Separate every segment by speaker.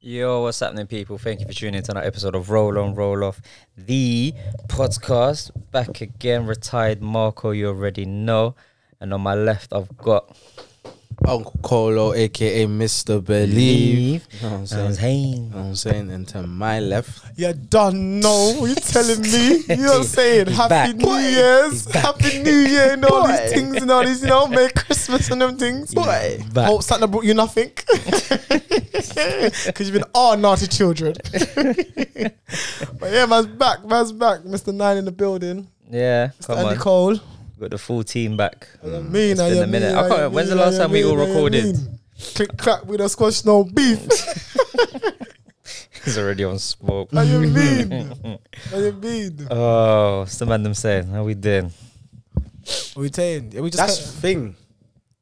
Speaker 1: Yo, what's happening, people? Thank you for tuning in to another episode of Roll On Roll Off, the podcast. Back again, retired Marco, you already know. And on my left, I've got
Speaker 2: Uncle Colo, aka Mr. Believe. You know what I'm saying?
Speaker 1: Sounds Haynes.
Speaker 2: You know what I'm saying? And to my left,
Speaker 3: You done know. You telling me? You know what I'm saying?
Speaker 1: He's
Speaker 3: Happy
Speaker 1: back.
Speaker 3: New Year's, Happy New Year, and all these things and all these, you know, Merry Christmas and them things. Boy,
Speaker 1: back.
Speaker 3: hope Santa brought you nothing, because you've been all naughty children. but yeah, man's back, man's back. Mister Nine in the building.
Speaker 1: Yeah,
Speaker 3: Mr.
Speaker 1: come
Speaker 3: Andy
Speaker 1: on.
Speaker 3: Cole.
Speaker 1: Got the full team back.
Speaker 3: Me,
Speaker 1: It's
Speaker 3: now
Speaker 1: been
Speaker 3: you
Speaker 1: a minute.
Speaker 3: mean,
Speaker 1: I
Speaker 3: now
Speaker 1: can't-
Speaker 3: you
Speaker 1: when's the
Speaker 3: mean,
Speaker 1: last
Speaker 3: now
Speaker 1: time
Speaker 3: you
Speaker 1: we
Speaker 3: mean,
Speaker 1: all
Speaker 3: now you
Speaker 1: recorded?
Speaker 3: mean. Click clack with a squash, no beef.
Speaker 1: He's already on smoke.
Speaker 3: Now you mean? Now you mean?
Speaker 1: Oh, what's the man them saying? How we doing?
Speaker 3: we saying? Yeah, we just.
Speaker 2: that's
Speaker 3: kinda-
Speaker 2: thing.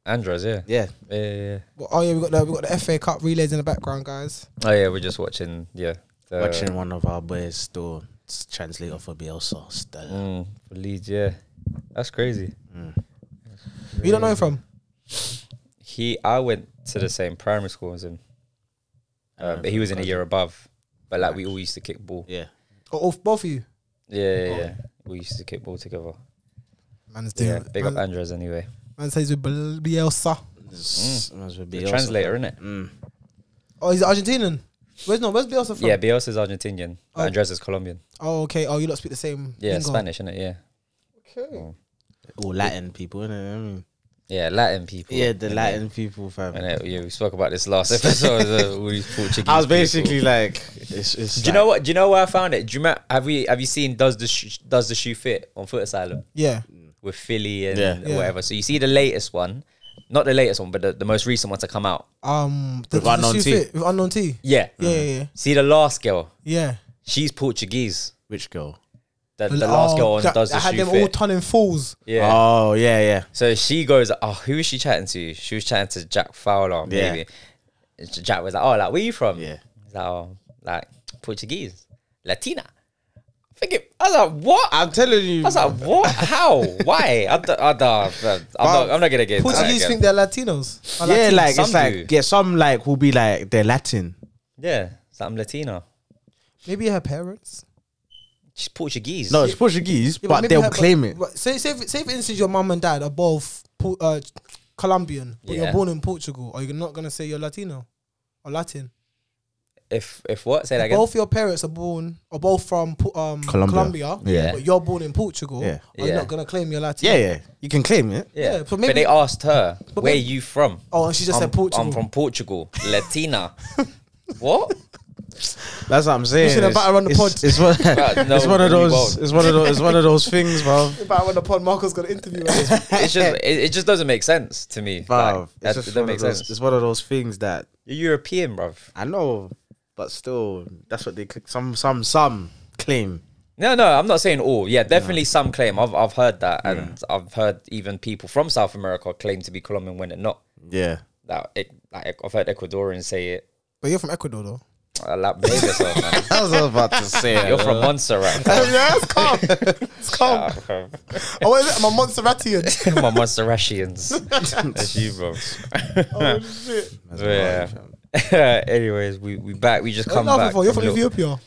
Speaker 1: Andros, yeah.
Speaker 2: Yeah,
Speaker 1: Yeah, yeah, yeah.
Speaker 3: Well, oh yeah, we got the we got the FA Cup relays in the background, guys.
Speaker 1: Oh, yeah, we're just watching, yeah. the-
Speaker 2: watching one of our boys still s- translate off for Bielsa. Still.
Speaker 1: Mm, for Leeds, yeah. That's crazy.
Speaker 3: You don't know him from?
Speaker 1: He, I went to the same primary school as him. Um, but he was in a year above. But like we all used to kick ball.
Speaker 2: Yeah,
Speaker 3: Or off both of you?
Speaker 1: Yeah, yeah, yeah. We used to kick ball together.
Speaker 3: Man's doing.
Speaker 1: Yeah,
Speaker 3: Yeah,
Speaker 1: big up
Speaker 3: man,
Speaker 1: Andres anyway.
Speaker 3: man says with Bel- Bielsa.
Speaker 2: It's- might as well
Speaker 1: Mm. The
Speaker 2: mm, Bielsa.
Speaker 1: translator, innit?
Speaker 2: Mm.
Speaker 3: Oh, he's Argentinian. Where's no? Where's Bielsa from?
Speaker 1: Yeah, Bielsa's Argentinian. but
Speaker 3: Oh.
Speaker 1: Andres is Colombian.
Speaker 3: Oh, okay. Oh, you lot speak the same.
Speaker 1: Yeah,
Speaker 3: lingo.
Speaker 1: Spanish, innit? Yeah.
Speaker 3: Okay.
Speaker 2: All Latin people, innit? I mean,
Speaker 1: Yeah, Latin people.
Speaker 2: yeah, the Latin people, fam.
Speaker 1: And yeah, we spoke about this last episode. uh, all these Portuguese
Speaker 2: I was
Speaker 1: people.
Speaker 2: basically like, it's, it's
Speaker 1: Do you
Speaker 2: like-
Speaker 1: know what? Do you know where I found it? Do you remember, have we have you seen does the Sh- does the shoe fit on Foot Asylum
Speaker 3: Yeah.
Speaker 1: with Philly and
Speaker 2: Yeah.
Speaker 3: Yeah.
Speaker 1: whatever? So you see the latest one, not the latest one, but the, the most recent one to come out.
Speaker 3: Um. The,
Speaker 2: With
Speaker 3: the
Speaker 2: unknown
Speaker 3: shoe
Speaker 2: tea.
Speaker 3: fit With unknown T.
Speaker 1: Yeah.
Speaker 3: Yeah, yeah, yeah.
Speaker 1: See the last girl,
Speaker 3: Yeah.
Speaker 1: she's Portuguese.
Speaker 2: Which girl?
Speaker 1: The, the last
Speaker 3: Oh,
Speaker 1: girl on
Speaker 3: that-
Speaker 1: does the
Speaker 3: that had
Speaker 1: shoe
Speaker 3: them
Speaker 1: fit.
Speaker 3: all turning fools.
Speaker 1: yeah.
Speaker 2: Oh, yeah, yeah.
Speaker 1: So she goes, oh, who is she chatting to? She was chatting to Jack Fowler,
Speaker 2: Yeah.
Speaker 1: maybe. And Jack was like, oh, like, where you from?
Speaker 2: Yeah.
Speaker 1: He's like, oh, like, Portuguese, Latina. I think it, I was like, what? I
Speaker 2: I'm telling you.
Speaker 1: was like, what? How? Why? I don't, I don't, I'm, not, I'm not going to get into that
Speaker 3: Portuguese
Speaker 1: again.
Speaker 3: think they're Latinos. Are
Speaker 2: yeah,
Speaker 3: Latinos.
Speaker 2: like, it's
Speaker 1: some
Speaker 2: like,
Speaker 1: do.
Speaker 2: yeah, some like will be like, they're Latin.
Speaker 1: Yeah, it's like, I'm Latina.
Speaker 3: maybe her parents.
Speaker 1: She's Portuguese.
Speaker 2: No, it's Portuguese,
Speaker 3: Yeah,
Speaker 2: but
Speaker 3: maybe
Speaker 2: they'll
Speaker 3: her-
Speaker 2: claim it.
Speaker 3: but Say, say, for- say for instance, your mum and dad are both Port- uh, Colombian, but
Speaker 1: Yeah.
Speaker 3: you're born in Portugal. Are you not gonna say you're Latino or Latin?
Speaker 1: If, if what? Say that again.
Speaker 3: both your parents are born or both from Po- um,
Speaker 2: Colombia.
Speaker 3: Colombia.
Speaker 2: Yeah.
Speaker 3: But you're born in Portugal.
Speaker 2: Yeah.
Speaker 3: Are you
Speaker 1: Yeah.
Speaker 3: not going to claim your Latin?
Speaker 2: Yeah, yeah. You can claim it.
Speaker 1: Yeah.
Speaker 3: yeah, so
Speaker 1: but
Speaker 3: maybe-
Speaker 1: they asked her,
Speaker 3: But
Speaker 1: where
Speaker 3: maybe-
Speaker 1: you from?
Speaker 3: Oh, and she just
Speaker 1: I'm,
Speaker 3: said Portugal.
Speaker 1: I'm from Portugal, Latina. what?
Speaker 2: That's what I'm saying.
Speaker 3: should have
Speaker 2: It's-
Speaker 3: batted around the
Speaker 2: it's-
Speaker 3: pod.
Speaker 2: It's one,
Speaker 1: Right, no,
Speaker 2: it's one of
Speaker 1: really
Speaker 2: those.
Speaker 1: won't.
Speaker 2: It's one of those. It's one of those things, bro.
Speaker 3: If I went upon Marco's got an interview.
Speaker 1: it's just it, it just doesn't make sense to me.
Speaker 2: Bro,
Speaker 1: like,
Speaker 2: it's
Speaker 1: that,
Speaker 2: just
Speaker 1: it
Speaker 2: one
Speaker 1: don't
Speaker 2: of
Speaker 1: make
Speaker 2: those-
Speaker 1: sense.
Speaker 2: It's one of those things that
Speaker 1: You're European, bruv.
Speaker 2: I know, but still, that's what they cl- some some some claim.
Speaker 1: No, no, I'm not saying all. Yeah, definitely some claim. I've I've heard that, and I've heard even people from South America claim to be Colombian when they're not.
Speaker 2: Yeah,
Speaker 1: Like, it, like I've heard Ecuadorians say it.
Speaker 3: but you're from Ecuador, though.
Speaker 1: Uh, like, behave yourself, man.
Speaker 2: I was about to say.
Speaker 1: You're from Montserrat.
Speaker 3: Oh, yeah, it's calm. It's calm.
Speaker 1: Come
Speaker 3: Oh, what is it? I'm a Montserratian.
Speaker 1: on, Montserratians. That's you, bro.
Speaker 3: oh, shit.
Speaker 1: Yeah. Anyways, we we back. We just come
Speaker 3: What are you
Speaker 1: back.
Speaker 3: from? You're
Speaker 1: from
Speaker 3: from
Speaker 1: little-
Speaker 3: Ethiopia.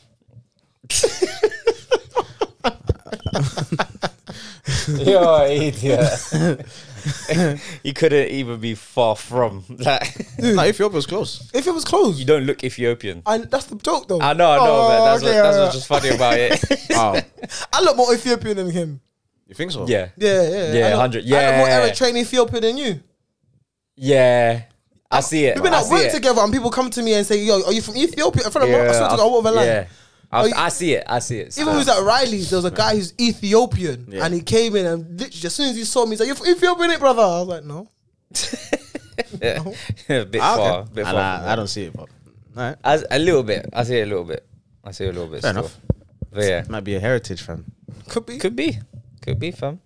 Speaker 1: You're an idiot. you couldn't even be far from that.
Speaker 2: No, Ethiopia's close.
Speaker 3: If it was closed.
Speaker 1: You don't look Ethiopian.
Speaker 3: And that's the joke, though.
Speaker 1: I know, I know,
Speaker 3: Oh,
Speaker 1: but that's,
Speaker 3: okay,
Speaker 1: what, that's
Speaker 3: alright.
Speaker 1: what's just funny about it.
Speaker 2: Oh,
Speaker 3: I look more Ethiopian than him.
Speaker 2: you think so?
Speaker 1: yeah,
Speaker 3: Yeah, yeah.
Speaker 1: Yeah,
Speaker 3: I
Speaker 1: 100.
Speaker 3: look- I look
Speaker 1: Yeah.
Speaker 3: more Eritrean Ethiopian than you.
Speaker 1: yeah, I see it.
Speaker 3: We've been
Speaker 1: I
Speaker 3: at
Speaker 1: see
Speaker 3: work
Speaker 1: it.
Speaker 3: together and people come to me and say, yo, are you from Ethiopia? In front of Marco, I swear to God, I walk the line.
Speaker 1: yeah. I,
Speaker 3: Are you-
Speaker 1: I see it. I see it.
Speaker 3: Even when we was at Riley's, there was a guy who's Ethiopian,
Speaker 2: Yeah.
Speaker 3: and he came in and literally as soon as he saw me, he's like, "You're from Ethiopian, innit, brother." I was like, "No."
Speaker 1: a bit
Speaker 2: Ah, okay.
Speaker 1: far, bit far.
Speaker 2: And
Speaker 1: from
Speaker 2: I,
Speaker 1: that.
Speaker 2: I don't see it, but all right,
Speaker 1: As- a little bit. I see it a little bit. I see it a little bit.
Speaker 2: fair
Speaker 1: still.
Speaker 2: enough.
Speaker 1: But yeah,
Speaker 2: Might be a heritage, fam.
Speaker 3: Could be.
Speaker 1: could be, could be, fam.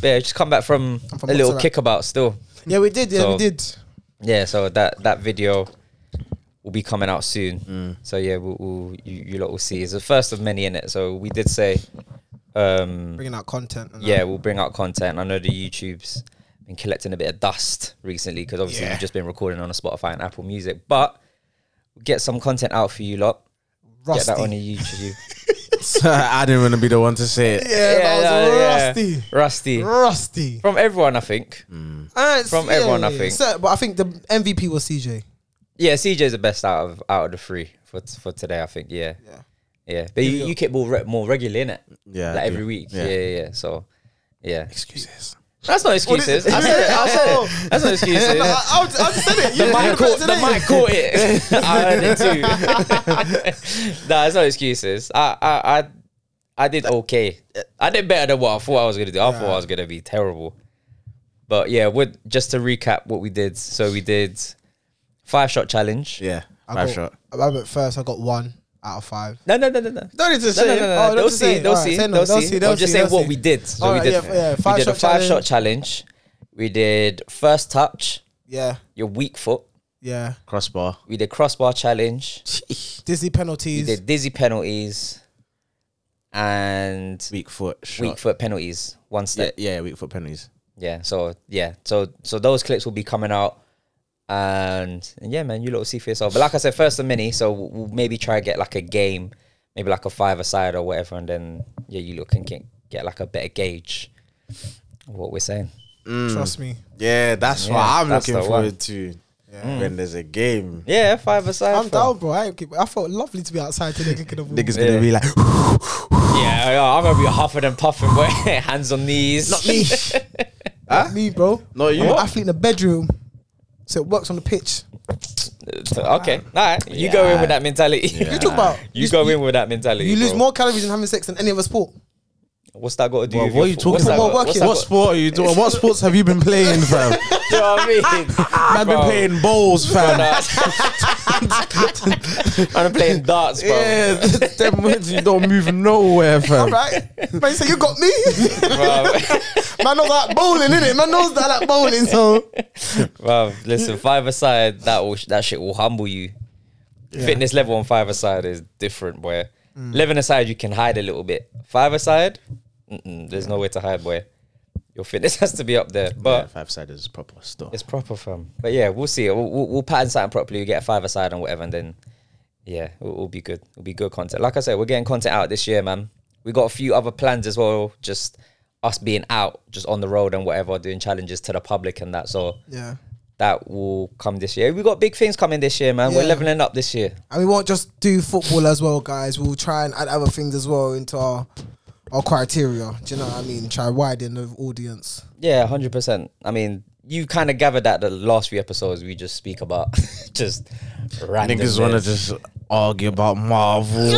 Speaker 1: But yeah, just come back from,
Speaker 3: I'm from
Speaker 1: a little
Speaker 3: Montserrat.
Speaker 1: kickabout still.
Speaker 3: Yeah, we did. Yeah,
Speaker 1: So-
Speaker 3: we did.
Speaker 1: Yeah, so that that video will be coming out soon. So yeah, we'll, we'll you, you lot will see. It's the first of many in it. So we did say, um,
Speaker 3: Bringing out content. And
Speaker 1: yeah, we'll bring out content. I know the YouTube's been collecting a bit of dust recently because obviously
Speaker 3: Yeah.
Speaker 1: we've just been recording on a Spotify and Apple Music, but get some content out for you lot.
Speaker 3: Rusty.
Speaker 1: Get that on the YouTube.
Speaker 2: I didn't want to be the one to say it.
Speaker 3: yeah,
Speaker 1: Yeah,
Speaker 3: that was
Speaker 1: no, yeah.
Speaker 3: rusty.
Speaker 1: Rusty.
Speaker 3: Rusty.
Speaker 1: From everyone, I think.
Speaker 3: Uh,
Speaker 1: From everyone, I think.
Speaker 3: So, but I think the MVP was CJ.
Speaker 1: Yeah, CJ's the best out of out of the three for t- for today. I think. Yeah.
Speaker 3: Yeah.
Speaker 1: Yeah. But you, you kick ball re- more regularly in it,
Speaker 2: Yeah,
Speaker 1: like
Speaker 2: I do.
Speaker 1: every week. Yeah.
Speaker 2: Yeah.
Speaker 1: yeah, yeah. So, yeah,
Speaker 2: Excuses.
Speaker 1: that's not
Speaker 3: What is-
Speaker 1: excuses. I said it. I said it. That's not excuses.
Speaker 3: No, I, I, was- I just said it. You
Speaker 1: The
Speaker 3: didn't
Speaker 1: mic
Speaker 3: put
Speaker 1: caught,
Speaker 3: it
Speaker 1: the
Speaker 3: today.
Speaker 1: mic caught it. I heard it too. nah, it's no excuses. I, I, I, I did okay. I did better than what I thought I was gonna do. I thought I was gonna be terrible. But yeah, would just to recap what we did. So we did five shot challenge.
Speaker 2: Yeah,
Speaker 3: I
Speaker 2: five
Speaker 3: got-
Speaker 2: shot.
Speaker 3: I went first. I got one out of five.
Speaker 1: No, no, no, no, no.
Speaker 3: Don't need to
Speaker 1: No, no, no, no.
Speaker 3: Oh,
Speaker 1: don't
Speaker 3: to
Speaker 1: see,
Speaker 3: say.
Speaker 1: don't
Speaker 3: Alright,
Speaker 1: see,
Speaker 3: say no,
Speaker 1: don't see. I'm just
Speaker 3: see,
Speaker 1: saying
Speaker 3: don't
Speaker 1: what
Speaker 3: see.
Speaker 1: we did. So
Speaker 3: Alright,
Speaker 1: we did,
Speaker 3: yeah, yeah,
Speaker 1: we did a
Speaker 3: five-shot
Speaker 1: five shot challenge. We did first touch,
Speaker 3: Yeah,
Speaker 1: your weak foot.
Speaker 3: yeah.
Speaker 2: Crossbar.
Speaker 1: We did crossbar challenge.
Speaker 3: Dizzy
Speaker 1: We
Speaker 3: penalties.
Speaker 1: did dizzy penalties and
Speaker 2: Weak foot. Shot.
Speaker 1: weak foot penalties. One
Speaker 2: Yeah,
Speaker 1: step.
Speaker 2: yeah, weak foot penalties.
Speaker 1: Yeah. So yeah. So so those clips will be coming out. And, and yeah, man, you little see for yourself. But like I said, first a mini, so we'll we'll maybe try and get like a game, maybe like a five a side or whatever, and then yeah, you look and get, get like a better gauge of what we're saying. Mm.
Speaker 3: Trust me.
Speaker 2: Yeah, that's
Speaker 1: Yeah,
Speaker 2: what I'm
Speaker 1: that's
Speaker 2: looking
Speaker 1: the
Speaker 2: forward
Speaker 1: one.
Speaker 2: to. When there's a game,
Speaker 1: Yeah, five a side.
Speaker 3: I'm down, bro. I, ain't keep- I felt lovely to be outside today kicking the ball.
Speaker 2: niggas
Speaker 1: Yeah.
Speaker 2: gonna be like,
Speaker 1: Yeah, yeah, I'm gonna be huffing and puffing, boy. hands on knees.
Speaker 2: not me.
Speaker 3: Not me, bro.
Speaker 2: No, you.
Speaker 3: I'm an athlete in the bedroom, so it works on the pitch.
Speaker 1: okay, all right, you go in with that mentality.
Speaker 3: You talk about
Speaker 1: You go in with that mentality.
Speaker 3: you lose
Speaker 1: bro.
Speaker 3: more calories in having sex than any other sport.
Speaker 1: What's that got to do?
Speaker 2: Well,
Speaker 1: with
Speaker 2: what
Speaker 1: your
Speaker 2: are you
Speaker 1: foot?
Speaker 2: talking
Speaker 1: What's that
Speaker 3: about?
Speaker 1: got- what's that
Speaker 2: What
Speaker 1: got-
Speaker 2: sport are you doing? What sports have you been playing, fam?
Speaker 1: Do you know what I mean?
Speaker 2: I've been
Speaker 1: Bro.
Speaker 2: playing balls, fam.
Speaker 1: I'm playing darts, bro.
Speaker 2: Yeah, them ones you don't move nowhere,
Speaker 3: All
Speaker 2: fam.
Speaker 3: right, man. You say you got me.
Speaker 1: Bro,
Speaker 3: man knows that bowling, innit? Man knows that like bowling. So
Speaker 1: bro, listen, five aside, that will, that shit will humble you. Fitness level on five aside is different, boy. Eleven aside, you can hide a little bit. Five aside, mm-mm, there's no way to hide, boy. Your fitness has to be up there, but
Speaker 2: five sided is proper stuff.
Speaker 1: it's proper, fam. But yeah, we'll see. We'll, we'll, we'll pattern something properly. We get a five aside and whatever, and then yeah, it'll, it'll be good. It'll be good content. Like I said, we're getting content out this year, man. We got a few other plans as well. Just us being out, just on the road and whatever, doing challenges to the public and that. So
Speaker 3: yeah,
Speaker 1: that will come this year. We got big things coming this year, man. We're
Speaker 3: Yeah.
Speaker 1: leveling up this year.
Speaker 3: and we won't just do football as well, guys. We'll try and add other things as well into our our criteria. Do you know what I mean? Try widen the audience.
Speaker 1: Yeah, hundred percent. I mean, you kind of gathered that the last few episodes we just speak about just random
Speaker 2: Niggas want to
Speaker 1: bits.
Speaker 2: just argue about Marvel and.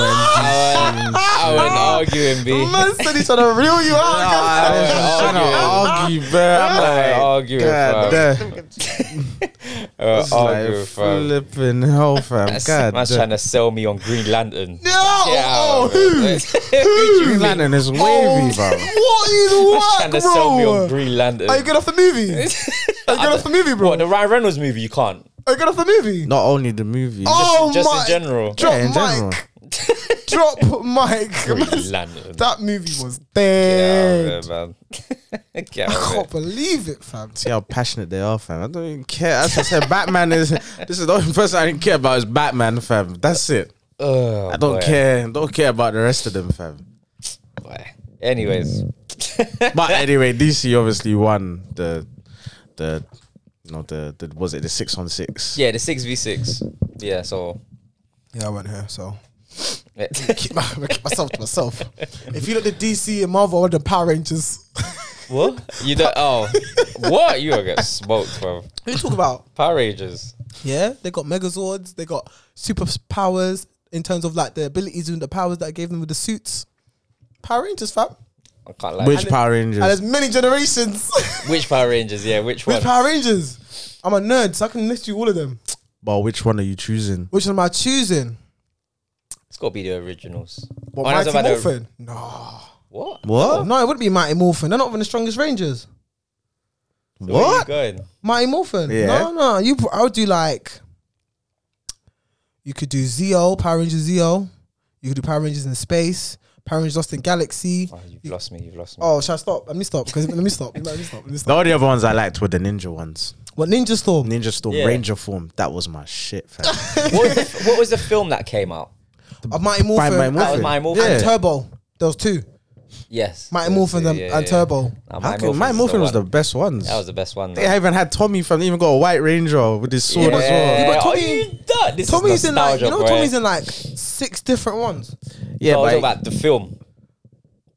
Speaker 1: I wasn't arguing, B.
Speaker 3: Man said he's trying to reel you out.
Speaker 1: I was
Speaker 2: I'm
Speaker 1: arguing.
Speaker 2: argue, bro. I'm
Speaker 1: I
Speaker 2: like,
Speaker 1: argue with
Speaker 2: God
Speaker 1: fam.
Speaker 2: damn.
Speaker 1: Uh,
Speaker 2: It's
Speaker 1: argue um,
Speaker 2: like
Speaker 1: with
Speaker 3: uh,
Speaker 1: fam.
Speaker 2: flipping hell, fam.
Speaker 1: That's-
Speaker 2: God
Speaker 1: Man's
Speaker 2: damn.
Speaker 1: trying to sell me on Green Lantern.
Speaker 3: No, oh,
Speaker 1: bro.
Speaker 3: who?
Speaker 2: Green Lantern is wavy,
Speaker 3: Oh,
Speaker 2: bro.
Speaker 1: trying
Speaker 3: what
Speaker 1: to
Speaker 3: is
Speaker 1: sell me on
Speaker 3: whack, bro?
Speaker 1: Green Lantern.
Speaker 3: Are you good off the movie? Are you good off the movie, bro?
Speaker 1: what the Ryan Reynolds movie? You can't.
Speaker 3: Are you good off the movie?
Speaker 2: Not only the movie.
Speaker 3: oh
Speaker 1: just in
Speaker 3: my-
Speaker 1: general.
Speaker 3: Drop
Speaker 2: Yeah, in general.
Speaker 3: mic. Drop mic.
Speaker 1: Green Lantern.
Speaker 3: that movie was
Speaker 1: Get out
Speaker 3: dead.
Speaker 1: of there, man. Get
Speaker 3: I
Speaker 1: out of
Speaker 3: can't believe it, fam.
Speaker 2: See how passionate they are, fam. I don't even care. As I said, Batman is. This is the only person I didn't care about is Batman, fam. That's it.
Speaker 1: there. Oh,
Speaker 2: I don't
Speaker 1: boy. oh,
Speaker 2: care. Don't care about the rest of them, fam.
Speaker 1: Boy. Anyways,
Speaker 2: But anyway, DC obviously won the the no the, the was it the six on six.
Speaker 1: yeah, the six v six. Yeah, so eh,
Speaker 3: Yeah, I went here, so keep, my, keep myself to myself. If you look at DC and Marvel, all the Power Rangers.
Speaker 1: what you don't? Oh, what you gonna get smoked, bro?
Speaker 3: Who you talk about?
Speaker 1: Power Rangers.
Speaker 3: Yeah, they got Megazords. They got super powers in terms of like the abilities and the powers that I gave them with the suits. Power Rangers, fam.
Speaker 1: I can't lie.
Speaker 2: Which Power Rangers?
Speaker 3: And there's many generations.
Speaker 1: Which Power Rangers? Yeah, which one?
Speaker 3: Which Power Rangers? I'm a nerd, so I can list you all of them.
Speaker 2: but which one are you choosing?
Speaker 3: Which one am I choosing?
Speaker 1: it's got to be the originals.
Speaker 3: What,
Speaker 1: Oh, that's
Speaker 3: Mighty
Speaker 1: about the-
Speaker 3: Morphin? No.
Speaker 1: What?
Speaker 2: What?
Speaker 3: No, it wouldn't be Mighty Morphin. They're not even the strongest Rangers.
Speaker 1: Where are you
Speaker 2: What?
Speaker 1: going?
Speaker 3: Mighty Morphin.
Speaker 2: Yeah.
Speaker 3: No, no. You, I would do like. You could do Zeo, Power Ranger Zeo. You could do Power Rangers in space. Power Rangers Lost in Galaxy.
Speaker 1: Oh, you've lost me. You've lost me.
Speaker 3: Oh, should I stop? Let me stop. Because let me stop. Let me stop. Let me
Speaker 2: The
Speaker 3: stop.
Speaker 2: only other ones I liked were the ninja ones.
Speaker 3: What Ninja Storm?
Speaker 2: Ninja Storm,
Speaker 1: Yeah.
Speaker 2: Ranger Form. That was my shit, fam.
Speaker 1: What, was the, f- what was the film that came out?
Speaker 3: Uh, Mighty
Speaker 2: By
Speaker 3: Morphin.
Speaker 2: my
Speaker 1: That
Speaker 2: Morphin.
Speaker 1: was my Morphin.
Speaker 2: Yeah.
Speaker 3: And Turbo. There was two.
Speaker 1: Yes.
Speaker 3: Mighty Morphin and,
Speaker 1: Yeah, yeah,
Speaker 3: and
Speaker 1: yeah.
Speaker 3: Turbo.
Speaker 1: Nah,
Speaker 2: How come? My
Speaker 1: Morphin's
Speaker 2: Morphin was the
Speaker 1: one.
Speaker 2: best ones.
Speaker 1: That was the best one.
Speaker 2: they even had Tommy from. They even got a White Ranger with his sword as well.
Speaker 1: Yeah.
Speaker 3: Tommy-
Speaker 1: Are you done? This
Speaker 3: Tommy's
Speaker 1: is
Speaker 3: in like
Speaker 1: nostalgia,
Speaker 3: you know
Speaker 1: bro.
Speaker 3: Tommy's in like six different ones.
Speaker 2: Yeah,
Speaker 1: no, I was
Speaker 2: but
Speaker 1: talking about the film.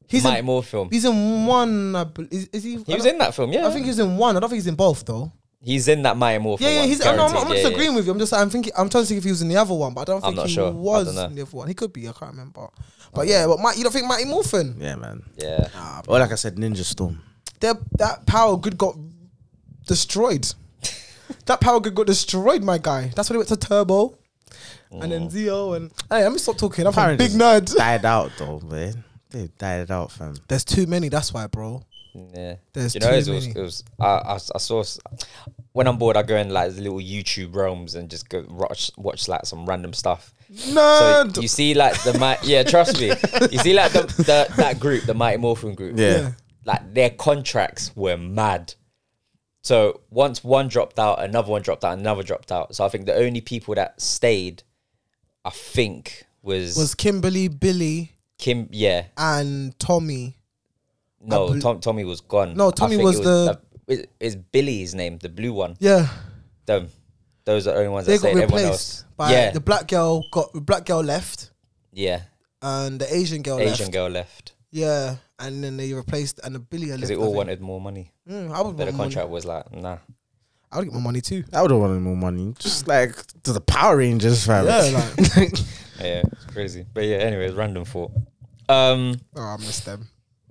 Speaker 3: He's
Speaker 1: Mighty
Speaker 3: in,
Speaker 1: Morphin film.
Speaker 3: he's in one. I bel- Is, is he?
Speaker 1: He was in that film, yeah.
Speaker 3: I think he's in one. I don't think he's in both though.
Speaker 1: he's in that Mighty Morphin.
Speaker 3: Yeah, yeah.
Speaker 1: one,
Speaker 3: He's. No, I'm, not- I'm not
Speaker 1: guaranteed. Yeah, yeah.
Speaker 3: disagreeing with you. I'm just. I'm thinking. I'm trying to think if he was in the other one, but I don't think
Speaker 1: not
Speaker 3: he
Speaker 1: sure. I
Speaker 3: was
Speaker 1: don't know.
Speaker 3: in the other one. He could be. I can't remember. But yeah, but Mike, you don't think Mighty Morphin?
Speaker 2: yeah, man.
Speaker 1: Yeah.
Speaker 2: Or like I said, Ninja Storm.
Speaker 3: Their, that power grid got destroyed. that power grid got destroyed, my guy. That's when he went to Turbo, and
Speaker 1: Oh.
Speaker 3: then Zio, and hey, let me stop talking. I'm a
Speaker 2: Apparently
Speaker 3: big nerd.
Speaker 2: Died out though, man. They died out, fam.
Speaker 3: There's too many. That's why, bro.
Speaker 1: Yeah.
Speaker 3: There's
Speaker 1: you know, it
Speaker 3: too
Speaker 1: was,
Speaker 3: many.
Speaker 1: it was I, I, I saw s- when I'm bored, I go in like little YouTube realms and just go watch, watch like some random stuff. So
Speaker 3: Nerd.
Speaker 1: you see like the mi- yeah, trust me. You see like the, the that group, the Mighty Morphin group.
Speaker 2: Yeah.
Speaker 3: yeah.
Speaker 1: Like their contracts were mad. So once one dropped out, another one dropped out, another dropped out. So I think the only people that stayed, I think, was,
Speaker 3: was Kimberly, Billy,
Speaker 1: Kim. Yeah,
Speaker 3: and Tommy.
Speaker 1: no,
Speaker 3: bel-
Speaker 1: Tom, Tommy was gone.
Speaker 3: No,
Speaker 1: I
Speaker 3: Tommy
Speaker 1: think it uh,
Speaker 3: was the-
Speaker 1: is- is Billy's name, the blue one.
Speaker 3: Yeah,
Speaker 1: Them, those are the only ones
Speaker 3: they
Speaker 1: that
Speaker 3: got
Speaker 1: stayed. Everyone else,
Speaker 3: replaced by
Speaker 1: yeah,
Speaker 3: the black girl. Got the black girl left,
Speaker 1: yeah,
Speaker 3: and the Asian girl
Speaker 1: Asian
Speaker 3: left.
Speaker 1: girl left
Speaker 3: Yeah, and then they replaced and the Billy left.
Speaker 1: because they
Speaker 3: I
Speaker 1: all
Speaker 3: think.
Speaker 1: wanted more money.
Speaker 3: Mm, I would
Speaker 1: But
Speaker 3: want
Speaker 1: the
Speaker 3: my money.
Speaker 1: contract was like, nah.
Speaker 3: I would get my money too.
Speaker 2: I would have wanted more money. Just like to the Power Rangers, fam.
Speaker 3: Yeah, like,
Speaker 1: Yeah, it's crazy. But yeah, anyways, random thought. Um,
Speaker 3: oh, I miss them.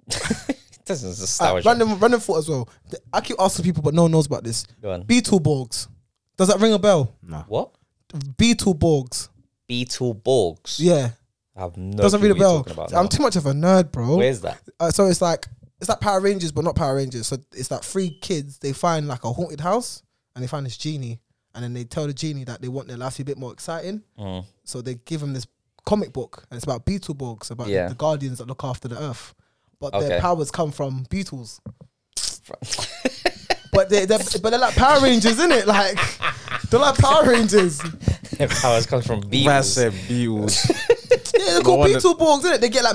Speaker 1: this is
Speaker 3: Uh,
Speaker 1: nostalgia.
Speaker 3: random, random thought as well. Th- I keep asking people, but no one knows about this.
Speaker 1: Go on.
Speaker 3: Beetleborgs. Does that ring a bell?
Speaker 1: what?
Speaker 3: Beetleborgs.
Speaker 1: Beetleborgs.
Speaker 3: Yeah,
Speaker 1: I have no
Speaker 3: doesn't
Speaker 1: clue
Speaker 3: ring
Speaker 1: what
Speaker 3: a
Speaker 1: you're
Speaker 3: bell.
Speaker 1: talking About
Speaker 3: I'm
Speaker 1: now.
Speaker 3: too much of a nerd, bro.
Speaker 1: Where's that?
Speaker 3: uh, so it's like it's like Power Rangers, but not Power Rangers. So it's like three kids. They find like a haunted house, and they find this genie, and then they tell the genie that they want their life to be a bit more exciting.
Speaker 1: Mm.
Speaker 3: So they give him this comic book, and it's about Beetleborgs, about
Speaker 1: Yeah.
Speaker 3: the guardians that look after the Earth, but
Speaker 1: Okay.
Speaker 3: their powers come from beetles. but they, they're but they're like Power Rangers, isn't it? Like they're like Power Rangers.
Speaker 1: Their powers comes from beetles.
Speaker 2: Massive Beatles.
Speaker 3: Yeah, they're called
Speaker 2: wonder-
Speaker 3: Beetleborgs, isn't it? They get like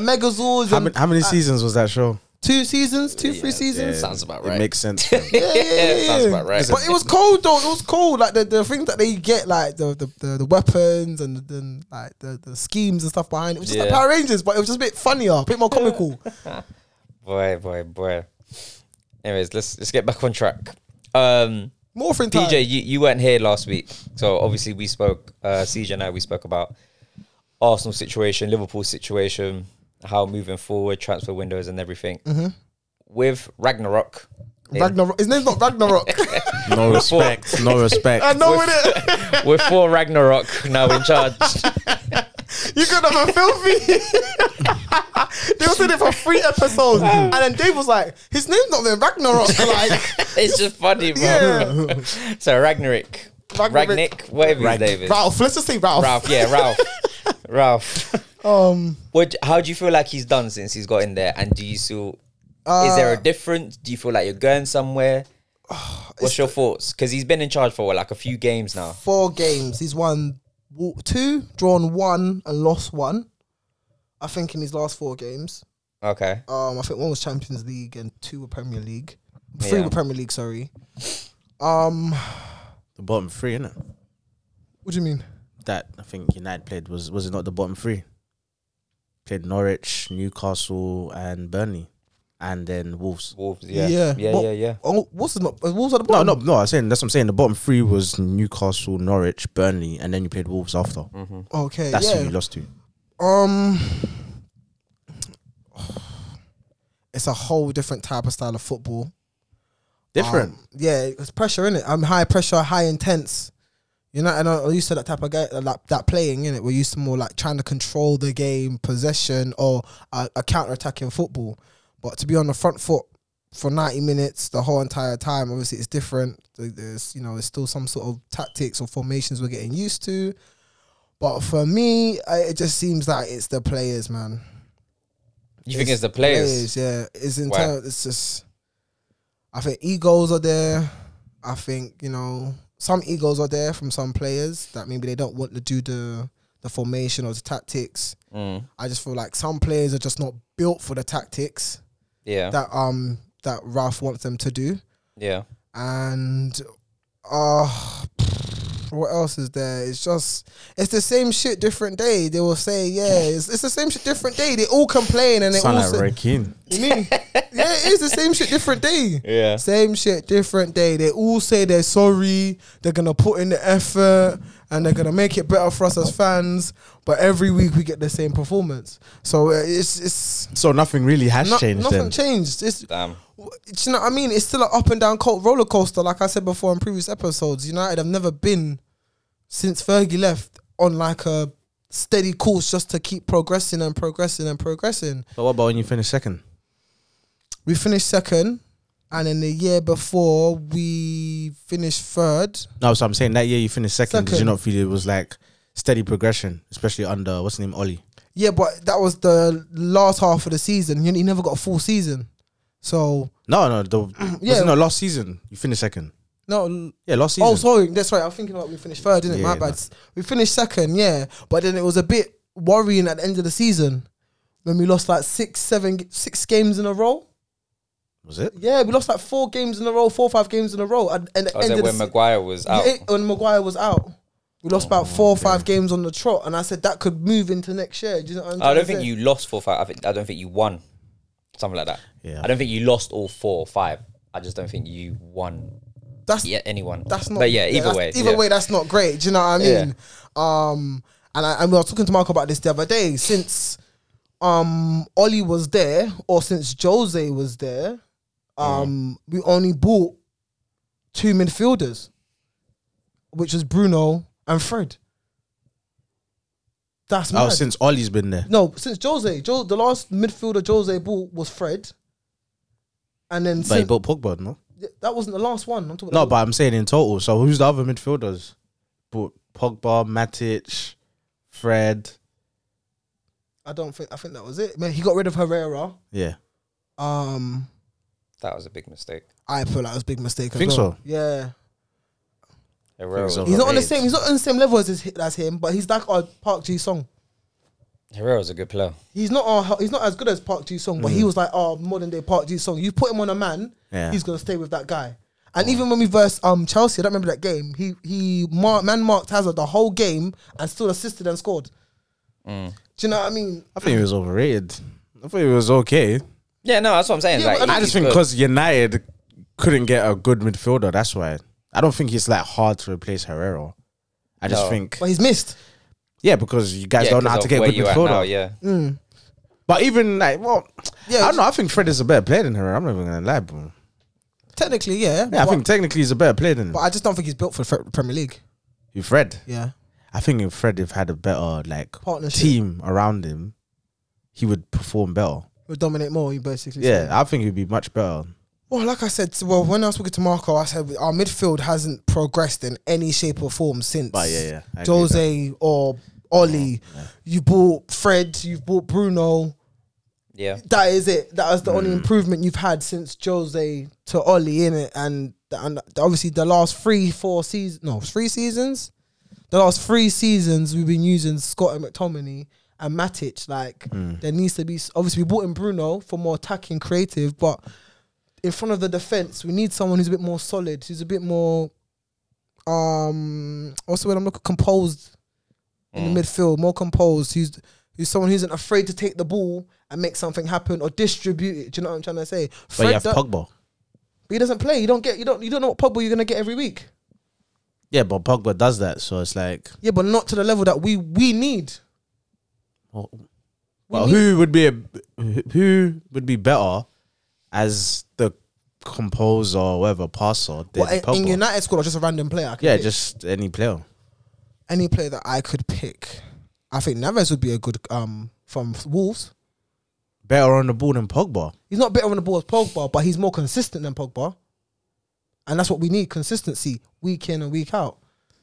Speaker 3: Megazords.
Speaker 2: how,
Speaker 3: and
Speaker 2: many, how many seasons was that show?
Speaker 3: two seasons, two, three seasons.
Speaker 1: sounds about
Speaker 2: It
Speaker 1: right.
Speaker 2: makes sense. fam.
Speaker 3: yeah, yeah, yeah, yeah.
Speaker 1: sounds about right.
Speaker 3: But it was cold though. It was cold. Like the, the things that they get, like the the, the, the weapons and the, the like the, the schemes and stuff behind it. It was just like
Speaker 1: Yeah.
Speaker 3: Power Rangers, but it was just a bit funnier, a bit more comical.
Speaker 1: Boy, boy, boy. Anyways, let's let's get back on track. Um,
Speaker 3: More fun time.
Speaker 1: PJ, you, you weren't here last week, so obviously we spoke. Uh, CJ and I we spoke about Arsenal situation, Liverpool situation, how moving forward, transfer windows, and everything.
Speaker 3: Mm-hmm.
Speaker 1: With Ragnarok,
Speaker 3: Ragnarok. His name's not Ragnarok.
Speaker 2: No respect. No
Speaker 3: I
Speaker 2: respect.
Speaker 3: know it.
Speaker 1: we're for Ragnarok now in charge.
Speaker 3: You could have a filthy. they was in it for three episodes, and then Dave was like, "His name's not even Ragnarok." Like,
Speaker 1: it's just funny, bro.
Speaker 3: Yeah.
Speaker 1: so Ragnarok,
Speaker 3: Ragnarok.
Speaker 1: Ragnick, whatever his
Speaker 2: Ragn-
Speaker 1: name is,
Speaker 3: Ralph. Let's just say Ralph.
Speaker 1: Ralph, yeah, Ralph, Ralph.
Speaker 3: Um.
Speaker 1: What? How do you feel like he's done since he's got in there? And do you still? is there
Speaker 3: Uh,
Speaker 1: a difference? Do you feel like you're going somewhere? What's your thoughts? Because he's been in charge for what, like a few games now.
Speaker 3: four games. He's won w- two, drawn one, and lost one. I think in his last four games.
Speaker 1: Okay.
Speaker 3: Um, I think one was Champions League and two were Premier League. Three
Speaker 1: Yeah.
Speaker 3: were Premier League. Sorry. Um,
Speaker 2: The bottom three, innit?
Speaker 3: what do you mean?
Speaker 2: That I think United played was was it not the bottom three? Played Norwich, Newcastle, and Burnley, and then Wolves.
Speaker 1: Wolves. Yeah.
Speaker 3: Yeah.
Speaker 1: Yeah. Yeah.
Speaker 3: What-
Speaker 1: yeah. Yeah.
Speaker 3: Oh, what's the not? What was at the
Speaker 2: No,
Speaker 3: bottom?
Speaker 2: no, no. I'm saying that's what I'm saying. The bottom three was Newcastle, Norwich, Burnley, and then you played Wolves after.
Speaker 3: Okay,
Speaker 2: That's
Speaker 3: yeah.
Speaker 2: who you lost to.
Speaker 3: Um, it's a whole different type of style of football.
Speaker 2: Different.
Speaker 3: Um, yeah, it's pressure in it. I'm high pressure, high intense. You know, and I- I'm used to that type of guy, like that playing in it. We're used to more like trying to control the game, possession, or uh, a, a counter attacking football. But to be on the front foot for 90 minutes, the whole entire time, obviously it's different. There- There's, you know, it's still some sort of tactics or formations we're getting used to. But for me, I, it just seems like it's the players, man.
Speaker 1: You think it's the players?
Speaker 3: yeah. It's in
Speaker 1: Why?
Speaker 3: term- It's just. I think egos are there. I think you know some egos are there from some players that maybe they don't want to do the the formation or the tactics.
Speaker 1: Mm.
Speaker 3: I just feel like some players are just not built for the tactics
Speaker 1: Yeah,
Speaker 3: that um that Ralph wants them to do.
Speaker 1: yeah.
Speaker 3: And uh what else is there? It's just it's the same shit different day. They will say, yeah, it's, it's the same shit different day. They all complain and they
Speaker 2: Sound
Speaker 3: all
Speaker 2: like
Speaker 3: say-
Speaker 2: Roy Keane.
Speaker 3: you mean? yeah, it is the same shit, different day.
Speaker 1: Yeah.
Speaker 3: Same shit, different day. They all say they're sorry, they're gonna put in the effort, and they're gonna make it better for us as fans. But every week we get the same performance, so uh, it's it's
Speaker 2: So nothing really has
Speaker 3: not,
Speaker 2: changed
Speaker 3: nothing
Speaker 2: then.
Speaker 3: changed. It's
Speaker 1: Damn.
Speaker 3: do you know what I mean? It's still an up and down cult roller coaster, like I said before in previous episodes. United have never been since Fergie left on like a steady course just to keep progressing and progressing and progressing.
Speaker 2: But what about when you finish second?
Speaker 3: We finished second, and then the year before we finished third.
Speaker 2: No, so I'm saying that year you finished second. Did you
Speaker 3: Second.
Speaker 2: not feel it was like steady progression, especially under what's his name, Ollie?
Speaker 3: Yeah, but that was the last half of the season. You, you never got a full season, so
Speaker 2: No, no, the
Speaker 3: Yeah.
Speaker 2: yeah. no last season you finished second.
Speaker 3: no.
Speaker 2: Yeah, last season.
Speaker 3: Oh, sorry. That's right. I'm thinking about we finished third, didn't it?
Speaker 2: Yeah,
Speaker 3: My
Speaker 2: yeah,
Speaker 3: bad. We finished second, yeah. But then it was a bit worrying at the end of the season when we lost like six, seven, g- six games in a row.
Speaker 2: was it?
Speaker 3: Yeah, we lost like four games in a row, four, or five games in a row. And, and the
Speaker 1: I was
Speaker 3: end
Speaker 1: there
Speaker 3: of the
Speaker 1: when
Speaker 3: se-
Speaker 1: Maguire was out.
Speaker 3: Yeah, when Maguire was out. We lost about four or five games on the trot, and I said that could move into next year. Do you know what I'm
Speaker 1: I
Speaker 3: trying to
Speaker 1: don't think
Speaker 3: say?
Speaker 1: you lost four five. I think I don't think you won. Something like that.
Speaker 2: Yeah.
Speaker 1: I don't think you lost all four or five. I just don't think you won.
Speaker 3: That's
Speaker 1: Yeah, anyone.
Speaker 3: that's not.
Speaker 1: But yeah, either
Speaker 3: that's-
Speaker 1: way.
Speaker 3: either
Speaker 1: yeah.
Speaker 3: way, that's not great. Do you know what I
Speaker 1: Yeah.
Speaker 3: mean? Um, and I and we were talking to Mark about this the other day. Since um Ollie was there, or since Jose was there, um,
Speaker 1: Mm.
Speaker 3: we only bought two midfielders, which was Bruno and Fred. That's mad.
Speaker 2: Oh, since Ollie's been there.
Speaker 3: no, since Jose, jo- the last midfielder Jose bought was Fred, and then
Speaker 2: But he
Speaker 3: since,
Speaker 2: bought Pogba, no?
Speaker 3: that wasn't the last one. I'm talking
Speaker 2: No, but I'm saying in total. So who's the other midfielders? But Pogba, Matic, Fred.
Speaker 3: I don't think I think that was it. Man, he got rid of Herrera.
Speaker 2: Yeah.
Speaker 3: Um,
Speaker 1: That was a big mistake.
Speaker 3: I feel that was a big mistake. as
Speaker 2: Think
Speaker 3: well.
Speaker 2: so?
Speaker 3: Yeah,
Speaker 1: Herrera.
Speaker 2: so.
Speaker 1: was
Speaker 3: he's not on the
Speaker 1: overrated.
Speaker 3: same. He's not on the same level as his, as him, but he's like our Park Ji Song.
Speaker 1: Herrera was a good player.
Speaker 3: He's not our, he's not as good as Park Ji Song, but he was like our modern day Park Ji Song. You put him on a man,
Speaker 2: Mm. Yeah.
Speaker 3: he's gonna stay with that guy. And even when we versed um Chelsea, I don't remember that game. He he mar- man marked Hazard the whole game and still assisted and scored.
Speaker 2: Mm.
Speaker 3: Do you know what I mean?
Speaker 2: I think he was overrated. I thought he was okay.
Speaker 1: Yeah, no, that's what I'm saying.
Speaker 3: Yeah,
Speaker 1: like,
Speaker 3: but
Speaker 1: he-
Speaker 2: I just
Speaker 1: he's
Speaker 2: think
Speaker 1: good.
Speaker 2: because United couldn't get a good midfielder, that's why. I don't think it's like hard to replace Herrera. I just
Speaker 1: No.
Speaker 2: think,
Speaker 3: But he's missed.
Speaker 2: yeah, because you guys
Speaker 1: Yeah,
Speaker 2: don't know
Speaker 1: 'cause
Speaker 2: how to
Speaker 1: of
Speaker 2: get a
Speaker 1: where
Speaker 2: good
Speaker 1: you at now,
Speaker 2: midfielder.
Speaker 1: yeah.
Speaker 2: But even like, well,
Speaker 3: Yeah,
Speaker 2: I don't know. I think Fred is a better player than Herrera. I'm not even gonna lie, bro.
Speaker 3: Technically, yeah.
Speaker 2: Yeah, I
Speaker 3: but,
Speaker 2: think technically he's a better player than
Speaker 3: but I just don't think he's built for the Premier League.
Speaker 2: you, Fred.
Speaker 3: Yeah.
Speaker 2: I think if Fred have had a better like
Speaker 3: Partnership.
Speaker 2: team around him, he would perform better.
Speaker 3: will dominate more. You basically
Speaker 2: Yeah,
Speaker 3: say.
Speaker 2: I think he'd be much better.
Speaker 3: Well, like I said, well, when I was talking to Marco, I said our midfield hasn't progressed in any shape or form since.
Speaker 2: But yeah, yeah, I agree with
Speaker 3: Jose or Ollie, you bought Fred, you've bought Bruno.
Speaker 1: Yeah.
Speaker 3: That is it. That is the
Speaker 2: Mm.
Speaker 3: only improvement you've had since Jose to Ollie in it, and, and obviously the last three, four seasons, no, three seasons. The last three seasons we've been using Scott and McTominay and Matic. Like
Speaker 2: Mm.
Speaker 3: there needs to be s- obviously we bought in Bruno for more attacking, creative, but in front of the defense we need someone who's a bit more solid, who's a bit more um what's the word I'm looking composed in
Speaker 2: Mm.
Speaker 3: the midfield, more composed, who's who's someone who isn't afraid to take the ball and make something happen or distribute it. Do you know what I'm trying to say?
Speaker 2: But you have
Speaker 3: do-
Speaker 2: Pogba.
Speaker 3: but he doesn't play. You don't get you don't you don't know what Pogba you're gonna get every week.
Speaker 2: Yeah, but Pogba does that, so it's like,
Speaker 3: Yeah, but not to the level that we we need.
Speaker 2: well,
Speaker 3: We
Speaker 2: well,
Speaker 3: need-
Speaker 2: who would be a who would be better as the composer or whatever passer than
Speaker 3: Well, in-
Speaker 2: Pogba?
Speaker 3: in United squad or just a random player? I could
Speaker 2: yeah,
Speaker 3: pick.
Speaker 2: just any player.
Speaker 3: any player that I could pick. I think Neves would be a good um from Wolves.
Speaker 2: Better on the ball than Pogba.
Speaker 3: He's not better on the ball as Pogba, but he's more consistent than Pogba, and that's what we need: consistency, week in and week out.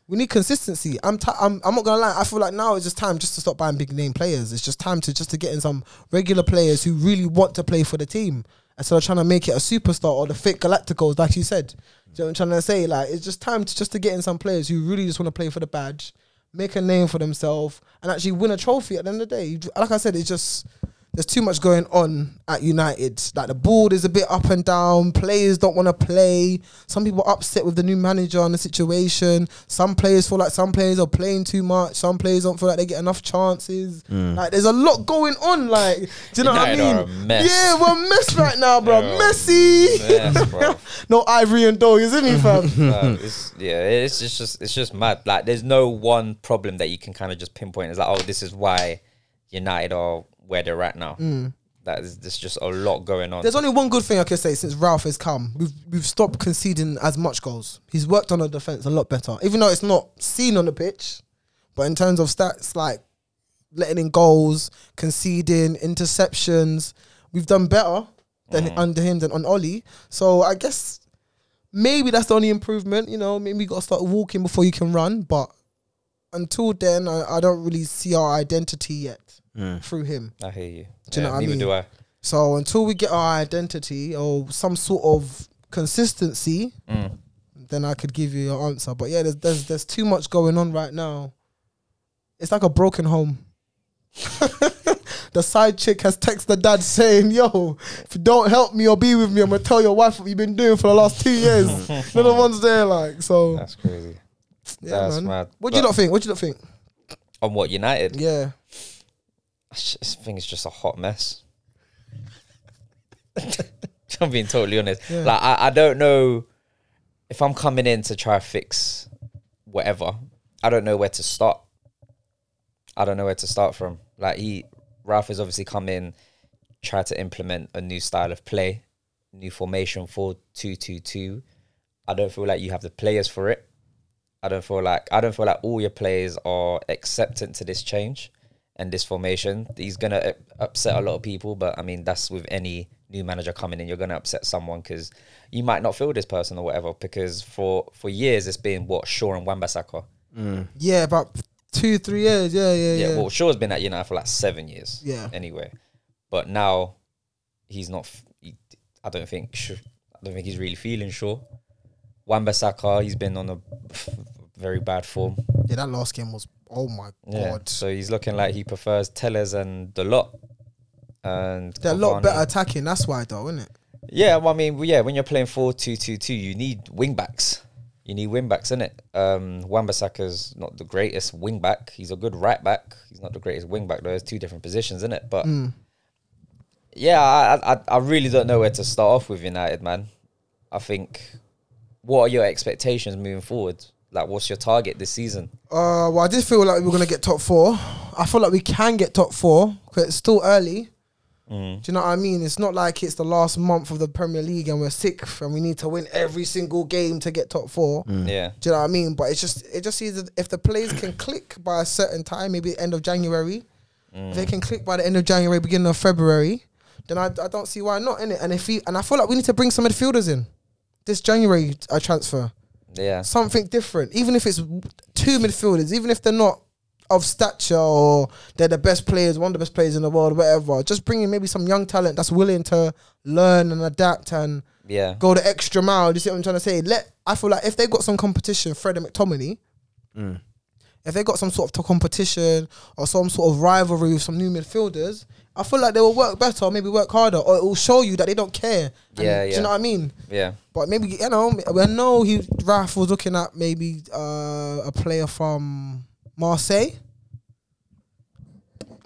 Speaker 3: We need consistency. I'm, t- I'm I'm not gonna lie. I feel like now it's just time just to stop buying big name players. It's just time to just to get in some regular players who really want to play for the team instead of trying to make it a superstar or the fake Galacticos, like you said. Do you know what I'm trying to say? Like it's just time to just to get in some players who really just want to play for the badge, make a name for themselves, and actually win a trophy at the end of the day. You ju- Like I said, it's just there's too much going on at United. Like the board is a bit up and down. Players don't want to play. Some people are upset with the new manager and the situation. Some players feel like some players are playing too much. Some players don't feel like they get enough chances. Like there's a lot going on. Like do you know
Speaker 1: Mm. United
Speaker 3: what
Speaker 1: are
Speaker 3: I
Speaker 1: a
Speaker 3: mean?
Speaker 1: mess.
Speaker 3: Yeah, we're a mess right now, bro.
Speaker 1: They're a
Speaker 3: Messy.
Speaker 1: mess, bro.
Speaker 3: no Ivory and Doe, isn't he, fam?
Speaker 1: Um, it's, yeah, it's just, just it's just mad. Like, there's no one problem that you can kind of just pinpoint. It's like, oh, this is why United are where they're at now.
Speaker 2: Hmm.
Speaker 1: That is, there's just a lot going on.
Speaker 3: There's only one good thing I can say since Ralph has come. We've we've stopped conceding as much goals. He's worked on the defense a lot better, even though it's not seen on the pitch. But in terms of stats, like letting in goals, conceding, interceptions, we've done better than under him than on Ollie. So I guess maybe that's the only improvement. You know, maybe you got to start walking before you can run. But until then, I, I don't really see our identity yet through him.
Speaker 1: I hear you.
Speaker 3: Do you know
Speaker 1: Yeah,
Speaker 3: what I
Speaker 1: neither
Speaker 3: mean?
Speaker 1: do I.
Speaker 3: So until we get our identity or some sort of consistency,
Speaker 1: Mm.
Speaker 3: then I could give you your answer. But yeah, there's there's, there's too much going on right now. It's like a broken home. the side chick has texted the dad saying, "Yo, if you don't help me or be with me, I'm gonna tell your wife what you've been doing for the last two years." They're the ones there, like so.
Speaker 1: That's crazy.
Speaker 3: yeah,
Speaker 1: that's
Speaker 3: man.
Speaker 1: mad.
Speaker 3: What do you
Speaker 1: But-
Speaker 3: not think? What do you not think?
Speaker 1: On what United?
Speaker 3: Yeah,
Speaker 1: This thing is just a hot mess. I'm being totally honest. Like I, I don't know if I'm coming in to try fix whatever. I don't know where to start. I don't know where to start from. Like he Ralph has obviously come in, tried to implement a new style of play, new formation for two two two. I don't feel like you have the players for it. I don't feel like I don't feel like all your players are acceptant to this change and this formation. He's gonna u- upset a lot of people, but I mean that's with any new manager coming in, you're gonna upset someone because you might not feel this person or whatever. Because for for years it's been what Shaw and Wambasaka.
Speaker 3: yeah, about two, three years. Yeah, yeah, yeah.
Speaker 1: Yeah, well Shaw's been at United for like seven years.
Speaker 3: Yeah.
Speaker 1: anyway, but now he's not. f- He, I don't think. Sh- I don't think he's really feeling Shaw. Wambasaka, he's been on a very bad form.
Speaker 3: yeah, that last game was. Oh my
Speaker 1: Yeah.
Speaker 3: god.
Speaker 1: So he's looking like he prefers Tellers and the lot. And
Speaker 3: They're a lot
Speaker 1: Cavani.
Speaker 3: better attacking. That's why, though, isn't it?
Speaker 1: Yeah, well, I mean, well, yeah, when you're playing 4 2 2 2, you need wing backs. You need wing backs, innit? Um, Wambasaka's not the greatest wing back. He's a good right back. He's not the greatest wing back, though. There's two different positions, innit? But
Speaker 3: Hmm.
Speaker 1: yeah, I, I, I really don't know where to start off with United, man. I think, what are your expectations moving forward? Like, what's your target this season?
Speaker 3: Uh, well, I did feel like we were gonna get top four. I feel like we can get top four because it's still early. Do you know what I mean? It's not like it's the last month of the Premier League and we're sixth and we need to win every single game to get top four.
Speaker 1: Yeah.
Speaker 3: Do you know what I mean? But it's just it just seems that if the players can click by a certain time, maybe end of January, if they can click by the end of January, beginning of February, then I, I don't see why not in it. And if he, and I feel like we need to bring some midfielders in this January uh, transfer
Speaker 1: Yeah.
Speaker 3: something different. Even if it's two midfielders, even if they're not of stature or they're the best players, one of the best players in the world, whatever. Just bringing maybe some young talent that's willing to learn and adapt and
Speaker 1: Yeah.
Speaker 3: go the extra mile. You see what I'm trying to say? Let I feel like if they got some competition, Fred and McTominay.
Speaker 1: Mm.
Speaker 3: If they got some sort of t- competition or some sort of rivalry with some new midfielders, I feel like they will work better, maybe work harder, or it will show you that they don't care. And
Speaker 1: Yeah,
Speaker 3: do
Speaker 1: yeah.
Speaker 3: you know what I mean?
Speaker 1: Yeah.
Speaker 3: But maybe you know, I know he Raf was looking at maybe uh, a player from Marseille.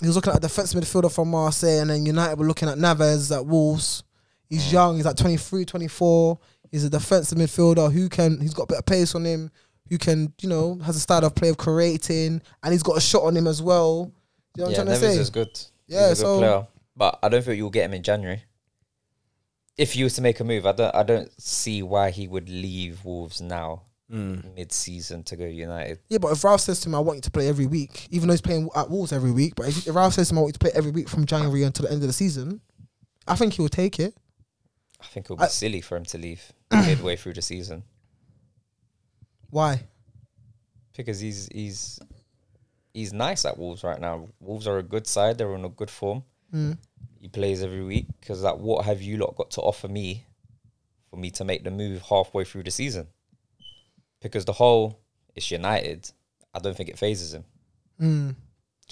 Speaker 3: He was looking at a defense midfielder from Marseille, and then United were looking at Naves at Wolves.
Speaker 1: Mm.
Speaker 3: He's young. He's like 23, 24. He's a defensive midfielder who can. He's got a bit of pace on him. Who can you know has a style of play of creating, and he's got a shot on him as well. You know what
Speaker 1: yeah,
Speaker 3: I'm trying
Speaker 1: Neves
Speaker 3: to
Speaker 1: is
Speaker 3: say?
Speaker 1: good.
Speaker 3: Yeah,
Speaker 1: He's a
Speaker 3: so-
Speaker 1: good player. But I don't think you'll get him in January. If you was to make a move, I don't I don't see why he would leave Wolves now mid season to go United.
Speaker 3: Yeah, but if Ralph says to him, I want you to play every week, even though he's playing at Wolves every week, but if, if Ralph says to him, I want you to play every week from January until the end of the season, I think he will take it.
Speaker 1: I think it would be
Speaker 3: I-
Speaker 1: silly for him to leave midway through the season.
Speaker 3: Why?
Speaker 1: because he's he's he's nice at Wolves right now. Wolves are a good side. They're in a good form. He plays every week because like, what have you lot got to offer me for me to make the move halfway through the season? Because the whole it's United. I don't think it phases him.
Speaker 3: Mm.
Speaker 1: Do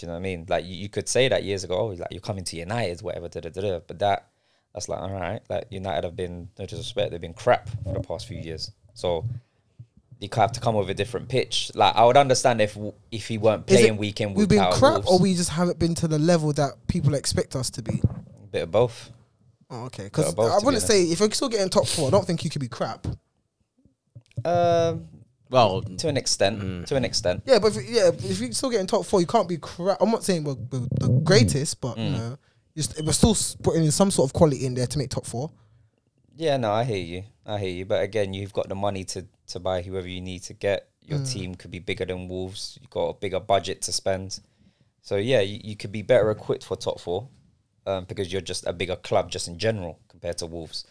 Speaker 1: you know what I mean? Like you, you could say that years ago, oh, like you're coming to United, whatever, da, da, da, da. but that that's like all right. Like United have been no disrespect, they've been crap for the past few years. So you have to come with a different pitch. Like I would understand if if he weren't
Speaker 3: Is it-
Speaker 1: playing week in week
Speaker 3: We've been
Speaker 1: out.
Speaker 3: crap,
Speaker 1: Wolves.
Speaker 3: or we just haven't been to the level that people expect us to be.
Speaker 1: bit of both.
Speaker 3: Oh, okay,
Speaker 1: They're
Speaker 3: because
Speaker 1: both,
Speaker 3: I
Speaker 1: to be
Speaker 3: wouldn't say if you're still getting top four, I don't think you could be crap.
Speaker 1: Um,
Speaker 2: Well,
Speaker 1: to an extent, to an extent.
Speaker 3: Yeah, but if, yeah, if you're still getting top four, you can't be crap. I'm not saying we're, we're the greatest, but
Speaker 1: Mm.
Speaker 3: you know, just we're still s- putting in some sort of quality in there to make top four.
Speaker 1: Yeah, no, I hear you. I hear you. But again, you've got the money to to buy whoever you need to get. Your team could be bigger than Wolves. You've got a bigger budget to spend. So yeah, you, you could be better equipped for top four um, because you're just a bigger club just in general compared to Wolves.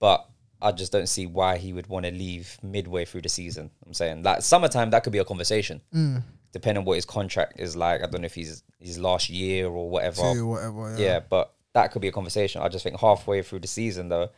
Speaker 1: But I just don't see why he would want to leave midway through the season. I'm saying like summertime that could be a conversation. Depending on what his contract is like. I don't know if he's his last year or whatever
Speaker 3: Two, whatever.
Speaker 1: yeah, but that could be a conversation. I just think halfway through the season, though,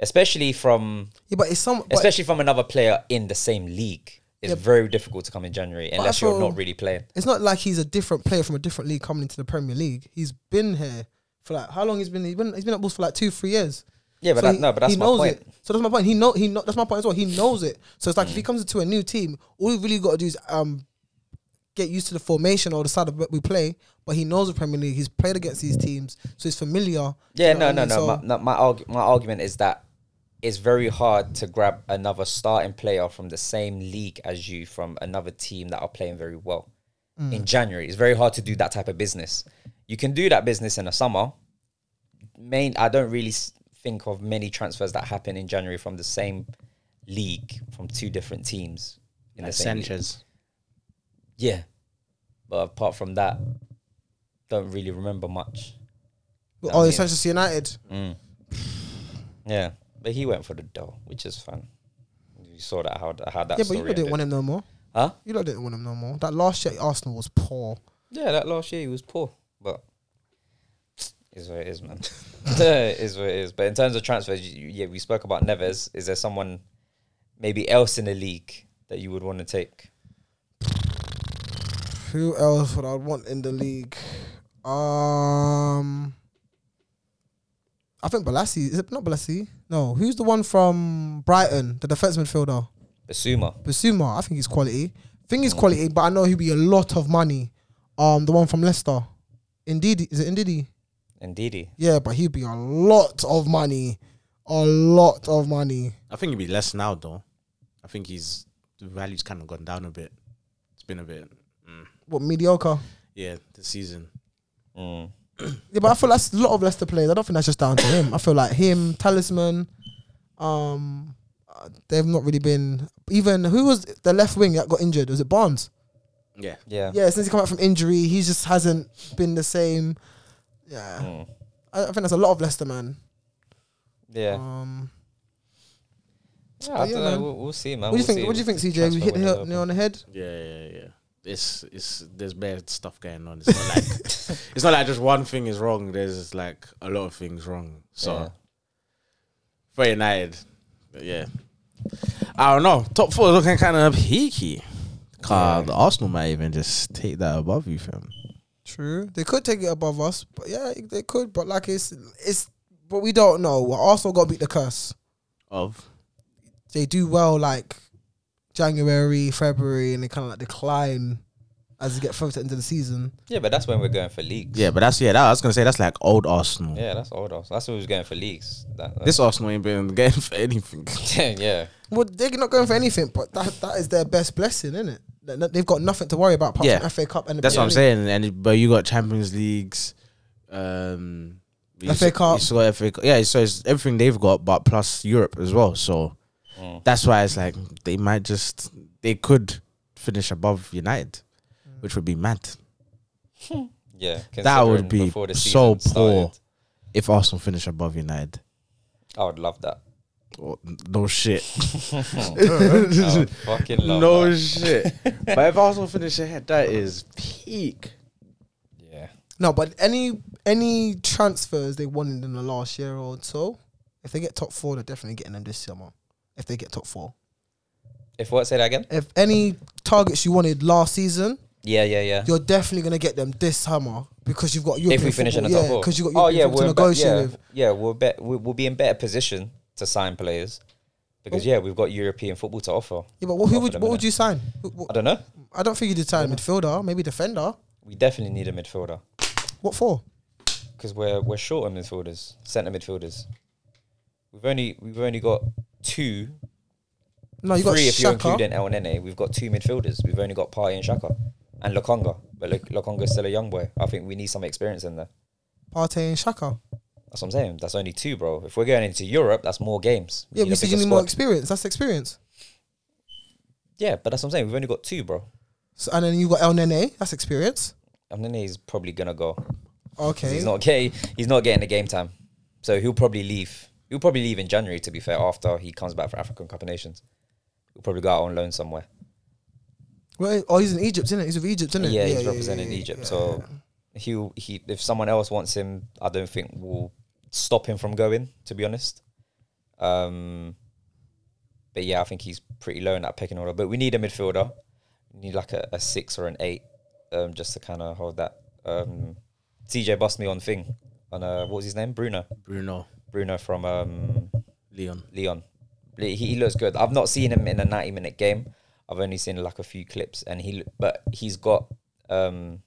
Speaker 1: especially from
Speaker 3: Yeah, but it's some. But
Speaker 1: especially from another player in the same league, it's very difficult to come in January unless you're
Speaker 3: feel-
Speaker 1: not really playing.
Speaker 3: it's not like he's a different player from a different league coming into the Premier League. He's been here for like how long? He's been he's been, he's been at Wolves for like two, three years.
Speaker 1: Yeah, but that- no, but that's
Speaker 3: he
Speaker 1: my
Speaker 3: knows
Speaker 1: point.
Speaker 3: It. So that's my point. He know he know, that's my point as well. He knows it. So it's like
Speaker 1: Mm.
Speaker 3: if he comes into a new team, all he really got to do is um get used to the formation or the side of what we play. But he knows the Premier League. He's played against these teams, so he's familiar.
Speaker 1: Yeah,
Speaker 3: You know
Speaker 1: no,
Speaker 3: what
Speaker 1: no,
Speaker 3: I mean?
Speaker 1: no.
Speaker 3: So- oh,
Speaker 1: My, no, my, argu- my argument is that it's very hard to grab another starting player from the same league as you from another team that are playing very well
Speaker 3: Mm.
Speaker 1: in January. It's very hard to do that type of business. You can do that business in the summer. Main, I don't really s- think of many transfers that happen in January from the same league from two different teams in the same league.
Speaker 2: Sanchez.
Speaker 1: Yeah, but apart from that, don't really remember much.
Speaker 3: oh,
Speaker 1: I mean- Mm.
Speaker 3: it's Manchester United.
Speaker 1: Yeah, but he went for the dough, which is fun. You saw that how how that
Speaker 3: Yeah, but
Speaker 1: story
Speaker 3: you lot didn't want him no more.
Speaker 1: huh?
Speaker 3: You lot didn't want him no more. That last year at Arsenal was poor.
Speaker 1: Yeah, that last year he was poor, but is what it is, man. it is what it is. But in terms of transfers, you, yeah, we spoke about Neves. Is there someone maybe else in the league that you would want to take?
Speaker 3: Who else would I want in the league? Um, I think Balassi. Is it not Balassi? No. Who's the one from Brighton, the defense midfielder?
Speaker 1: Basuma.
Speaker 3: Basuma. I think he's quality. Thing is quality, but I know he'll be a lot of money. Um, the one from Leicester, Indeed, is it Indeedy?
Speaker 1: and Didi.
Speaker 3: Yeah, but he'd be a lot of money, a lot of money.
Speaker 2: I think he'd be less now though. I think he's the value's kind of gone down a bit. It's been a bit,
Speaker 3: What mediocre?
Speaker 2: yeah, this season.
Speaker 1: Mm.
Speaker 3: Yeah, but I feel that's a lot of Leicester players. I don't think that's just down to him. I feel like him, Talisman, um, uh, they've not really been. Even who was the left wing that got injured? Was it Barnes?
Speaker 2: Yeah,
Speaker 1: Yeah.
Speaker 3: Yeah, since he come back from injury, he just hasn't been the same. Yeah,
Speaker 1: Mm.
Speaker 3: I, I think that's a lot of Leicester man.
Speaker 1: Yeah.
Speaker 3: Um,
Speaker 1: yeah, I
Speaker 3: yeah,
Speaker 1: don't know.
Speaker 3: man.
Speaker 1: We'll, we'll see, man.
Speaker 3: what do you
Speaker 1: We'll see
Speaker 3: think? What do you think, CJ? We
Speaker 1: transfer
Speaker 3: hit the
Speaker 1: window
Speaker 3: nail-
Speaker 1: open.
Speaker 3: nail on the head.
Speaker 2: yeah, yeah, yeah. It's it's there's bad stuff going on. It's not like it's not like just one thing is wrong. There's like a lot of things wrong. So
Speaker 1: Yeah.
Speaker 2: for United, yeah. I don't know. Top four is looking kind of peaky. Cause Arsenal might even just take that above you, fam.
Speaker 3: True, they could take it above us, but yeah, they could. But like it's it's, but we don't know. Arsenal got to beat the curse.
Speaker 2: Of
Speaker 3: they do well like January, February, and they kind of like decline as you get further into the season.
Speaker 1: Yeah, but that's when we're going for leagues.
Speaker 2: yeah, but that's yeah. That, I was gonna say that's like old Arsenal.
Speaker 1: Yeah, that's old. Arsenal. That's when we was going for leagues. That, that-
Speaker 2: This Arsenal ain't been getting for anything.
Speaker 1: yeah.
Speaker 3: Well, they're not going for anything, but that that is their best blessing, isn't it? They've got nothing to worry about apart
Speaker 2: Yeah.
Speaker 3: from FA Cup and the
Speaker 2: That's what I'm
Speaker 3: Premier
Speaker 2: saying. And it- but you got Champions Leagues, um, you
Speaker 3: FA
Speaker 2: s-
Speaker 3: Cup.
Speaker 2: You still got FA Cup. Yeah, so it's everything they've got, but plus Europe as well. So
Speaker 1: Mm.
Speaker 2: that's why it's like they might just they could finish above United, which would be mad
Speaker 1: Yeah.
Speaker 2: That would
Speaker 1: considering
Speaker 2: be
Speaker 1: before the
Speaker 2: so
Speaker 1: season
Speaker 2: poor.
Speaker 1: started,
Speaker 2: if Arsenal finish above United.
Speaker 1: I would love that.
Speaker 2: Well, no shit.
Speaker 1: I fucking love
Speaker 2: no
Speaker 1: that.
Speaker 2: shit. but if Arsenal finish ahead, that is peak.
Speaker 1: Yeah.
Speaker 3: No, but any any transfers they wanted in the last year or so, if they get top four, they're definitely getting them this summer. If they get top four,
Speaker 1: If what? Say that again.
Speaker 3: if any targets you wanted last season,
Speaker 1: Yeah, yeah, yeah.
Speaker 3: you're definitely gonna get them this summer because you've got
Speaker 1: if
Speaker 3: European
Speaker 1: we finish in the
Speaker 3: football-
Speaker 1: top
Speaker 3: yeah,
Speaker 1: four,
Speaker 3: because you've got European football to
Speaker 1: in be-
Speaker 3: negotiate
Speaker 1: Oh, yeah,
Speaker 3: with.
Speaker 1: yeah, we're bet we- we'll be in better position to sign players because yeah, we've got European football to offer.
Speaker 3: Yeah, but what, who
Speaker 1: Not for
Speaker 3: would
Speaker 1: the
Speaker 3: what would
Speaker 1: minute.
Speaker 3: you sign? Who- who-
Speaker 1: I don't know.
Speaker 3: I don't think you did sign a midfielder, maybe defender.
Speaker 1: We definitely need a midfielder
Speaker 3: What for?
Speaker 1: because we're we're short on midfielders, centre midfielders. We've only we've only got two,
Speaker 3: No, you Oh, got
Speaker 1: three if you're
Speaker 3: Shaka.
Speaker 1: including El Nene. We've got two midfielders. We've only got Party and Shaka and Lokonga, but Lok- Lokonga's still a young boy. I think we need some experience in there.
Speaker 3: Partey and Shaka.
Speaker 1: That's what I'm saying. That's only two, bro. If we're going into Europe, that's more games.
Speaker 3: Yeah, but you
Speaker 1: a
Speaker 3: said you
Speaker 1: bigger
Speaker 3: need more
Speaker 1: squad.
Speaker 3: experience. That's experience.
Speaker 1: Yeah, but that's what I'm saying. We've only got two, bro.
Speaker 3: So, and then you got El Nene. That's experience.
Speaker 1: And then he's probably gonna go. 'Cause
Speaker 3: Okay.
Speaker 1: He's not getting he's not getting the game time. So he'll probably leave. He'll probably leave in January to be fair, after he comes back for African Cup of Nations. He'll probably go out on loan somewhere.
Speaker 3: Well, oh, he's in Egypt, isn't it? He's with Egypt, isn't it?
Speaker 1: Yeah, he's representing Egypt. So he'll he if someone else wants him, I don't think will stop him from going, to be honest. Um but yeah, I think he's pretty low in that pecking order. But we need a midfielder. We need like a, a six or an eight, um, just to kind of hold that. Um, TJ bust me on thing on uh, what was his name? Bruno.
Speaker 2: Bruno,
Speaker 1: Bruno from um,
Speaker 2: Leon.
Speaker 1: Leon. He, he looks good. I've not seen him in a 90 minute game. I've only seen like a few clips, and he lo- but he's got um,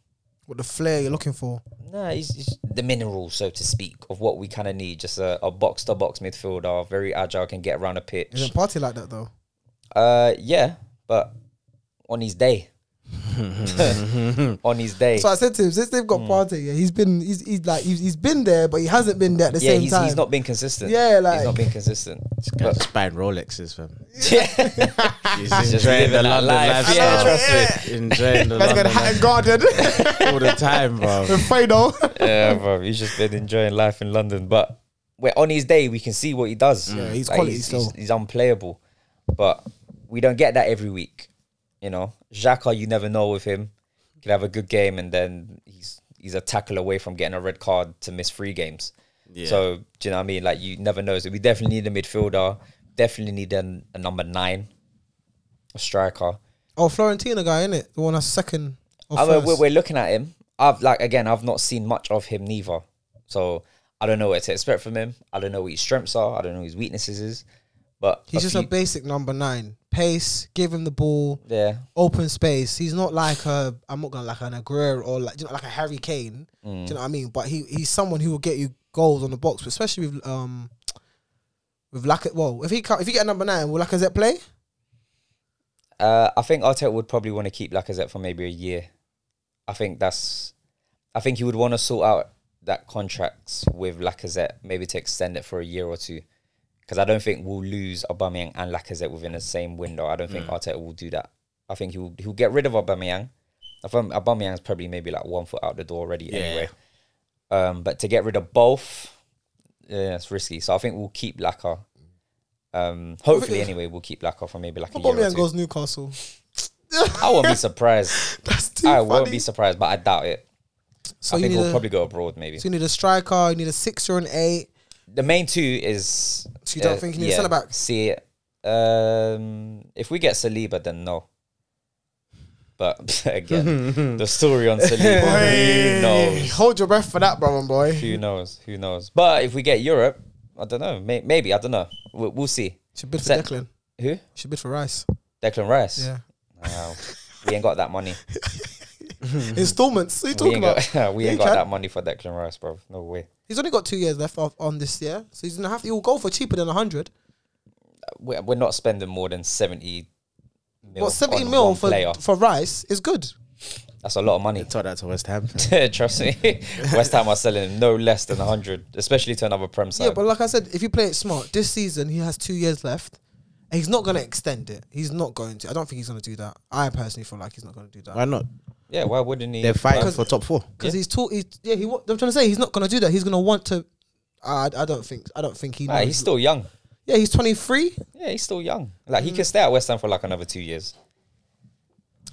Speaker 3: What the flair you're looking for?
Speaker 1: Nah, he's, he's the mineral, so to speak, of what we kind of need. Just a, a box to box midfielder, very agile, can get around a
Speaker 3: Isn't
Speaker 1: pitch.
Speaker 3: party like that though?
Speaker 1: Uh, yeah, but on his day, on his day,
Speaker 3: So I said to him, since they've got
Speaker 1: Hmm.
Speaker 3: Partey, yeah, he's been he's, he's like he's, he's been there, but he hasn't been there at the
Speaker 1: yeah,
Speaker 3: same
Speaker 1: he's,
Speaker 3: time.
Speaker 1: he's not been consistent.
Speaker 3: Yeah, like-
Speaker 1: he's not been consistent.
Speaker 2: This guy's just buying Rolexes, fam. He's
Speaker 1: Just
Speaker 2: enjoying
Speaker 1: living that
Speaker 2: the London
Speaker 1: life,
Speaker 2: lifestyle.
Speaker 1: yeah.
Speaker 2: trust me. Enjoying the London life
Speaker 3: Garden
Speaker 2: all the time, bro.
Speaker 3: Fredo.
Speaker 1: yeah, bro, he's just been enjoying life in London. But where on his day, we can see what he does.
Speaker 3: Yeah, he's quality
Speaker 1: he's,
Speaker 3: still.
Speaker 1: he's, he's unplayable, but we don't get that every week. You know, Xhaka, you never know with him. He could have a good game, and then he's he's a tackle away from getting a red card to miss three games.
Speaker 2: Yeah.
Speaker 1: So do you know what I mean? Like you never know. So we definitely need a midfielder. Definitely need a, a number nine, a striker.
Speaker 3: Oh, Florentina guy, is it? The one that's second. Or
Speaker 1: I mean,
Speaker 3: first.
Speaker 1: we're, we're looking at him. I've like again, I've not seen much of him neither, so I don't know what to expect from him. I don't know what his strengths are. I don't know what his weaknesses is. But
Speaker 3: he's just a
Speaker 1: few-
Speaker 3: basic number nine. Pace, give him the ball,
Speaker 1: yeah,
Speaker 3: open space. He's not like a I'm not gonna like an Aguero or like you know like a Harry Kane.
Speaker 1: Mm.
Speaker 3: Do you know what I mean? But he he's someone who will get you goals on the box, but especially with um with Lacazette. Well, if he can't, if you get a number nine, will Lacazette play?
Speaker 1: uh, I think Arteta would probably want to keep Lacazette for maybe a year. I think that's. I think he would want to sort out that contracts with Lacazette, maybe to extend it for a year or two, because I don't think we'll lose Aubameyang and Lacazette within the same window. I don't
Speaker 3: Mm.
Speaker 1: think Arteta will do that. I think he'll he'll get rid of Aubameyang. I think Aubameyang's probably maybe like one foot out the door already anyway. Um, but to get rid of both, yeah, it's risky. So I think we'll keep Lacazette. Um, hopefully, anyway, we'll keep Lacazette for maybe like a year or
Speaker 3: Aubameyang
Speaker 1: two.
Speaker 3: goes Newcastle.
Speaker 1: I won't be surprised.
Speaker 3: That's too
Speaker 1: I
Speaker 3: funny.
Speaker 1: won't be surprised, but I doubt it.
Speaker 3: so
Speaker 1: I
Speaker 3: you
Speaker 1: think
Speaker 3: need
Speaker 1: we'll
Speaker 3: a,
Speaker 1: probably go abroad, maybe.
Speaker 3: so you need a striker. You need a six or an eight.
Speaker 1: The main two is. uh,
Speaker 3: So you don't think you need a centre-back?
Speaker 1: See it. Um, if we get Saliba, then no. But again, the story on Saliba, who knows?
Speaker 3: Hold your breath for that, brother boy.
Speaker 1: Who knows? Who knows? But if we get Europe, I don't know. May- maybe I don't know. We'll, we'll see.
Speaker 3: Should bid for
Speaker 1: Set-
Speaker 3: Declan.
Speaker 1: Who?
Speaker 3: Should bid for Rice.
Speaker 1: Declan Rice.
Speaker 3: Yeah,
Speaker 1: Wow. we ain't got that money.
Speaker 3: installments. What are you
Speaker 1: We
Speaker 3: talking
Speaker 1: ain't
Speaker 3: about?
Speaker 1: got. we ain't
Speaker 3: Yeah,
Speaker 1: got
Speaker 3: you
Speaker 1: that money for Declan Rice, bro. No way.
Speaker 3: He's only got two years left off on this year, so he's gonna have. He'll go for cheaper than hundred.
Speaker 1: we're, we're not spending more than 70 mil.
Speaker 3: But seventy
Speaker 1: on
Speaker 3: mil
Speaker 1: one
Speaker 3: for
Speaker 1: player.
Speaker 3: for Rice is good.
Speaker 1: That's a lot of money.
Speaker 2: Talk that to West Ham. fam.
Speaker 1: Trust me. West Ham are selling him no less than 100, especially to another Prem side.
Speaker 3: Yeah, but like I said, if you play it smart, this season he has two years left. And he's not going to extend it. He's not going to. I don't think he's going to do that. I personally feel like he's not going to do that.
Speaker 2: Why not?
Speaker 1: Yeah, why wouldn't he?
Speaker 2: They're fighting
Speaker 1: Why-
Speaker 2: for top four.
Speaker 3: because he's tall. He's, yeah, he. wa- I'm trying to say he's not going to do that. He's going to want to. I, I don't think. I don't think he.
Speaker 1: Nah,
Speaker 3: knows.
Speaker 1: he's still young.
Speaker 3: Yeah, he's 23.
Speaker 1: Yeah, he's still young. Like he can stay at West Ham for like another two years.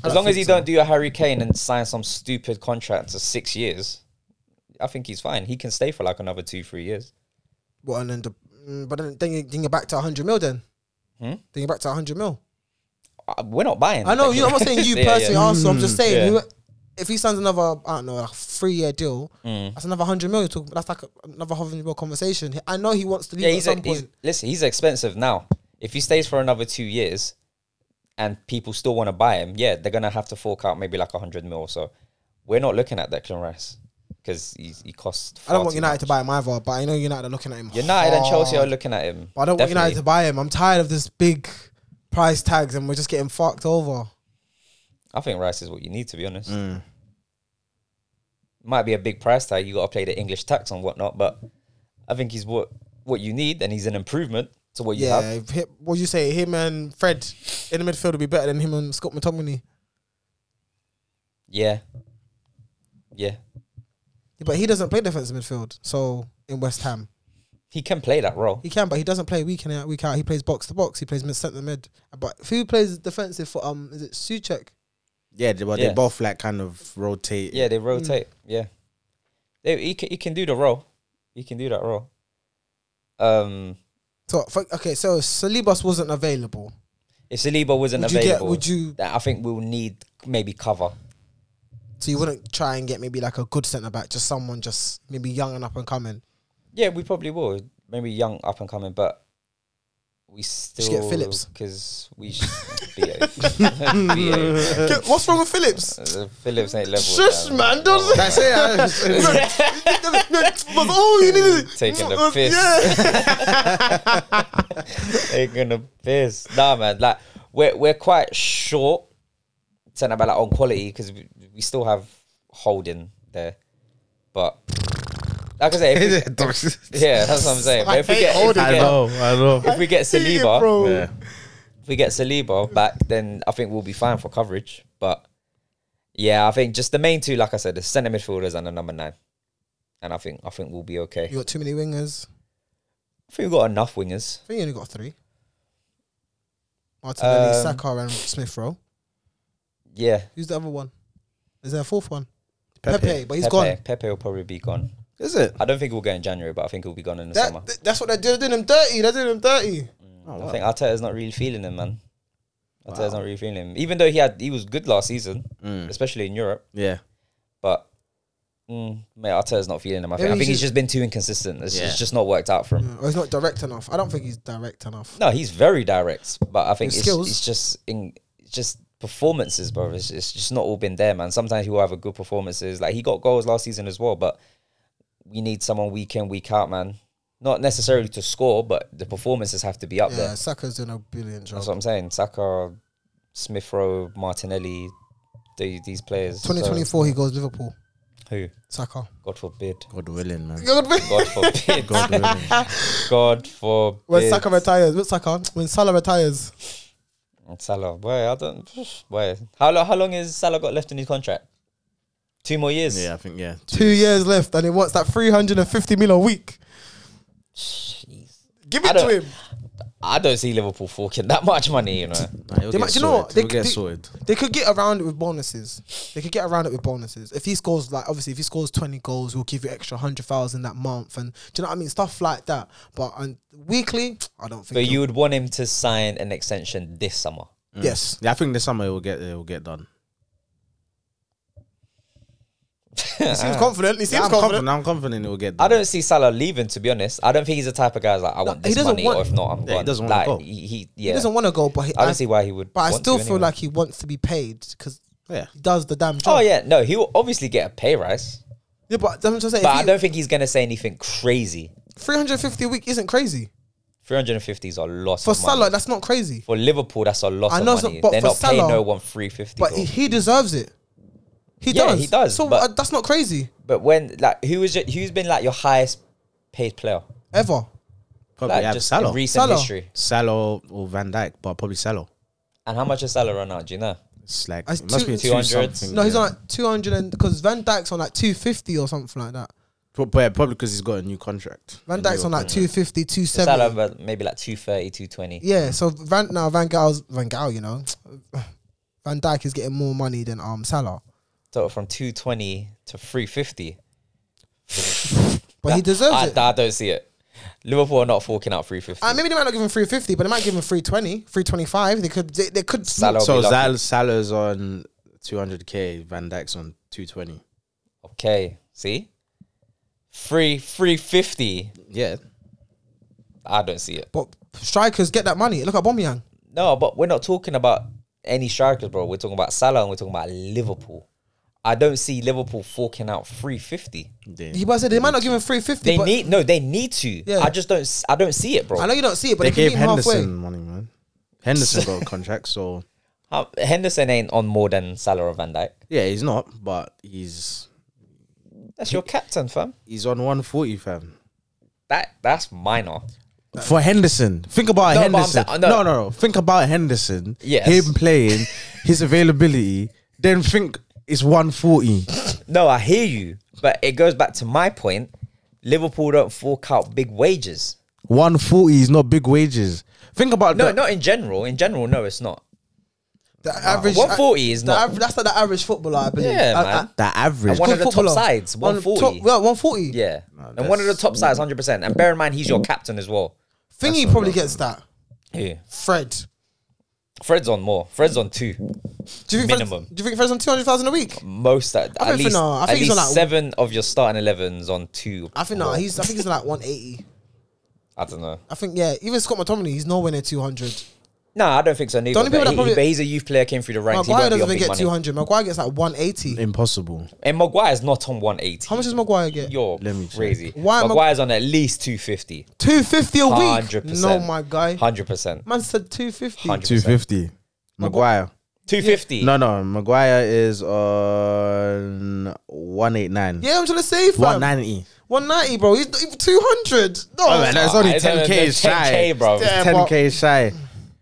Speaker 1: As long as he don't do a Harry Kane and sign some stupid contract to six years, I think he's fine. He can stay for like another two, three years.
Speaker 3: Well, and then the, mm, but then, then, you, then you're back to 100 mil then.
Speaker 1: Hmm?
Speaker 3: Then you're back to 100 mil.
Speaker 1: Uh, We're not buying.
Speaker 3: I know, you, I'm not saying you
Speaker 1: Yeah, yeah.
Speaker 3: personally, Arsenal. I'm just
Speaker 1: Yeah.
Speaker 3: saying, who- if he signs another, I don't know, like three year deal,
Speaker 1: Mm.
Speaker 3: that's another 100 mil. you're talking- That's like a, another 100 mil conversation. I know he wants to leave
Speaker 1: Yeah,
Speaker 3: at
Speaker 1: he's,
Speaker 3: some
Speaker 1: a,
Speaker 3: point.
Speaker 1: he's listen. He's expensive now. If he stays for another two years, and people still want to buy him, yeah, they're gonna have to fork out maybe like hundred mil or so. We're not looking at Declan Rice because he, he costs.
Speaker 3: I don't
Speaker 1: far
Speaker 3: want
Speaker 1: too
Speaker 3: United
Speaker 1: much.
Speaker 3: to buy him either, but I know United are looking at him.
Speaker 1: United and Chelsea are
Speaker 3: hard.
Speaker 1: looking at him.
Speaker 3: But I don't want
Speaker 1: definitely.
Speaker 3: United to buy him. I'm tired of this big price tags and we're just getting fucked over.
Speaker 1: I think Rice is what you need to be honest.
Speaker 3: Mm.
Speaker 1: Might be a big price tag. You got to play the English tax and whatnot, but I think he's what what you need, and he's an improvement to what you
Speaker 3: Yeah,
Speaker 1: have.
Speaker 3: if hi- what do you say? Him and Fred in the midfield would be better than him and Scott McTominay.
Speaker 1: Yeah, yeah.
Speaker 3: But he doesn't play defensive midfield. So in West Ham,
Speaker 1: He can play that role.
Speaker 3: he can, but he doesn't play week in out week out. He plays box to box. He plays mid centre mid. But who plays defensive for um? Is it Suchek?
Speaker 2: Yeah, they, but
Speaker 1: Yeah.
Speaker 2: they both like kind of rotate.
Speaker 1: Yeah, they
Speaker 3: Mm.
Speaker 1: rotate. Yeah, they, he can he can do the role. He can do that role. Um,
Speaker 3: So for, okay, so if Saliba wasn't available.
Speaker 1: if Saliba wasn't
Speaker 3: Would you get-
Speaker 1: available,
Speaker 3: would you-
Speaker 1: then I think we'll need maybe cover.
Speaker 3: So you wouldn't try and get maybe like a good centre back, just someone just maybe young and up and coming.
Speaker 1: Yeah, we probably will. Maybe young up and coming, but we still
Speaker 3: get Phillips.
Speaker 1: because we sh- BA. BA.
Speaker 3: Get- What's wrong with Phillips?
Speaker 1: Uh, Phillips ain't level.
Speaker 3: Shush, man, don't-
Speaker 1: Oh,
Speaker 2: That's it. I was-
Speaker 3: but oh, you need to-
Speaker 1: Taking the
Speaker 3: Uh,
Speaker 1: piss.
Speaker 3: Yeah.
Speaker 1: They're gonna piss. Nah, man. Like we're we're quite short centre back like, on quality because we, we still have holding there, but like I say, if we, yeah, that's what I'm saying. But if we
Speaker 3: I
Speaker 1: get
Speaker 3: hate
Speaker 1: if we
Speaker 2: I
Speaker 1: get,
Speaker 2: know. I know.
Speaker 1: if we get
Speaker 3: See it,
Speaker 1: Saliba,
Speaker 3: bro.
Speaker 2: Yeah.
Speaker 1: if we get Saliba back, then I think we'll be fine for coverage. But yeah, I think just the main two, like I said, the centre midfielders and the number nine, and I think I think we'll be okay.
Speaker 3: You got too many wingers.
Speaker 1: I think we've got enough wingers.
Speaker 3: I think you only got three. Martinelli,
Speaker 1: Um,
Speaker 3: Saka, and Smith Rowe.
Speaker 1: Yeah,
Speaker 3: Who's the other one? Is there a fourth one? Pepe,
Speaker 2: Pepe.
Speaker 3: but he's
Speaker 1: Pepe.
Speaker 3: gone.
Speaker 1: Pepe will probably be gone.
Speaker 2: Is it?
Speaker 1: I don't think we'll go in January, but I think he'll be gone in the
Speaker 3: That-
Speaker 1: summer.
Speaker 3: th- that's what they're doing. They're doing him dirty. They're doing him dirty.
Speaker 2: Oh,
Speaker 1: I
Speaker 2: wow.
Speaker 1: think Arteta's not really feeling him, man. Arteta's not really feeling him, even though he had he was good last season,
Speaker 2: Mm.
Speaker 1: especially in Europe.
Speaker 2: Yeah.
Speaker 1: But mm, mate, Arteta's not feeling him. I think,
Speaker 3: Maybe
Speaker 1: I think
Speaker 3: he's
Speaker 1: he's just been too inconsistent. It's,
Speaker 2: Yeah.
Speaker 1: it's just not worked out for him.
Speaker 3: Yeah, or Oh, he's not direct enough. I don't think he's direct enough.
Speaker 1: No, he's very direct, but I think
Speaker 3: His
Speaker 1: it's,
Speaker 3: skills.
Speaker 1: it's just in it's just performances, bro. It's, it's just not all been there, man. Sometimes he will have a good performances. Like he got goals last season as well, but we need someone week in, week out, man. Not necessarily to score, but the performances have to be up
Speaker 3: yeah,
Speaker 1: there.
Speaker 3: Saka's doing a brilliant job.
Speaker 1: That's what I'm saying. Saka, Smith Rowe, Martinelli, the, these players. So-
Speaker 3: 2024, he goes Liverpool.
Speaker 1: who?
Speaker 3: Saka.
Speaker 1: God forbid.
Speaker 2: God willing, man.
Speaker 1: God forbid.
Speaker 2: God willing.
Speaker 1: God forbid.
Speaker 3: When Saka retires, when Saka, when Salah retires,
Speaker 1: And Salah, wait, I don't. Wait, how long? How long is Salah got left in his contract? Two more years.
Speaker 2: Yeah, I think yeah.
Speaker 3: two years left, and he wants that 350 mil a week.
Speaker 1: Jeez.
Speaker 3: Give
Speaker 1: I
Speaker 3: it to
Speaker 1: don't-
Speaker 3: him.
Speaker 1: I don't see Liverpool forking that much money. You know,
Speaker 2: Nah, he'll
Speaker 3: They
Speaker 2: get
Speaker 3: might- you know what?
Speaker 2: sorted.
Speaker 3: They
Speaker 2: He'll
Speaker 3: could
Speaker 2: get
Speaker 3: do-
Speaker 2: sorted.
Speaker 3: They could get around it with bonuses. They could get around it with bonuses. If he scores, like obviously, if he scores twenty goals, we'll give you extra hundred thousand that month, and do you know what I mean? Stuff like that. But and weekly, I don't think.
Speaker 1: but
Speaker 3: he'll- Mm.
Speaker 1: you would want him to sign an extension this summer.
Speaker 3: yes,
Speaker 2: Mm. Yeah, I think this summer it will get it will get done.
Speaker 3: he
Speaker 1: Uh-uh.
Speaker 3: seems confident. He seems
Speaker 2: I'm
Speaker 3: confident.
Speaker 2: confident. I'm confident it will get done.
Speaker 1: I don't see Salah leaving. To be honest, I don't think he's the type of guy that's like I want
Speaker 3: he
Speaker 1: this
Speaker 3: doesn't
Speaker 1: money,
Speaker 3: want-
Speaker 1: or if not, I'm
Speaker 2: Yeah, he
Speaker 1: gone.
Speaker 2: doesn't wanna
Speaker 1: like,
Speaker 2: go.
Speaker 1: He, he-
Speaker 3: He
Speaker 1: yeah,
Speaker 3: doesn't want to go, but he,
Speaker 1: I
Speaker 3: I-
Speaker 1: don't see why he would.
Speaker 3: but I
Speaker 1: want
Speaker 3: still
Speaker 1: to
Speaker 3: feel
Speaker 1: anyway.
Speaker 3: like he wants to be paid because
Speaker 2: Yeah.
Speaker 3: he does the damn job.
Speaker 1: Oh yeah, no, he will obviously get a pay rise,
Speaker 3: yeah but I'm just saying,
Speaker 1: but I don't think he's gonna say anything crazy.
Speaker 3: three hundred fifty a week isn't crazy
Speaker 1: 350 is a loss
Speaker 3: for
Speaker 1: of money.
Speaker 3: Salah. That's not crazy,
Speaker 1: for Liverpool, that's a lot
Speaker 3: I
Speaker 1: of
Speaker 3: know, so-
Speaker 1: money.
Speaker 3: but
Speaker 1: They're
Speaker 3: for
Speaker 1: not paying
Speaker 3: Salah-
Speaker 1: no one 350.
Speaker 3: but
Speaker 1: or-
Speaker 3: he, he deserves it. He
Speaker 1: Yeah,
Speaker 3: does.
Speaker 1: he does,
Speaker 3: So
Speaker 1: but-
Speaker 3: uh, that's not crazy
Speaker 1: but when like who is your, who's been like your highest paid player?
Speaker 3: ever.
Speaker 2: probably
Speaker 1: Like
Speaker 2: have
Speaker 1: just
Speaker 2: Salah,
Speaker 1: in recent
Speaker 3: Salah.
Speaker 1: history.
Speaker 2: Salah or Van Dijk, but probably Salah.
Speaker 1: And how much is Salah run out? Do you know?
Speaker 2: It's like
Speaker 3: That's
Speaker 2: it must
Speaker 3: two-
Speaker 2: be two
Speaker 1: 200.
Speaker 2: something.
Speaker 3: No, he's
Speaker 2: yeah.
Speaker 3: on like 200 and because Van Dyke's on like 250 or something like that.
Speaker 2: Pro- but probably because he's got a new contract.
Speaker 3: Van Dijk's on like 250,
Speaker 1: Salah
Speaker 3: 270.
Speaker 1: about maybe like 230, 220.
Speaker 3: Yeah, so Van now Van Gaal's Van Gaal, you know, Van Dijk is getting more money than um Salah,
Speaker 1: So from 220 to 350.
Speaker 3: but he deserves
Speaker 1: I,
Speaker 3: it.
Speaker 1: I don't see it. Liverpool are not forking out 350.
Speaker 3: Uh, maybe they might not give him 350, but they might give him 320, 325. They could, they, they could.
Speaker 1: Salah will
Speaker 2: So
Speaker 1: be lucky.
Speaker 2: Zal, Salah's on 200k, Van Dijk's on 220.
Speaker 1: Okay, see? Free 350.
Speaker 2: Yeah,
Speaker 1: I don't see it.
Speaker 3: But strikers get that money. Look at Bombyang.
Speaker 1: No, but we're not talking about any strikers, bro. We're talking about Salah and we're talking about Liverpool. I don't see Liverpool forking out 350.
Speaker 2: they,
Speaker 3: He was they might not give him 350.
Speaker 1: They
Speaker 3: but
Speaker 1: need no, they need to.
Speaker 3: Yeah.
Speaker 1: I just don't s- I don't see it, bro.
Speaker 3: I know you don't see it, but
Speaker 2: they
Speaker 3: they, can
Speaker 2: gave
Speaker 3: meet him
Speaker 2: Henderson
Speaker 3: halfway.
Speaker 2: money, man. Henderson got a contract, so
Speaker 1: Uh, Henderson ain't on more than Salah or Van Dijk.
Speaker 2: yeah, he's not, but he's
Speaker 1: That's your captain, fam.
Speaker 2: he's on 140, fam.
Speaker 1: That that's minor.
Speaker 2: For Henderson, think
Speaker 1: No,
Speaker 2: about
Speaker 1: but I'm
Speaker 2: Henderson.
Speaker 1: sa- no.
Speaker 2: no. no, no, Think about Henderson.
Speaker 1: Yes.
Speaker 2: him playing, his availability. Then think it's 140.
Speaker 1: No, I hear you, but it goes back to my point. Liverpool don't fork out big wages.
Speaker 2: 140 is not big wages. Think about
Speaker 1: No,
Speaker 2: that.
Speaker 1: not in general. In general, no, it's not.
Speaker 3: The average uh,
Speaker 1: 140 is
Speaker 3: the
Speaker 1: not-
Speaker 3: aver- that's like the average footballer, I believe.
Speaker 1: Yeah,
Speaker 3: I-
Speaker 1: man.
Speaker 2: The average.
Speaker 1: And one
Speaker 3: I-
Speaker 1: of the top
Speaker 3: footballer.
Speaker 1: sides,
Speaker 3: On
Speaker 1: 140.
Speaker 3: top- well, 140.
Speaker 1: Yeah, and
Speaker 2: that's-
Speaker 1: one of the top
Speaker 3: mm.
Speaker 1: sides, hundred percent. And bear in mind, he's your captain as well.
Speaker 3: Thingy probably gets that.
Speaker 1: Yeah,
Speaker 3: Fred.
Speaker 1: Fred's on more. Fred's on two,
Speaker 3: Do you think
Speaker 1: Minimum.
Speaker 3: Fred's, do you think Fred's on 200,000 a week?
Speaker 2: Mm.
Speaker 1: most at,
Speaker 3: I
Speaker 1: at
Speaker 3: think for
Speaker 1: least.
Speaker 3: now, I
Speaker 1: at
Speaker 3: think he's
Speaker 1: least
Speaker 3: on like-
Speaker 1: seven of your starting elevens on two.
Speaker 3: I think no, he's I think he's like 180.
Speaker 1: I don't know.
Speaker 3: I think yeah, even Scott McTominay, he's nowhere near 200.
Speaker 1: No, I don't think so. Neither.
Speaker 3: only people
Speaker 1: But,
Speaker 3: that
Speaker 1: he,
Speaker 3: probably-
Speaker 1: but he's a youth player came through the ranks. He
Speaker 3: Maguire
Speaker 1: won't be
Speaker 3: doesn't
Speaker 1: on
Speaker 3: even
Speaker 1: big
Speaker 3: get
Speaker 1: money.
Speaker 3: 200. Maguire gets like 180.
Speaker 2: Impossible.
Speaker 1: And Maguire's not on one eighty.
Speaker 3: How much does Maguire get?
Speaker 1: You're
Speaker 2: Let me check.
Speaker 1: crazy.
Speaker 3: Why am I-
Speaker 1: Maguire's on at least 250.
Speaker 3: 250 a week.
Speaker 1: 100%.
Speaker 3: No, my guy.
Speaker 1: 100%.
Speaker 3: Man said 250.
Speaker 1: 100%.
Speaker 2: 250. Maguire.
Speaker 1: 250.
Speaker 2: No, no. Maguire is on 189.
Speaker 3: Yeah, I'm trying to say, fam.
Speaker 2: 190.
Speaker 3: 190, bro. He's not even 200. No,
Speaker 2: Oh, man, that's
Speaker 1: Ah,
Speaker 2: only
Speaker 1: it's only
Speaker 2: 10k is shy.
Speaker 1: 10K, bro.
Speaker 3: Yeah, but-
Speaker 2: 10k is shy.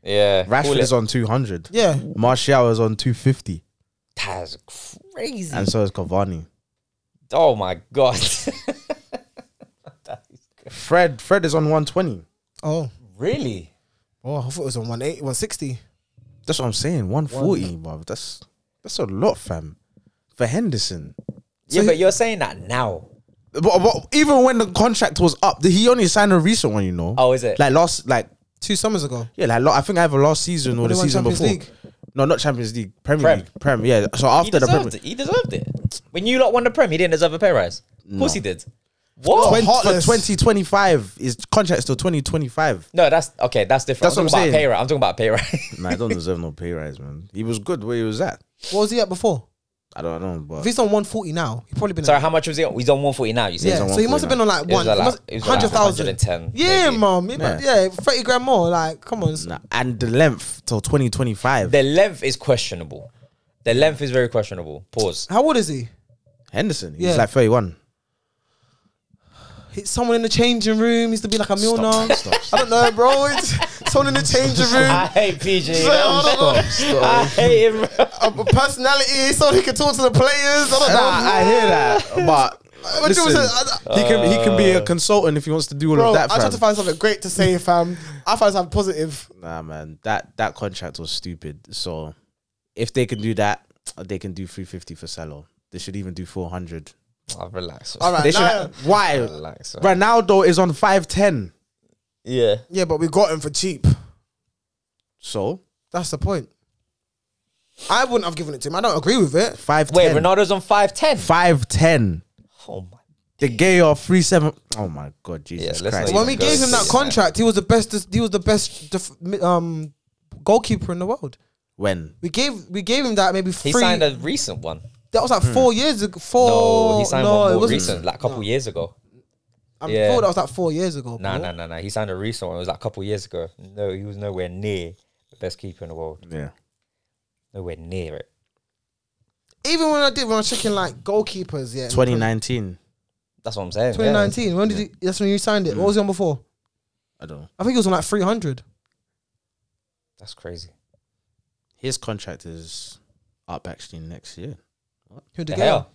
Speaker 1: Yeah.
Speaker 2: Rashford is
Speaker 1: on.
Speaker 2: on 200.
Speaker 3: yeah.
Speaker 2: Martial is on 250.
Speaker 1: That's crazy.
Speaker 2: And so is Cavani.
Speaker 1: oh my God.
Speaker 2: Fred Fred is on 120.
Speaker 3: Oh,
Speaker 1: really?
Speaker 3: oh, I thought it was on 180, 160.
Speaker 2: That's what I'm saying. 140, bro. That's that's a lot, fam. For Henderson.
Speaker 1: yeah, but you're saying that now.
Speaker 2: But, but even when the contract was up, he only signed a recent one, you know.
Speaker 1: Oh, is it?
Speaker 2: Like last, like
Speaker 3: Two summers ago.
Speaker 2: Yeah, like lo- I think either last season or
Speaker 3: But
Speaker 2: the
Speaker 3: they won
Speaker 2: season
Speaker 3: Champions
Speaker 2: before. No, not Champions League, Premier
Speaker 1: Prem.
Speaker 2: League, Prem. Yeah, so
Speaker 1: He
Speaker 2: after the Premier,
Speaker 1: deserved it. He deserved it. When you lot won the Prem, he didn't deserve a pay rise. Of course he did. What?
Speaker 2: Twen- for
Speaker 3: Heartless.
Speaker 2: twenty twenty five is contract till twenty twenty five.
Speaker 1: no, that's okay. That's different.
Speaker 2: That's
Speaker 1: I'm
Speaker 2: what
Speaker 1: talking
Speaker 2: I'm
Speaker 1: about
Speaker 2: saying.
Speaker 1: pay rise. I'm talking about pay rise.
Speaker 2: Nah, I don't deserve no pay rise, man. He was good where he was at.
Speaker 3: What was he at before?
Speaker 2: I don't know, but
Speaker 3: If he's on 140 now, he probably been.
Speaker 1: Sorry, how much was he on? He's on 140 now, you see?
Speaker 3: yeah,
Speaker 2: on
Speaker 3: so he must have been on like
Speaker 1: It was
Speaker 3: one
Speaker 1: like- it was like
Speaker 3: hundred thousand.
Speaker 1: 110,
Speaker 3: Yeah,
Speaker 1: maybe.
Speaker 3: mom. Yeah, but- yeah, thirty grand more. Like, come on.
Speaker 2: nah. and the length till twenty twenty five.
Speaker 1: The length is questionable. The length is very questionable. Pause.
Speaker 3: How old is he?
Speaker 2: Henderson, he's
Speaker 3: Yeah.
Speaker 2: like thirty one.
Speaker 3: Hit someone in the changing room. Used to be like a Milner.
Speaker 2: Stop, stop,
Speaker 3: I don't know, bro. It's someone in the changing
Speaker 1: I
Speaker 3: room.
Speaker 1: hate PJ. you know?
Speaker 3: I
Speaker 1: I hate him. bro.
Speaker 3: don't know. A personality. Someone who can talk to the players. I don't know.
Speaker 2: Nah, I hear that, but
Speaker 3: But you
Speaker 2: listen,
Speaker 3: said-
Speaker 2: he can he can be a consultant if he wants to do all
Speaker 3: Bro,
Speaker 2: of that.
Speaker 3: I
Speaker 2: fam.
Speaker 3: tried to find something great to say, fam. I found something positive.
Speaker 2: Nah, man, that that contract was stupid. So if they can do that, they can do 350 for Salah. They should even do 400.
Speaker 1: Oh, relax.
Speaker 3: All right.
Speaker 2: They should.
Speaker 3: now-
Speaker 2: why?
Speaker 1: Relax. bro.
Speaker 2: Ronaldo is on 510.
Speaker 1: Yeah.
Speaker 3: yeah, but we got him for cheap.
Speaker 2: So
Speaker 3: That's the point. I wouldn't have given it to him. I don't agree with it.
Speaker 2: 510.
Speaker 1: Wait, Ronaldo's on 5'10.
Speaker 2: 510.
Speaker 1: Oh, my.
Speaker 2: The gay are 37. Oh my god,
Speaker 1: Yeah,
Speaker 2: Jesus
Speaker 1: let's
Speaker 2: Christ.
Speaker 1: not
Speaker 3: When we
Speaker 1: even go
Speaker 3: gave him
Speaker 1: see
Speaker 3: that
Speaker 1: it,
Speaker 3: contract, he was the best. He was the best def- um, goalkeeper in the world.
Speaker 2: When?
Speaker 3: We gave we gave him that maybe
Speaker 1: He
Speaker 3: three.
Speaker 1: signed a recent one.
Speaker 3: that was like four years ago. Four.
Speaker 1: Oh, No, he signed
Speaker 3: no,
Speaker 1: one
Speaker 3: it
Speaker 1: more
Speaker 3: wasn't.
Speaker 1: recent, like a couple years ago.
Speaker 3: I'm
Speaker 1: Yeah.
Speaker 3: sure that was like four years ago.
Speaker 1: Nah,
Speaker 3: bro.
Speaker 1: nah, nah, nah. He signed a recent one. It was like a couple years ago. No, he was nowhere near the best keeper in the world.
Speaker 2: Yeah.
Speaker 1: Nowhere near it.
Speaker 3: Even when I did when I was checking like goalkeepers, yeah,
Speaker 2: 2019.
Speaker 1: That's what I'm saying. yeah. Hmm.
Speaker 3: 2019. When did you? That's when you signed it. What was he on before?
Speaker 2: I don't know.
Speaker 3: I think he was on like 300.
Speaker 1: That's crazy.
Speaker 2: His contract is up actually next year.
Speaker 1: The
Speaker 3: Who did
Speaker 1: hell?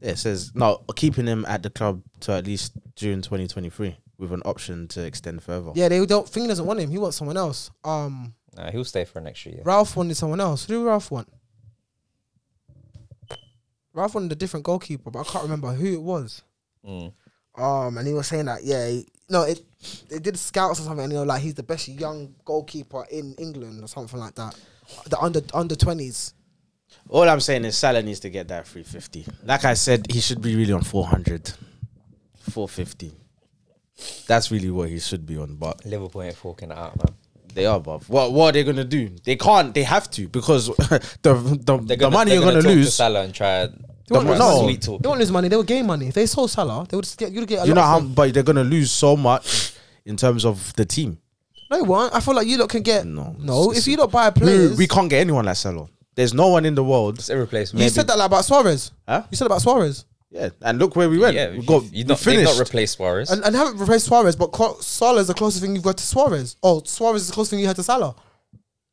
Speaker 2: Yeah, it says no keeping him at the club to at least June 2023 with an option to extend further.
Speaker 3: Yeah, they don't. Thing doesn't want him. He wants someone else. Um,
Speaker 1: Nah, he'll stay for an extra year.
Speaker 3: Ralph wanted someone else. Who did Ralph want? Ralph wanted a different goalkeeper, but I can't remember who it was.
Speaker 1: Mm.
Speaker 3: Um, and he was saying that yeah, he, no, it they did scouts or something, and they were like he's the best young goalkeeper in England or something like that. The under under twenties.
Speaker 2: All I'm saying is Salah needs to get that 350. Like I said, he should be really on 400, 450. That's really what he should be on. But
Speaker 1: Liverpool ain't forking it out, man.
Speaker 2: they are, above. What what are they gonna do? They can't. They have to because the the,
Speaker 1: They're
Speaker 2: the
Speaker 1: gonna-
Speaker 2: money
Speaker 1: they're
Speaker 2: you're gonna,
Speaker 1: talk to
Speaker 2: lose.
Speaker 1: Salah and try. and-
Speaker 3: They won't,
Speaker 2: The
Speaker 3: lose
Speaker 2: mo-
Speaker 3: money.
Speaker 2: no.
Speaker 1: Sweet talk.
Speaker 3: they won't lose money. They will gain money. If they sold Salah, they would just get you'd get a
Speaker 2: You
Speaker 3: lot.
Speaker 2: know
Speaker 3: of
Speaker 2: how,
Speaker 3: them.
Speaker 2: but they're gonna lose so much in terms of the team.
Speaker 3: No, they won't. I feel like you lot can get
Speaker 2: No.
Speaker 3: no. No, if you lot buy
Speaker 2: We,
Speaker 3: players,
Speaker 2: we can't get anyone like Salah. There's no one in the world.
Speaker 1: It's irreplaceable.
Speaker 3: You said that like, about Suarez.
Speaker 2: Huh?
Speaker 3: You said about Suarez.
Speaker 2: Yeah, and look where we went.
Speaker 1: Yeah,
Speaker 2: we got
Speaker 1: you
Speaker 2: we
Speaker 1: not, they've not
Speaker 2: finished.
Speaker 1: replaced Suarez.
Speaker 3: And, and haven't replaced Suarez, but Co- Salah's the closest thing you've got to Suarez. Oh, Suarez is the closest thing you had to Salah.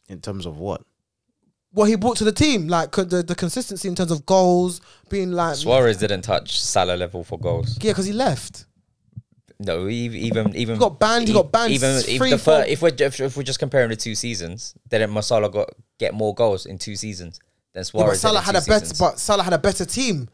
Speaker 2: in terms of what?
Speaker 3: What he brought to the team, like co- the, the consistency in terms of goals, being like.
Speaker 1: Suarez didn't touch Salah level for goals.
Speaker 3: Yeah, because he left.
Speaker 1: No, e- even even
Speaker 3: He got banned, he
Speaker 1: e-
Speaker 3: got banned
Speaker 1: Even if
Speaker 3: three,
Speaker 1: the
Speaker 3: four-
Speaker 1: fir- if we're if, if we're just comparing the two seasons, then Masala got get more goals in two seasons than
Speaker 3: Yeah, but
Speaker 1: Suarez.
Speaker 3: Salah had a
Speaker 1: better.
Speaker 3: better, but Salah had a better team.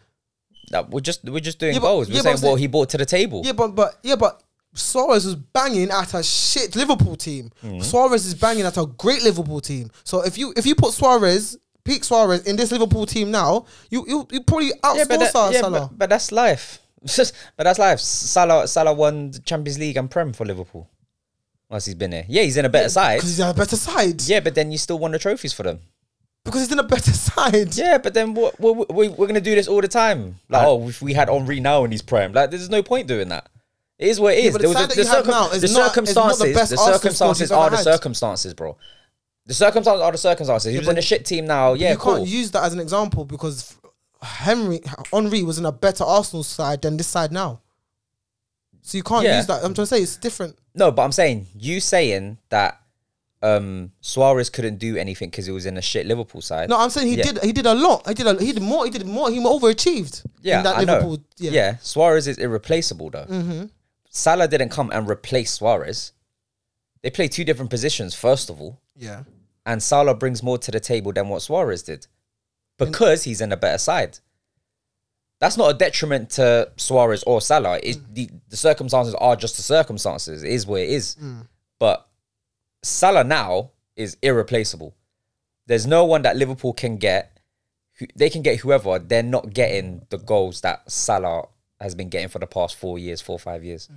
Speaker 1: we're just we're just doing
Speaker 3: Yeah, but-
Speaker 1: goals. We're
Speaker 3: yeah, but
Speaker 1: saying
Speaker 3: I'm saying-
Speaker 1: what he brought to the table.
Speaker 3: Yeah, but but yeah, but Suarez was banging at a shit Liverpool team.
Speaker 1: Mm.
Speaker 3: Suarez is banging at a great Liverpool team. So if you if you put Suarez, peak Suarez in this Liverpool team now, you you, you probably outscore
Speaker 1: Yeah, but, that-
Speaker 3: Sa-
Speaker 1: yeah,
Speaker 3: Salah.
Speaker 1: but, but that's life. but that's life. Salah Salah won the Champions League and Prem for Liverpool. Once he's been there, yeah, he's in a better side.
Speaker 3: Because he's on a better side.
Speaker 1: Yeah, but then you still won the trophies for them.
Speaker 3: Because he's in a better side.
Speaker 1: Yeah, but then what? We're, we're, we're gonna do this all the time. Like,
Speaker 2: Right.
Speaker 1: oh, if we had Henri now in his prime, like, there's no point doing that. It is what it is.
Speaker 3: but
Speaker 1: There
Speaker 3: the
Speaker 1: was
Speaker 3: side that you have now is
Speaker 1: the
Speaker 3: not- is not the
Speaker 1: circumstances.
Speaker 3: best
Speaker 1: the
Speaker 3: Arsenal squad
Speaker 1: circumstances
Speaker 3: you've
Speaker 1: are
Speaker 3: ever
Speaker 1: the
Speaker 3: had.
Speaker 1: circumstances, bro. The circumstances are the circumstances. He was in a shit team now. Yeah,
Speaker 3: you
Speaker 1: cool.
Speaker 3: can't use that as an example because Henry Henri was in a better Arsenal side than this side now. So you can't
Speaker 1: Yeah.
Speaker 3: use that. I'm trying to say it's different.
Speaker 1: no, but I'm saying you saying that um Suarez couldn't do anything because he was in a shit Liverpool side.
Speaker 3: No, I'm saying he
Speaker 1: Yeah.
Speaker 3: did. He did a lot. He did. A, he did more. He did more. He overachieved.
Speaker 1: yeah,
Speaker 3: in that
Speaker 1: I
Speaker 3: Liverpool. Mm-hmm.
Speaker 1: know. Yeah. Suarez is irreplaceable though. Salah didn't come and replace Suarez. They play two different positions. First of all.
Speaker 3: yeah.
Speaker 1: and Salah brings more to the table than what Suarez did because he's in a better side. That's not a detriment to Suarez or Salah. It's the, the circumstances are just the circumstances. It is what it is. But Salah now is irreplaceable. There's no one that Liverpool can get. who- They can get whoever. They're not getting the goals that Salah has been getting for the past four years, four five years.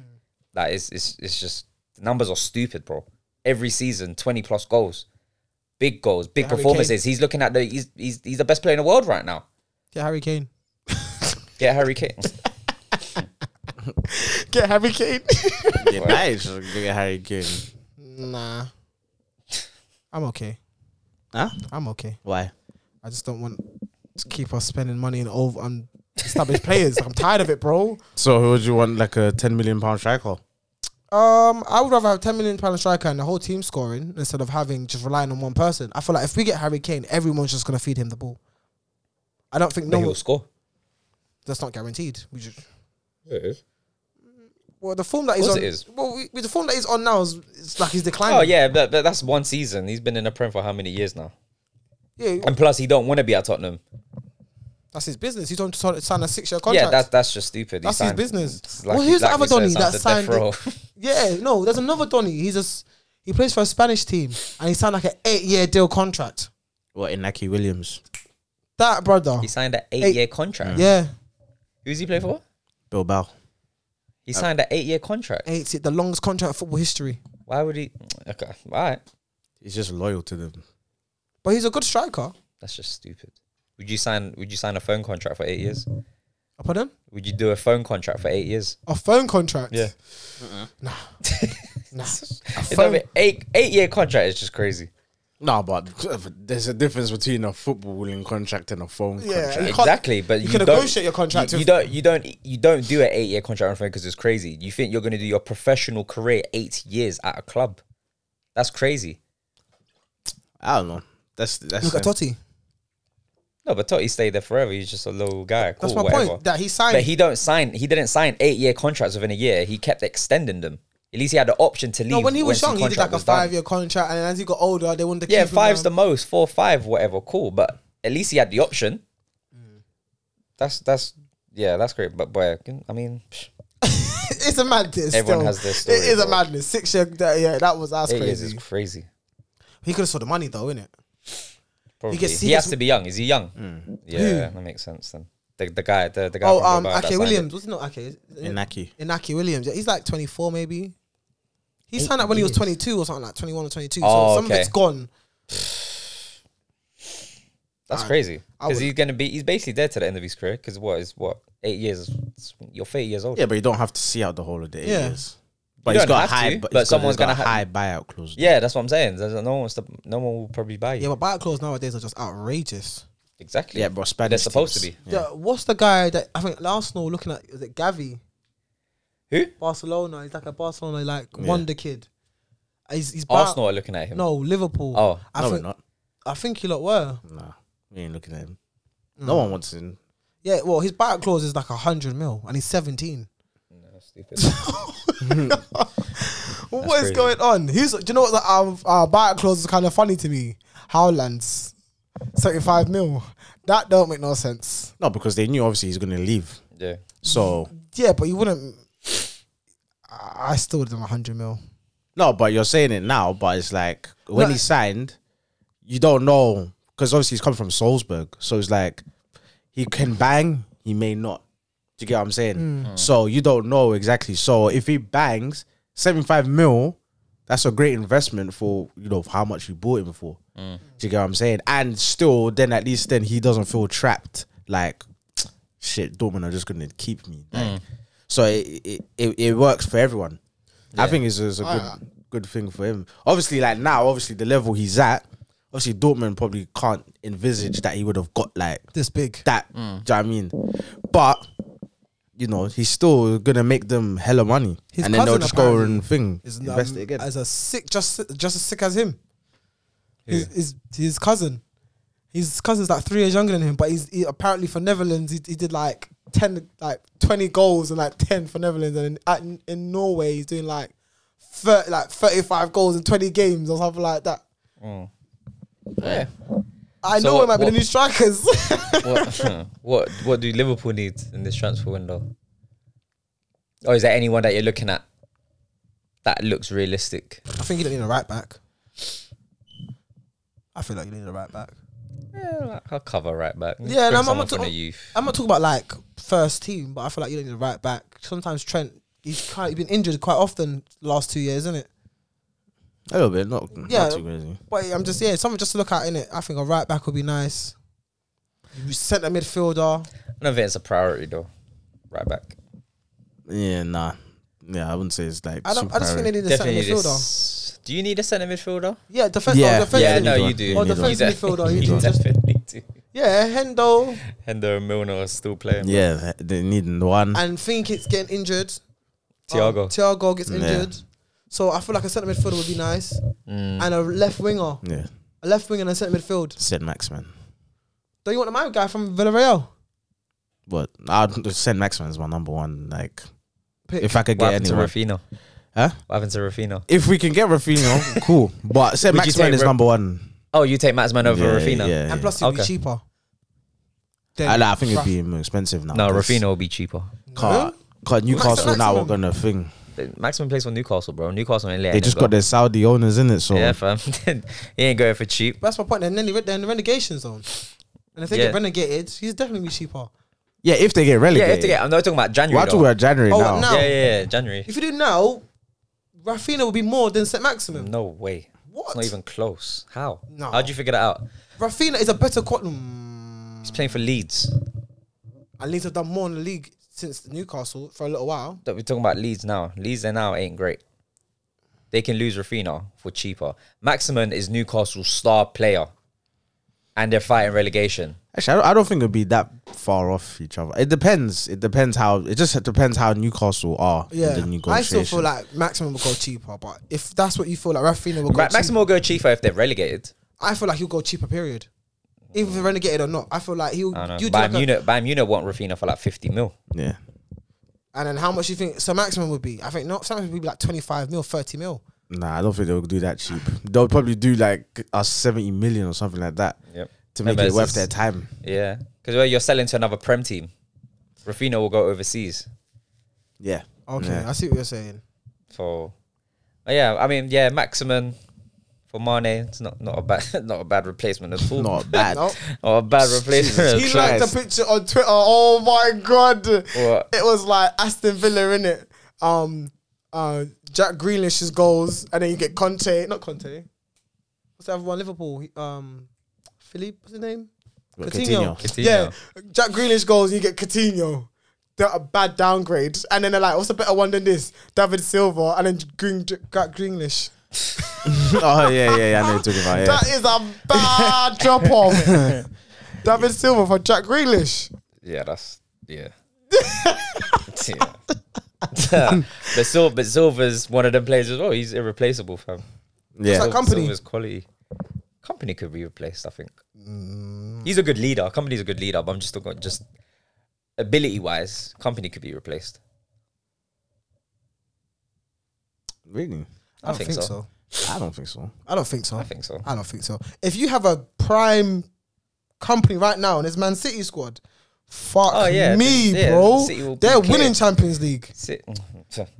Speaker 1: Like it's it's it's just the numbers are stupid, bro. Every season, twenty plus goals, big goals, big
Speaker 3: Harry
Speaker 1: performances. He's looking at the he's he's he's the best player in the world right now.
Speaker 3: Get Harry Kane.
Speaker 1: Get Harry Kane.
Speaker 3: Get Harry Kane.
Speaker 2: United should get Harry Kane.
Speaker 3: nah. I'm okay.
Speaker 2: Huh?
Speaker 3: I'm okay.
Speaker 2: Why?
Speaker 3: I just don't want to keep us spending money on over on established players. I'm tired of it, bro.
Speaker 2: So who would you want like a 10 million pound striker?
Speaker 3: Um, I would rather have ten million pound striker and the whole team scoring instead of having just relying on one person. I feel like if we get Harry Kane, everyone's just gonna feed him the ball. I don't think
Speaker 1: No,
Speaker 3: no.
Speaker 1: he'll score.
Speaker 3: that's not guaranteed. We just well the form that
Speaker 1: Of
Speaker 3: he's
Speaker 1: course
Speaker 3: on.
Speaker 1: it is.
Speaker 3: Well, we, with the form that he's on now is it's like he's declining.
Speaker 1: Oh yeah, but, but that's one season. He's been in the prem for how many years now?
Speaker 3: yeah.
Speaker 1: And plus, he don't want to be at Tottenham.
Speaker 3: That's his business. He's on to sign a six year
Speaker 1: Yeah,
Speaker 3: contract.
Speaker 1: that's that's just stupid. He
Speaker 3: That's his
Speaker 1: signed-
Speaker 3: business.
Speaker 1: it's
Speaker 3: Well,
Speaker 1: he-
Speaker 3: here's the
Speaker 1: we
Speaker 3: other
Speaker 1: said,
Speaker 3: Donny
Speaker 1: the
Speaker 3: that
Speaker 1: death
Speaker 3: signed-
Speaker 1: row.
Speaker 3: yeah, no, there's another Donny. He's just he plays for a Spanish team and he signed like an eight year deal contract.
Speaker 2: What Inaki Williams,
Speaker 3: That brother.
Speaker 1: he signed an eight-year contract.
Speaker 3: yeah.
Speaker 1: Who's he play for?
Speaker 2: Bilbao?
Speaker 1: He
Speaker 3: Uh,
Speaker 1: signed an eight-year contract.
Speaker 3: Eight the longest contract in football history.
Speaker 1: Why would he? Okay, all right.
Speaker 2: He's just loyal to them.
Speaker 3: But he's a good striker.
Speaker 1: That's just stupid. Would you sign? Would you sign a phone contract for eight years?
Speaker 3: Pardon?
Speaker 1: Would you do a phone contract for eight years?
Speaker 3: A phone contract.
Speaker 1: Yeah.
Speaker 3: Nah.
Speaker 1: It's not- eight eight year contract is just crazy.
Speaker 2: No, but there's a difference between a footballing contract and a phone
Speaker 3: Yeah.
Speaker 2: contract.
Speaker 3: You can't-
Speaker 1: Exactly, but
Speaker 3: you
Speaker 1: you,
Speaker 3: can
Speaker 1: don't,
Speaker 3: negotiate your contract
Speaker 1: You, you
Speaker 3: with-
Speaker 1: don't. You don't. You don't do an eight year contract on phone because it's crazy. You think you're going to do your professional career eight years at a club? That's crazy.
Speaker 2: I don't know. That's that's
Speaker 3: Look at Totti.
Speaker 1: No, but Totti stayed there forever. He's just a low guy. Cool,
Speaker 3: That's my
Speaker 1: whatever.
Speaker 3: point. That he signed.
Speaker 1: But he don't sign. He didn't sign eight year contracts within a year. He kept extending them. At least he had the option to leave.
Speaker 3: no, when he was
Speaker 1: his
Speaker 3: young, he did
Speaker 1: contract
Speaker 3: like a
Speaker 1: was done.
Speaker 3: five year contract, and as he got older, they wanted to
Speaker 1: Yeah,
Speaker 3: keep
Speaker 1: five's the
Speaker 3: him.
Speaker 1: most. Four, five, whatever. Cool, but at least he had the option.
Speaker 3: Mm.
Speaker 1: That's that's yeah, that's great. But boy, I mean, psh,
Speaker 3: the. It's a madness.
Speaker 1: Everyone
Speaker 3: still.
Speaker 1: has their story,
Speaker 3: It is a
Speaker 1: bro.
Speaker 3: madness. Six year. That, yeah, that was that's
Speaker 1: eight years is
Speaker 3: crazy.
Speaker 1: crazy.
Speaker 3: He could have saw the money though, innit?
Speaker 1: Probably. He,
Speaker 3: gets- he
Speaker 1: has
Speaker 3: gets-
Speaker 1: to be young. Is he young? Yeah, that makes sense then. The, the guy, the, the guy.
Speaker 3: Hmm. Oh,
Speaker 1: from
Speaker 3: um,
Speaker 1: Bilbao that
Speaker 3: Ake
Speaker 1: signed
Speaker 3: Williams. What's not Ake? Is-
Speaker 2: Inaki.
Speaker 3: Inaki Williams. Yeah, he's like 24 maybe. He signed
Speaker 1: Eight
Speaker 3: up when he was
Speaker 1: years.
Speaker 3: 22 or something like 21 or 22.
Speaker 1: Oh,
Speaker 3: so some
Speaker 1: okay.
Speaker 3: of it's gone.
Speaker 1: it. That's
Speaker 3: I-
Speaker 1: crazy
Speaker 3: Uh, I
Speaker 1: because
Speaker 3: would-
Speaker 1: he's gonna be. He's basically dead to the end of his career. Because what is what eight years? It's- You're thirty years old.
Speaker 2: Yeah, but you don't have to see out the whole of the eight
Speaker 3: Yeah.
Speaker 2: years. But
Speaker 1: You
Speaker 2: he's
Speaker 1: don't
Speaker 2: got a
Speaker 1: have
Speaker 2: high,
Speaker 1: to,
Speaker 2: but,
Speaker 1: but
Speaker 2: someone's
Speaker 1: someone's
Speaker 2: got a
Speaker 1: gonna ha-
Speaker 2: high buyout clause.
Speaker 1: Yeah, that's what I'm saying. There's- No one's to, no one will probably buy you.
Speaker 3: Yeah, but buyout clause nowadays are just outrageous.
Speaker 1: exactly.
Speaker 2: yeah, bro. Spanish.
Speaker 1: They're supposed to
Speaker 2: teams.
Speaker 1: be.
Speaker 3: Yeah. what's the guy that I think Arsenal looking at? Is it Gavi?
Speaker 1: Who?
Speaker 3: Barcelona. He's like a Barcelona like
Speaker 2: Yeah.
Speaker 3: wonder kid. Uh, He's, he's buy-
Speaker 1: Arsenal are looking at him.
Speaker 3: No, Liverpool.
Speaker 1: Oh,
Speaker 3: I
Speaker 2: no, we're
Speaker 3: think
Speaker 2: not.
Speaker 3: I think he lot were.
Speaker 2: Nah, we ain't looking at him. No one wants him.
Speaker 3: Yeah, well, his buyout clause is like a hundred mil, and he's seventeen.
Speaker 1: No, stupid.
Speaker 3: What is
Speaker 1: crazy.
Speaker 3: going on? Who's do you know what the, our, our buyout clause is kind of funny to me? Howland's seventy-five mil. That don't make no sense.
Speaker 2: No, because they knew obviously he's gonna leave.
Speaker 1: yeah.
Speaker 2: So
Speaker 3: Yeah, but you wouldn't. I I still would have done hundred mil.
Speaker 2: no, but you're saying it now. But it's like when
Speaker 3: No.
Speaker 2: he signed, you don't know because obviously he's coming from Salzburg. So it's like he can bang, he may not. Do you get what I'm saying? So you don't know exactly. So if he bangs 75 mil, that's a great investment for you know how much you bought him for. Do you get what I'm saying? And still, then at least then he doesn't feel trapped. Like shit, Dortmund are just gonna keep me. Like, So it, it it it works for everyone. I think it's, it's a good
Speaker 3: Ah.
Speaker 2: good thing for him. Obviously, like now, obviously the level he's at, obviously Dortmund probably can't envisage that he would have got like
Speaker 3: This big.
Speaker 2: that. Do you know what I mean? But you know, he's still gonna make them hella money,
Speaker 3: His
Speaker 2: and then they'll
Speaker 3: cousin
Speaker 2: just go
Speaker 3: apparently
Speaker 2: and thing
Speaker 3: is
Speaker 2: invest
Speaker 3: um,
Speaker 2: it again.
Speaker 3: as a sick, just just as sick as him. His, his his cousin, his cousin's like three years younger than him, but he's he, apparently for Netherlands he, he did like ten, like twenty goals and like ten for Netherlands, and in, at, in Norway he's doing like 30, like thirty five goals in twenty games or something like that.
Speaker 2: Oh.
Speaker 1: Mm. Yeah.
Speaker 3: I
Speaker 1: So
Speaker 3: know
Speaker 1: what-
Speaker 3: him. I've been
Speaker 1: what-
Speaker 3: the new strikers.
Speaker 1: what, what what do Liverpool need in this transfer window? Or is there anyone that you're looking at that looks realistic?
Speaker 3: I think you don't need a right back. I feel like you need a right back.
Speaker 1: Yeah, like I'll cover right back.
Speaker 3: Yeah, no, I'm- I'm
Speaker 1: someone
Speaker 3: not
Speaker 1: from
Speaker 3: talk-
Speaker 1: the youth.
Speaker 3: I'm not talking about like first team, but I feel like you don't need a right back. Sometimes Trent, he's kind he's been injured quite often the last two years, isn't it?
Speaker 2: a little bit, not,
Speaker 3: Yeah.
Speaker 2: not too crazy.
Speaker 3: But I'm just yeah, something just to look at in it. I think a right back would be nice. You centre midfielder.
Speaker 1: I don't think it's a priority though. Right back.
Speaker 2: Yeah, nah. Yeah, I wouldn't say it's like.
Speaker 3: I don't. I just think they need a centre
Speaker 1: Definitely
Speaker 3: midfielder.
Speaker 1: this. Do you need a centre midfielder?
Speaker 3: Yeah, defense.
Speaker 2: Yeah.
Speaker 3: Yeah, oh, defense
Speaker 1: yeah,
Speaker 2: you
Speaker 1: no,
Speaker 2: need
Speaker 1: you
Speaker 2: one.
Speaker 1: do.
Speaker 2: You Oh, need
Speaker 3: defensive
Speaker 1: one.
Speaker 3: midfielder, you
Speaker 1: you
Speaker 3: do.
Speaker 1: definitely do.
Speaker 3: yeah, Hendo.
Speaker 1: Hendo and Milner are still playing.
Speaker 2: Yeah, they- they need one.
Speaker 3: And think it's getting injured. Um,
Speaker 1: Thiago.
Speaker 3: Thiago gets
Speaker 2: Yeah.
Speaker 3: injured. So I feel like a centre midfielder would be nice,
Speaker 1: Mm.
Speaker 3: and a left winger,
Speaker 2: yeah,
Speaker 3: a left winger and a centre midfield.
Speaker 2: send Max man.
Speaker 3: Don't you want the my guy from Villarreal?
Speaker 2: But I'd send Max man is my number one. Like,
Speaker 3: Pick.
Speaker 2: if I could
Speaker 1: What
Speaker 2: get
Speaker 1: happened to
Speaker 2: anyone,
Speaker 1: Rafino?
Speaker 2: Huh?
Speaker 1: What happened to Rafino?
Speaker 2: if we can get Rafinha, cool. But send
Speaker 1: Would you
Speaker 2: Max man
Speaker 1: take
Speaker 2: is
Speaker 1: Ra-
Speaker 2: number one.
Speaker 1: Oh, you take Matsman over
Speaker 2: yeah,
Speaker 1: Rafino?
Speaker 2: yeah, yeah.
Speaker 3: and plus, it'd be
Speaker 1: Okay.
Speaker 3: cheaper.
Speaker 2: I, I think it'd
Speaker 3: Raf-
Speaker 2: be more expensive now.
Speaker 1: No,
Speaker 2: because
Speaker 1: Rafino will be cheaper.
Speaker 2: Can't, can't Newcastle
Speaker 3: Maxi-
Speaker 2: now are
Speaker 3: maximum.
Speaker 2: gonna thing.
Speaker 1: Maximum plays for Newcastle, bro. Newcastle ain't
Speaker 2: They just got their Saudi owners in it, so
Speaker 1: Yeah, fam. he ain't going for cheap.
Speaker 3: That's my point. And then they're in the relegation zone. And if they
Speaker 1: Yeah.
Speaker 3: get renegated, he's definitely be cheaper.
Speaker 2: Yeah, if they get
Speaker 1: Yeah,
Speaker 2: relegated.
Speaker 1: if they get, I'm not talking about January.
Speaker 2: We're
Speaker 1: though.
Speaker 2: talking about January
Speaker 3: Oh,
Speaker 2: now.
Speaker 3: now.
Speaker 1: Yeah, yeah, yeah, January.
Speaker 3: If you do now, Rafinha will be more than St. Maximum.
Speaker 1: No way. It's
Speaker 3: What?
Speaker 1: not even close. How?
Speaker 3: No.
Speaker 1: How'd you figure that out?
Speaker 3: Rafinha is a better quarter. Mm,
Speaker 1: He's playing for Leeds.
Speaker 3: and Leeds have done more in the league since Newcastle for a little while.
Speaker 1: That We're talking about Leeds now. Leeds they now ain't great. They can lose Rafina for cheaper. Maximin is Newcastle's star player. And they're fighting relegation.
Speaker 2: Actually, I don't, I don't think it'd be that far off each other. It depends. It depends how. It just depends how Newcastle are. in
Speaker 3: Yeah,
Speaker 2: the
Speaker 3: I still
Speaker 2: negotiation.
Speaker 3: feel like Maximum will go cheaper. But if that's what you feel like Rafinha will go
Speaker 1: Ma-
Speaker 3: cheaper,
Speaker 1: Maximum will go cheaper if they're relegated.
Speaker 3: I feel like he'll go cheaper. Period. even if relegated or not. I feel like he'll
Speaker 1: I don't know.
Speaker 3: you do like
Speaker 1: Bayern
Speaker 3: a-
Speaker 1: Munich, Bayern Munich want Rafinha for like 50 mil.
Speaker 2: Yeah.
Speaker 3: and then how much do you think so maximum would be? I think not sometimes would be like twenty five mil, thirty mil.
Speaker 2: Nah, I don't think they'll do that cheap. They'll probably do like us seventy million or something like that
Speaker 1: Yep.
Speaker 2: to make
Speaker 1: Remember,
Speaker 2: it
Speaker 1: it's
Speaker 2: worth
Speaker 1: just-
Speaker 2: their time.
Speaker 1: Yeah. Because where you're selling to another Prem team, Rafinha will go overseas.
Speaker 2: Yeah.
Speaker 3: Okay,
Speaker 2: Yeah.
Speaker 3: I see what you're saying.
Speaker 1: So, but yeah, I mean, yeah, Maximin for Mane, it's not, not a bad not a bad replacement at all.
Speaker 2: Not bad.
Speaker 3: No.
Speaker 1: Or a bad replacement.
Speaker 3: He
Speaker 2: Christ.
Speaker 3: liked a picture on Twitter. Oh my god!
Speaker 1: What?
Speaker 3: It was like Aston Villa in it. Um, uh, Jack Grealish's goals, and then you get Conte, not Conte. What's the other one? Liverpool. He- Um, Philippe, what's his name?
Speaker 2: But
Speaker 3: Coutinho.
Speaker 1: Coutinho.
Speaker 3: Yeah, Jack Grealish goals, and you get Coutinho. They're a bad downgrade, and then they're like, "What's a better one than this?" David Silva, and then Green, Jack Grealish.
Speaker 2: oh yeah, yeah, yeah. I know what you're talking about. Yeah.
Speaker 3: That is a bad drop off. David Silva for Jack Grealish.
Speaker 1: Yeah, that's yeah. yeah. but Silva, but Silva's one of them players as well. He's irreplaceable, fam.
Speaker 2: yeah.
Speaker 3: like- Company.
Speaker 1: Silva's quality. Company could be replaced, I think.
Speaker 3: Mm.
Speaker 1: He's a good leader. Company's a good leader, but I'm just talking just ability wise. Company could be replaced.
Speaker 2: really?
Speaker 1: I, think, so.
Speaker 2: I don't think so.
Speaker 3: I don't think so.
Speaker 1: I think so.
Speaker 3: I don't think so. If you have a prime company right now and it's Man City squad, fuck
Speaker 1: Oh, yeah,
Speaker 3: me,
Speaker 1: the- yeah,
Speaker 3: bro.
Speaker 1: City will be
Speaker 3: They're
Speaker 1: clear.
Speaker 3: winning Champions League.
Speaker 1: Sit.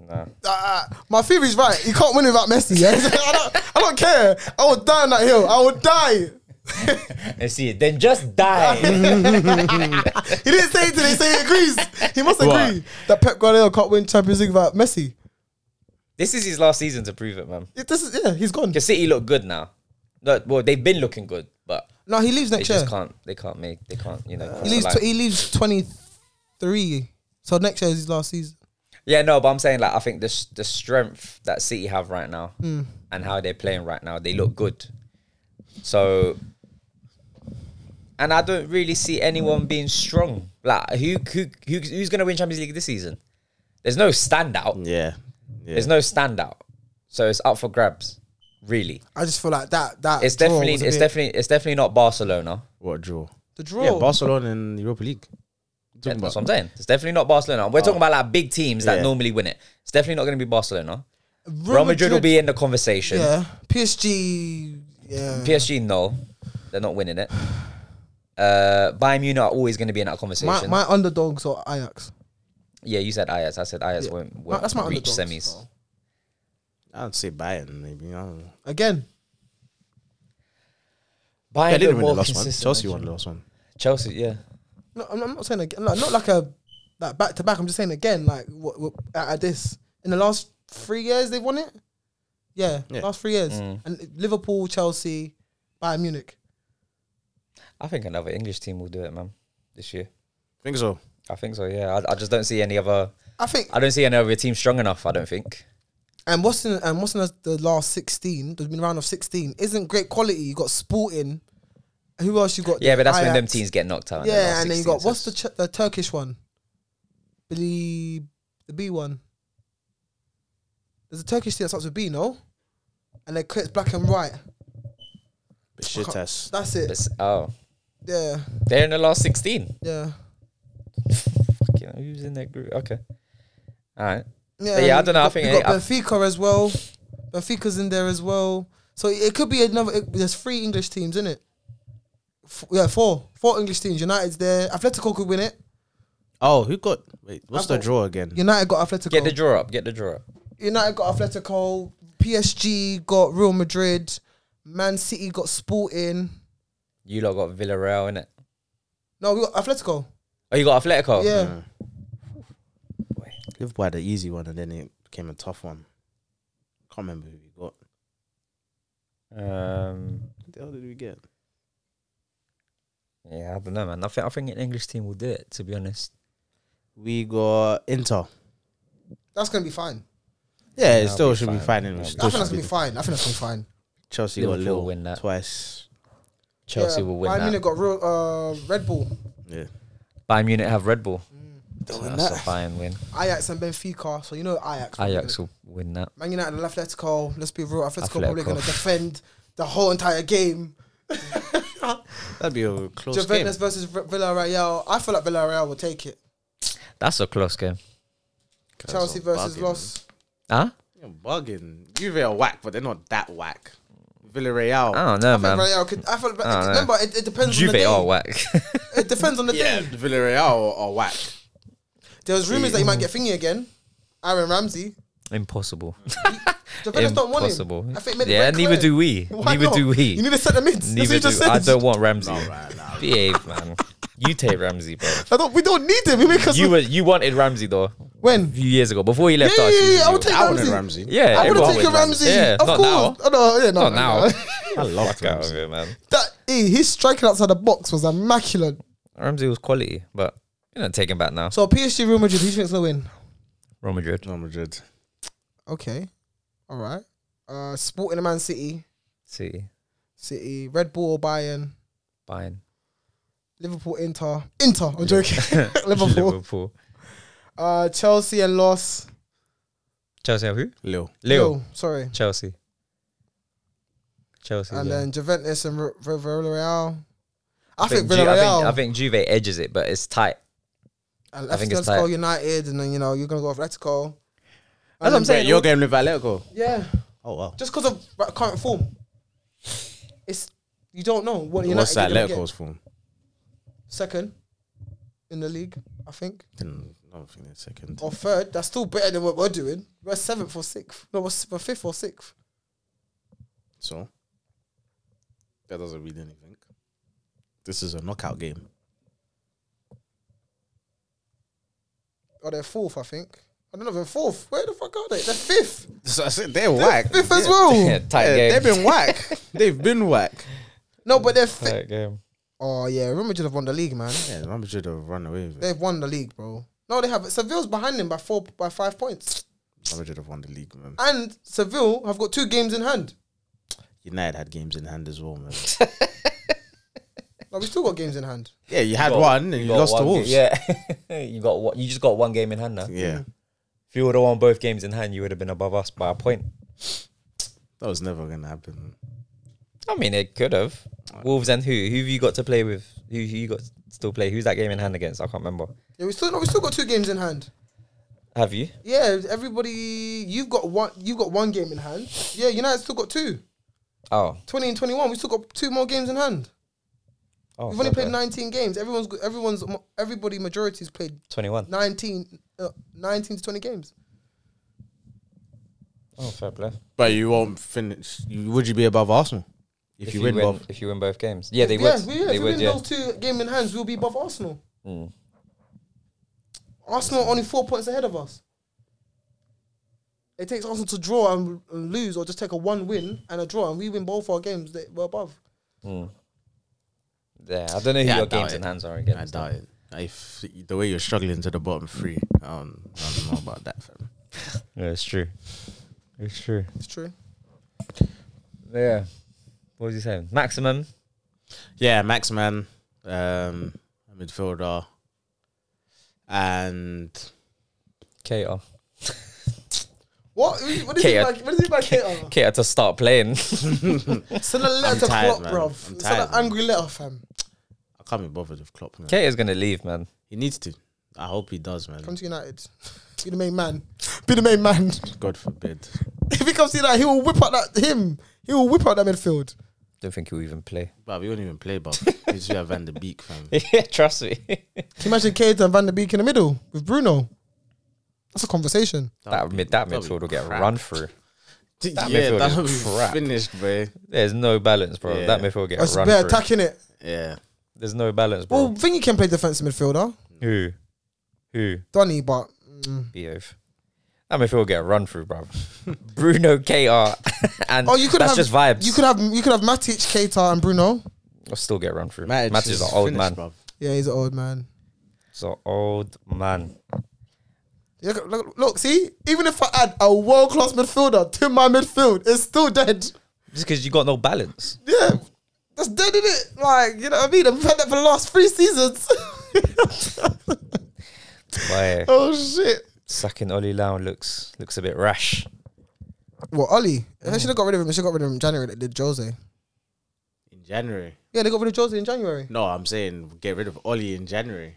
Speaker 1: Nah.
Speaker 3: Uh, my theory's right. You can't win without Messi. Yeah? I, don't, I don't care. I will die on that hill. I will die.
Speaker 1: And see it. Then just die.
Speaker 3: He didn't say it today. He said he agrees. He must agree
Speaker 2: What?
Speaker 3: that Pep Guardiola can't win Champions League without Messi.
Speaker 1: this is his last season to prove it, man.
Speaker 3: It- this is, yeah, he's gone.
Speaker 1: Because City look good now. No, well, they've been looking good, but
Speaker 3: No, he leaves
Speaker 1: they
Speaker 3: next year.
Speaker 1: just can't. They can't make. They can't. You know.
Speaker 3: He leaves.
Speaker 1: like-
Speaker 3: Tw- he leaves twenty three. So next year is his last season.
Speaker 1: Yeah, no, but I'm saying like I think the s- the strength that City have right now and how they're playing right now, they look good. So, and I don't really see anyone being strong. Like who who, who who's gonna win Champions League this season? There's no standout.
Speaker 2: Yeah. Yeah.
Speaker 1: There's no standout. So it's up for grabs. Really,
Speaker 3: I just feel like that. That
Speaker 1: it's
Speaker 3: draw
Speaker 1: definitely
Speaker 3: was a
Speaker 1: it's
Speaker 3: bit-
Speaker 1: definitely it's definitely not Barcelona.
Speaker 2: what a draw?
Speaker 3: the draw.
Speaker 2: Yeah, Barcelona and Europa League.
Speaker 1: Yeah,
Speaker 2: Talking
Speaker 1: that's what I'm
Speaker 2: about. Oh.
Speaker 1: saying. It's definitely not Barcelona. We're talking about like big teams that
Speaker 2: Yeah.
Speaker 1: normally win it. It's definitely not going to be Barcelona. Real Madrid will be in the conversation.
Speaker 3: Yeah, PSG. Yeah,
Speaker 1: PSG, no, they're not winning it. Uh, Bayern Munich are always going to be in that
Speaker 3: my,
Speaker 1: conversation.
Speaker 3: my underdogs are Ajax.
Speaker 1: yeah, you said Ajax. I said Ajax
Speaker 3: Yeah.
Speaker 1: won't,
Speaker 3: No,
Speaker 1: won't
Speaker 3: that's my
Speaker 1: reach
Speaker 3: underdogs.
Speaker 1: semis.
Speaker 3: bro.
Speaker 2: I'd say Bayern maybe. I don't know.
Speaker 3: Again,
Speaker 1: Bayern
Speaker 2: Yeah, they
Speaker 1: look
Speaker 2: didn't win the
Speaker 1: more
Speaker 2: last one.
Speaker 1: consistent,
Speaker 2: Chelsea
Speaker 1: actually.
Speaker 2: won the last one.
Speaker 1: Chelsea, yeah.
Speaker 3: no, I'm, I'm not saying again. Like, not like a like back to back. I'm just saying again. Like what, what at, at this in the last three years they won it. Yeah,
Speaker 2: Yeah.
Speaker 3: last three years
Speaker 1: Mm.
Speaker 3: and Liverpool, Chelsea, Bayern Munich.
Speaker 1: I think another English team will do it, man, this year.
Speaker 2: Think so.
Speaker 1: I think so. Yeah, I, I just don't see any other.
Speaker 3: I think.
Speaker 1: I don't see any other team strong enough. I don't think.
Speaker 3: And what's in and what's in the- the last sixteen? There's been a round of sixteen. Isn't great quality. You got Sporting. Who else you got?
Speaker 1: Yeah, but that's when them
Speaker 3: Ajax.
Speaker 1: teams get knocked out. in the
Speaker 3: Yeah,
Speaker 1: last
Speaker 3: and then you
Speaker 1: 16,
Speaker 3: got
Speaker 1: so
Speaker 3: what's the ch- the Turkish one? Billy, the B one. There's a Turkish thing that starts with B, no? And they clips black and right.
Speaker 2: But shit test.
Speaker 3: That's it.
Speaker 1: it's- Oh,
Speaker 3: Yeah,
Speaker 1: they're in the last sixteen.
Speaker 3: yeah,
Speaker 1: Fucking, hell, who's in that group? Okay, all right.
Speaker 3: yeah.
Speaker 1: But yeah, I
Speaker 3: and
Speaker 1: dunno, I
Speaker 3: you got-
Speaker 1: think
Speaker 3: you got
Speaker 1: I-
Speaker 3: Benfica as well. Benfica's in there as well. So it could be another. It, there's three English teams in it. F- yeah, four, four English teams. United's there. Atletico could win it.
Speaker 2: Oh, who got? Wait, what's
Speaker 3: I've
Speaker 2: the
Speaker 3: got-
Speaker 2: draw again?
Speaker 3: United got Atletico.
Speaker 1: Get the draw up. Get the draw up.
Speaker 3: United got Atletico, PSG got Real Madrid, Man City got Sporting.
Speaker 1: You lot got Villarreal in it.
Speaker 3: No, we got Atletico.
Speaker 1: Oh, you got Atletico.
Speaker 3: yeah.
Speaker 2: Liverpool had an easy one, and then it became a tough one. Can't remember who we got.
Speaker 1: Um,
Speaker 2: Who the hell did we get?
Speaker 1: yeah, I don't know, man. I think I think an English team will do it. To be honest,
Speaker 2: We got Inter.
Speaker 3: That's gonna be fine.
Speaker 2: Yeah, it
Speaker 1: That'll
Speaker 2: still
Speaker 1: be
Speaker 2: should be
Speaker 1: fine.
Speaker 2: fine. and
Speaker 1: That'll be
Speaker 2: it
Speaker 3: I
Speaker 2: still
Speaker 3: think
Speaker 2: should
Speaker 3: that's
Speaker 2: be
Speaker 3: gonna be fine. I think that's gonna be fine.
Speaker 2: Chelsea got
Speaker 1: Liverpool
Speaker 2: Lille
Speaker 1: win that.
Speaker 2: twice.
Speaker 1: Chelsea will win
Speaker 3: Bayern
Speaker 1: that.
Speaker 3: Munich got real, uh, Red Bull,
Speaker 2: Yeah,
Speaker 1: Bayern Munich have Red Bull.
Speaker 3: Mm.
Speaker 1: So
Speaker 2: win
Speaker 1: that's
Speaker 2: that.
Speaker 1: a Bayern win.
Speaker 3: Ajax and Benfica. So you know Ajax. probably
Speaker 1: Ajax
Speaker 3: gonna-
Speaker 1: will win that.
Speaker 3: Man United and Atletico. Let's be real. Atletico, probably
Speaker 1: Atletico.
Speaker 3: gonna defend the whole entire game.
Speaker 2: That'd be a close
Speaker 3: Juventus
Speaker 2: game.
Speaker 3: versus V- Villarreal. I feel like Villarreal will take it.
Speaker 1: That's a close game.
Speaker 2: Guys
Speaker 3: Chelsea
Speaker 2: are
Speaker 3: versus
Speaker 2: bugging,
Speaker 3: Los.
Speaker 1: Huh?
Speaker 2: man. You're bugging. Juve are whack, but they're not that whack. Villarreal.
Speaker 1: I don't know,
Speaker 3: I think
Speaker 1: man.
Speaker 3: Villarreal could. I feel,
Speaker 1: Ah, yeah.
Speaker 3: remember, it, it depends on the
Speaker 1: Juve oh,
Speaker 3: day.
Speaker 1: are whack.
Speaker 3: It depends on the
Speaker 2: yeah,
Speaker 3: day.
Speaker 2: Villarreal are whack.
Speaker 3: There was rumors that he might get thingy again. Aaron Ramsey.
Speaker 1: Impossible.
Speaker 3: Juventus don't want
Speaker 1: Impossible.
Speaker 3: him. I think it made it
Speaker 1: yeah,
Speaker 3: very
Speaker 1: neither
Speaker 3: clear.
Speaker 1: do we.
Speaker 3: Why
Speaker 1: neither
Speaker 3: not?
Speaker 1: do we.
Speaker 3: You need to set the mids. That's what
Speaker 1: neither
Speaker 3: you
Speaker 1: do.
Speaker 3: just
Speaker 1: I
Speaker 3: said.
Speaker 1: don't want Ramsey. Behave, man. You take Ramsey, bro.
Speaker 3: I don't, we don't need him. He make us
Speaker 1: You were you wanted Ramsey though a
Speaker 3: when.
Speaker 1: few years ago before he
Speaker 3: Yeah,
Speaker 1: left
Speaker 3: yeah,
Speaker 1: us. you-
Speaker 3: yeah, yeah. I
Speaker 1: you-
Speaker 3: would take
Speaker 2: I wanted
Speaker 3: Ramsey.
Speaker 2: Ramsey.
Speaker 1: Yeah,
Speaker 3: I would
Speaker 1: everyone
Speaker 3: have taken
Speaker 1: wanted
Speaker 3: Ramsey.
Speaker 1: Yeah,
Speaker 3: of
Speaker 1: not
Speaker 3: course.
Speaker 1: now.
Speaker 3: Oh, no, yeah, no,
Speaker 1: Not
Speaker 3: no,
Speaker 1: now.
Speaker 2: I
Speaker 3: no.
Speaker 2: love
Speaker 1: Fuck out of
Speaker 2: Ramsey.
Speaker 1: here, man.
Speaker 3: That eh, his striking outside the box was immaculate.
Speaker 1: Ramsey was quality, but you're not taking back now.
Speaker 3: So PSG, Real Madrid. Who do you think's gonna win?
Speaker 1: Real Madrid.
Speaker 2: Real Madrid.
Speaker 3: Okay, all right. Uh, Sporting Man City,
Speaker 1: See,
Speaker 3: City, Red Bull or Bayern,
Speaker 1: Bayern,
Speaker 3: Liverpool, Inter, Inter. I'm joking. Liverpool,
Speaker 1: Liverpool,
Speaker 3: uh, Chelsea and loss.
Speaker 1: Chelsea. Who?
Speaker 2: Lil.
Speaker 1: Leo.
Speaker 3: No, sorry.
Speaker 1: Chelsea. Chelsea.
Speaker 3: And
Speaker 1: yeah.
Speaker 3: then Juventus and R- R- Villarreal. I
Speaker 1: I think,
Speaker 3: think
Speaker 1: Ju- I, think, I
Speaker 3: Villarreal.
Speaker 1: think Juve edges it, but it's tight.
Speaker 3: and
Speaker 1: I think it's
Speaker 3: Atletico's called
Speaker 1: tight.
Speaker 3: United, and then you know you're gonna go with Atletico.
Speaker 1: That's what I'm saying.
Speaker 2: Wait, your game with Atletico.
Speaker 3: Yeah,
Speaker 2: Oh wow.
Speaker 3: just because of uh, current form, it's you don't know what United
Speaker 2: What's
Speaker 3: are gonna get.
Speaker 2: Atletico's form?
Speaker 3: second in the league, I think,
Speaker 2: Hmm, I don't think they're second.
Speaker 3: or third. That's still better than what we're doing. We're seventh or sixth. No, we're, s- we're fifth or sixth.
Speaker 2: So that doesn't mean anything. This is a knockout game.
Speaker 3: Or they're fourth, I think. I don't know. They're fourth. Where the fuck are they? They're fifth.
Speaker 2: So I said they're whack.
Speaker 3: Fifth as well.
Speaker 1: Yeah, tight
Speaker 2: Oh, Yeah,
Speaker 1: game.
Speaker 2: they've been whack. they've been whack.
Speaker 3: No, but they're fifth.
Speaker 1: tight game.
Speaker 3: Oh yeah, Real Madrid have won the league, man.
Speaker 2: Yeah, Real Madrid have run away with it.
Speaker 3: They've won the league, bro. No, they haven't. Seville's behind them by four, by five points,
Speaker 2: Real Madrid have won the league, man.
Speaker 3: and Seville have got two games in hand.
Speaker 2: United had games in hand as well, man.
Speaker 3: Like we still got games in hand.
Speaker 2: Yeah, you had
Speaker 1: got-
Speaker 2: one and you,
Speaker 1: got
Speaker 2: lost to
Speaker 1: one
Speaker 2: Wolves.
Speaker 1: game- Yeah, you got one, you just got one game in hand now.
Speaker 2: yeah.
Speaker 1: If you would have won both games in hand, you would have been above us by a point.
Speaker 2: That was never gonna happen.
Speaker 1: I mean, it could have. Wolves and who? Who have you got to play with? Who, who you got to still play? Who's that game in hand against? I can't remember.
Speaker 3: Yeah, we still no, we still got two games in hand.
Speaker 1: Have you?
Speaker 3: Yeah, everybody, you've got one. You've got one game in hand. Yeah, United still got two.
Speaker 1: Oh,
Speaker 3: Twenty and twenty-one. We still got two more games in hand.
Speaker 1: oh
Speaker 3: We've only
Speaker 1: fair play.
Speaker 3: played nineteen games. Everyone's got- everyone's everybody majority's played
Speaker 1: 21.
Speaker 3: 19, uh, 19 to twenty games.
Speaker 1: Oh, fair play.
Speaker 2: But you won't finish. You, would you be above Arsenal if, you, win, both?
Speaker 1: if you win both games, yeah, they
Speaker 3: yeah,
Speaker 1: would.
Speaker 3: we-
Speaker 1: they
Speaker 3: Yeah, if we
Speaker 1: would.
Speaker 3: win
Speaker 1: Yeah.
Speaker 3: those two game in hands, we'll be above Arsenal.
Speaker 1: Mm.
Speaker 3: Arsenal are only four points ahead of us. It takes Arsenal to draw and, and lose, or just take a one win and a draw, and we win both our games. That we're above.
Speaker 1: Mm. Yeah, I don't know who
Speaker 2: Yeah, I
Speaker 1: your
Speaker 2: doubt
Speaker 1: games
Speaker 2: it.
Speaker 1: in hands are
Speaker 2: I
Speaker 1: against.
Speaker 2: doubt it. If the way you're struggling to the bottom three, I don't, I don't know about that. Fam.
Speaker 1: Yeah, it's true. It's true.
Speaker 3: It's true.
Speaker 1: Yeah. What was he saying? Maximum.
Speaker 2: Yeah, Max Man, um, a midfielder, and
Speaker 1: Cater.
Speaker 3: Oh. What? What is
Speaker 1: Kater.
Speaker 3: it like? What is it like? Kater?
Speaker 1: Cater to start playing.
Speaker 3: Send a letter to
Speaker 2: tired,
Speaker 3: Klopp,
Speaker 2: man.
Speaker 3: bruv.
Speaker 2: I'm
Speaker 3: Send
Speaker 2: tired,
Speaker 3: an
Speaker 2: man.
Speaker 3: angry letter, fam.
Speaker 2: I can't be bothered with Klopp. Man.
Speaker 1: Cater's gonna leave, man.
Speaker 2: He needs to. I hope he does, man.
Speaker 3: Come to United. Be the main man. Be the main man.
Speaker 2: God forbid.
Speaker 3: if he comes to United, he will whip out that him. He will whip out that midfield.
Speaker 1: Don't think he'll even play.
Speaker 2: But we won't even play, but we should have Van der Beek, fam.
Speaker 1: yeah, trust me.
Speaker 3: Can you imagine Kate and Van der Beek in the middle with Bruno? That's a conversation.
Speaker 1: that mid that
Speaker 2: that'd be
Speaker 1: midfield will get
Speaker 2: crap.
Speaker 1: run through. that midfield
Speaker 2: yeah,
Speaker 1: is
Speaker 2: that would be
Speaker 1: crap.
Speaker 2: finished, bro.
Speaker 1: There's no balance, bro.
Speaker 2: Yeah.
Speaker 1: That midfield will get
Speaker 3: That's
Speaker 1: run
Speaker 3: bare
Speaker 1: through.
Speaker 3: attacking it.
Speaker 2: Yeah.
Speaker 1: There's no balance, bro.
Speaker 3: Well, Vinny can play defensive midfielder,
Speaker 1: Who? Who?
Speaker 3: Donny, but mm.
Speaker 1: Beov. That midfield will get run through, bro. Bruno, KR, and
Speaker 3: oh, you could
Speaker 1: that's
Speaker 3: have
Speaker 1: just vibes.
Speaker 3: You could have you could have Matic, Keita, and Bruno.
Speaker 1: I'll still get run through. Matic is an old man.
Speaker 3: Yeah, he's an old man.
Speaker 1: He's an old man.
Speaker 3: Look, look, look, see, even if I add a world class midfielder to my midfield, it's still dead.
Speaker 1: Just because you got no balance.
Speaker 3: Yeah, that's dead in it. Like, you know what I mean? I've had that for the last three seasons.
Speaker 1: Like,
Speaker 3: oh shit!
Speaker 1: eh? sucking Oli Lau looks looks a bit rash.
Speaker 3: Well, Ollie, I should have got rid of him. I should have got rid of him in January. Like did Jose?
Speaker 2: In January.
Speaker 3: Yeah, they got rid of Jose in January.
Speaker 2: No, I'm saying get rid of Oli in January.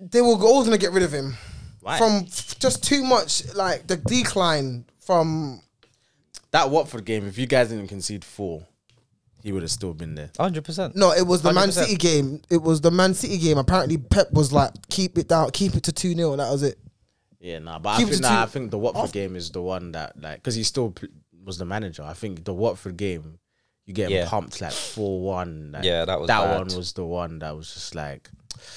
Speaker 3: They were always gonna get rid of him
Speaker 2: Why?
Speaker 3: from f- just too much like the decline from.
Speaker 2: that Watford game, if you guys didn't concede four, he would have still been there.
Speaker 1: Hundred percent.
Speaker 3: No, it was the Man
Speaker 1: 100%.
Speaker 3: City game. It was the Man City game. Apparently, Pep was like, "Keep it down, keep it to two 0 and that was it.
Speaker 2: Yeah, nah, but
Speaker 3: Keep
Speaker 2: I
Speaker 3: it
Speaker 2: think
Speaker 3: to
Speaker 2: nah,
Speaker 3: two-
Speaker 2: I think the Watford game is the one that like because he still pl- was the manager. I think the Watford game, you get
Speaker 1: Yeah.
Speaker 2: pumped like four one. Like,
Speaker 1: Yeah, that was
Speaker 2: that
Speaker 1: bad.
Speaker 2: one was the one that was just like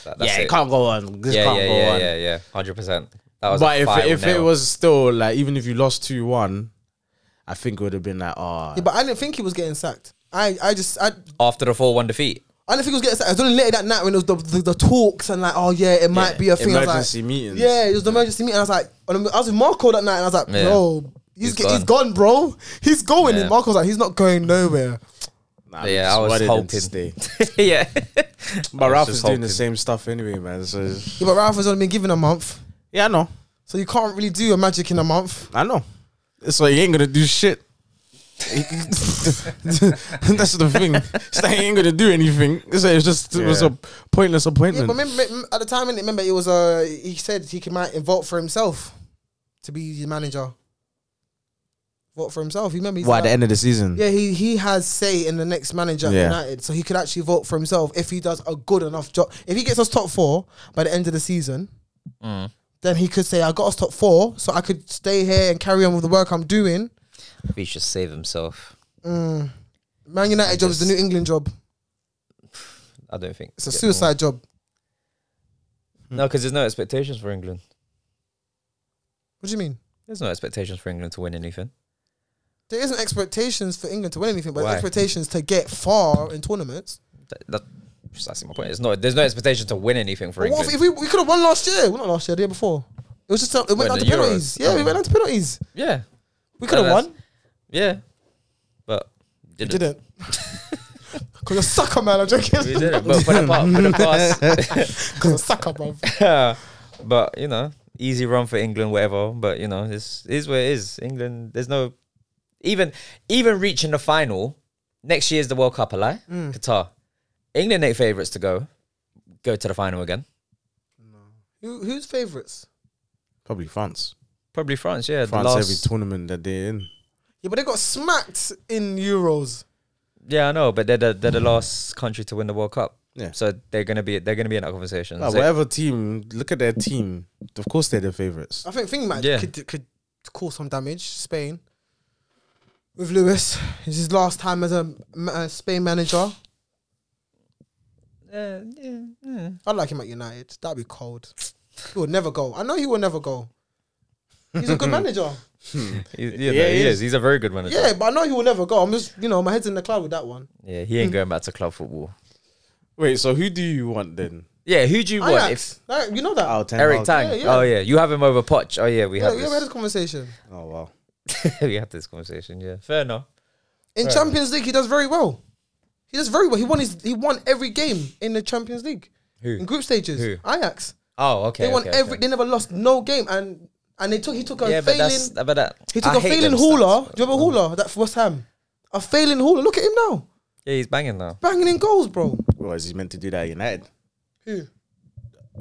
Speaker 1: That- that's
Speaker 2: yeah, it.
Speaker 1: it.
Speaker 2: can't go on. This
Speaker 1: yeah,
Speaker 2: can't
Speaker 1: yeah,
Speaker 2: go
Speaker 1: yeah,
Speaker 2: on.
Speaker 1: yeah, yeah. Hundred percent. That was.
Speaker 2: But
Speaker 1: a final
Speaker 2: if if it
Speaker 1: nail.
Speaker 2: was still like even if you lost two one, I think it would have been like oh
Speaker 3: Yeah, but I didn't think he was getting sacked. I, I just I, I
Speaker 1: after the four-one defeat,
Speaker 3: don't think he was getting sacked. It was only later that night when it was the, the, the talks and like, oh yeah, it might
Speaker 2: Yeah,
Speaker 3: be a thing. I was like-
Speaker 2: emergency meetings.
Speaker 3: Yeah, it was the emergency meeting. I was like, and I was with Marco that night, and I was like,
Speaker 1: Yeah.
Speaker 3: bro, he's
Speaker 1: He's
Speaker 3: he's, he's gone, bro. He's going.
Speaker 1: Yeah.
Speaker 3: And Marco's like, he's not going nowhere.
Speaker 2: nah, we
Speaker 1: yeah,
Speaker 2: just
Speaker 1: I was
Speaker 2: wanted him to
Speaker 1: hoping.
Speaker 2: stay.
Speaker 1: yeah,
Speaker 2: But Ralph is doing
Speaker 1: hoping.
Speaker 2: the same stuff anyway, man. So it's-
Speaker 3: Yeah, but Ralph has only been given a month,
Speaker 2: yeah, I know,
Speaker 3: so you can't really do your magic in a month.
Speaker 2: I know. So he ain't gonna do shit. That's the thing. It's like he ain't gonna do anything. So it's just it was
Speaker 4: Yeah.
Speaker 2: a pointless
Speaker 3: Yeah,
Speaker 2: appointment.
Speaker 3: but remember, remember- at the time, innit, remember, it was uh, he said he can might vote for himself to be the manager. Vote for himself. You remember? he's
Speaker 2: Why at
Speaker 3: like-
Speaker 2: the end of the season?
Speaker 3: Yeah, he, he has say in the next manager at
Speaker 2: Yeah.
Speaker 3: United, so he could actually vote for himself if he does a good enough job. If he gets us top four by the end of the season, Mm. then he could say, "I got us top four, so I could stay here and carry on with the work I'm doing." Mm.
Speaker 1: he should save himself.
Speaker 3: Man United job is the New England job.
Speaker 1: I don't think
Speaker 3: It's a suicide job.
Speaker 1: No, because there's no expectations for England.
Speaker 3: What do you mean?
Speaker 1: There's no expectations for England to win anything.
Speaker 3: There isn't expectations for England to win anything, but
Speaker 1: Why?
Speaker 3: expectations to get far in tournaments.
Speaker 1: That, that, precisely my point. There's no, there's no expectation to win anything for
Speaker 3: But
Speaker 1: England.
Speaker 3: what if, if we, we could have won last year? Well, not last year, the year before. It was just uh, it
Speaker 1: What,
Speaker 3: went down
Speaker 1: the
Speaker 3: to penalties.
Speaker 1: Euros?
Speaker 3: Yeah, we
Speaker 1: Oh.
Speaker 3: went down to penalties.
Speaker 1: yeah,
Speaker 3: We could have
Speaker 1: that's-
Speaker 3: won.
Speaker 1: yeah, but didn't.
Speaker 3: Didn't. Cause you're sucker, man. I'm joking.
Speaker 1: We didn't. But for the, part, for the
Speaker 3: Cause you're sucker, bro.
Speaker 1: past, but you know, easy run for England, whatever. But you know, this is where it is. England. There's no even even reaching the final next year is the World Cup, a lie?
Speaker 3: Mm.
Speaker 1: Qatar. England ain't favourites to go go to the final again.
Speaker 3: Who, who's favourites?
Speaker 2: Probably France.
Speaker 1: Probably France. Yeah,
Speaker 2: France
Speaker 1: the last,
Speaker 2: every tournament that they're in.
Speaker 3: Yeah, but they got smacked in Euros.
Speaker 1: Yeah, I know, but they're the, they're the
Speaker 3: Mm.
Speaker 1: last country to win the World Cup.
Speaker 2: Yeah.
Speaker 1: So they're gonna be they're gonna be in that conversation.
Speaker 2: Like,
Speaker 1: So-
Speaker 2: whatever team, look at their team. Of course, they're the favorites.
Speaker 3: I think thing man
Speaker 1: Yeah.
Speaker 3: could could cause some damage. Spain with Lewis. It's his last time as a, ma- uh Spain manager.
Speaker 1: Yeah, yeah, yeah.
Speaker 3: I'd like him at United. That'd be cold. He will never go. I know he will never go. He's a good manager.
Speaker 1: He- yeah,
Speaker 2: Yeah,
Speaker 1: no,
Speaker 2: he
Speaker 1: he
Speaker 2: is.
Speaker 1: is. He's a very good manager. Yeah.
Speaker 3: Yeah, but I know he will never go. I'm just you know my head's in the cloud with that one.
Speaker 1: he ain't going back to club football.
Speaker 2: Wait, so who do you want then?
Speaker 1: Yeah, who do you want? If
Speaker 3: Ajax. Like, you know that.
Speaker 2: Oh, Ten
Speaker 1: Eric
Speaker 2: Hag.
Speaker 1: Tang.
Speaker 3: Oh, Yeah, yeah.
Speaker 1: Oh yeah, you have him over Poch. Oh yeah, we
Speaker 3: yeah,
Speaker 1: had
Speaker 3: we had this
Speaker 1: this.
Speaker 3: conversation.
Speaker 2: Oh wow.
Speaker 1: we had this conversation. Yeah, fair enough.
Speaker 3: In Champions League, he does very well. He does very well. He won his he won every game in the Champions League.
Speaker 1: Who?
Speaker 3: In group stages.
Speaker 1: Who?
Speaker 3: Ajax.
Speaker 1: Oh okay.
Speaker 3: They won
Speaker 1: okay,
Speaker 3: every
Speaker 1: Okay.
Speaker 3: they never lost no game and and they took he took a
Speaker 1: Yeah, but
Speaker 3: failing
Speaker 1: that's but that.
Speaker 3: he took
Speaker 1: a
Speaker 3: a failing hauler. Do you remember hauler? That for West Ham. A failing hauler. Look at him now.
Speaker 1: Yeah, he's banging now.
Speaker 3: Banging in goals, bro.
Speaker 2: Well, is he meant to do that at United?
Speaker 3: Who?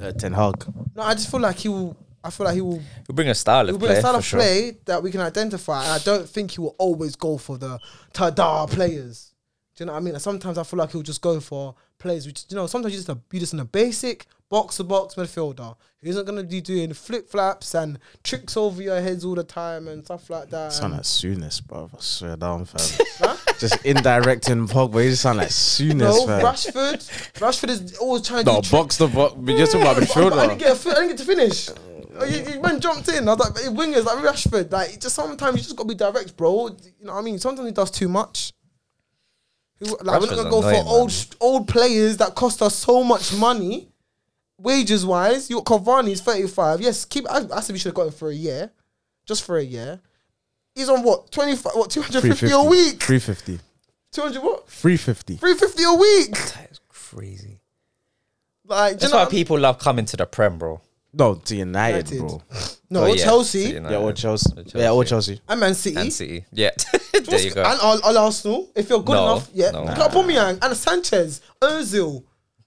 Speaker 2: Uh, Ten Hag.
Speaker 3: No, I just feel like he will I feel like he will
Speaker 1: He'll bring a style
Speaker 3: He'll
Speaker 1: of
Speaker 3: bring a
Speaker 1: play
Speaker 3: style
Speaker 1: for
Speaker 3: of
Speaker 1: sure.
Speaker 3: play that we can identify. And I don't think he will always go for the ta-da players. Do you know what I mean? And sometimes I feel like he'll just go for players which you know, sometimes you just a you just in a basic box to box midfielder. He isn't gonna be doing flip flaps and tricks over your heads all the time and stuff like that.
Speaker 2: Sound
Speaker 3: And-
Speaker 2: like soonest, bro. I swear down, fam. Just indirecting Pogba. You just sound like soonest,
Speaker 3: no,
Speaker 2: fam.
Speaker 3: Rashford. Rashford is always trying to
Speaker 2: no,
Speaker 3: do tricks.
Speaker 2: box the box. We just talking about
Speaker 3: But I didn't
Speaker 2: midfielder.
Speaker 3: get, a fi- I didn't get to finish. Oh, Like, He, he man jumped in. I was like, hey, wingers like Rashford. Like it just sometimes you just gotta be direct, bro. You know what I mean? Sometimes he does too much. Who, like, we're not
Speaker 1: Rashford's
Speaker 3: gonna go
Speaker 1: annoying,
Speaker 3: for old
Speaker 1: man.
Speaker 3: old players that cost us so much money, wages wise. You got Cavani's thirty five. Yes, keep. I, I said we should have got him for a year, just for a year. He's on what twenty five? What two hundred fifty a week?
Speaker 2: 350.
Speaker 3: Two hundred what?
Speaker 2: 350.
Speaker 3: Three fifty a week?
Speaker 1: That is crazy.
Speaker 3: Like do you
Speaker 1: That's
Speaker 3: know?
Speaker 1: why
Speaker 3: What I mean?
Speaker 1: people love coming to the Prem, bro.
Speaker 2: No, to United,
Speaker 3: United.
Speaker 2: bro.
Speaker 3: No,
Speaker 1: Oh, yeah, to
Speaker 3: Chelsea
Speaker 2: Yeah, or
Speaker 1: United
Speaker 2: Chelsea.
Speaker 1: Chelsea.
Speaker 2: Yeah, or Chelsea.
Speaker 3: and Man City.
Speaker 1: And City. Yeah. there you go.
Speaker 3: And Al, Al Arsenal, if you're good
Speaker 1: No,
Speaker 3: enough, yeah.
Speaker 1: no.
Speaker 3: Look at Aubameyang and Sanchez, Ozil,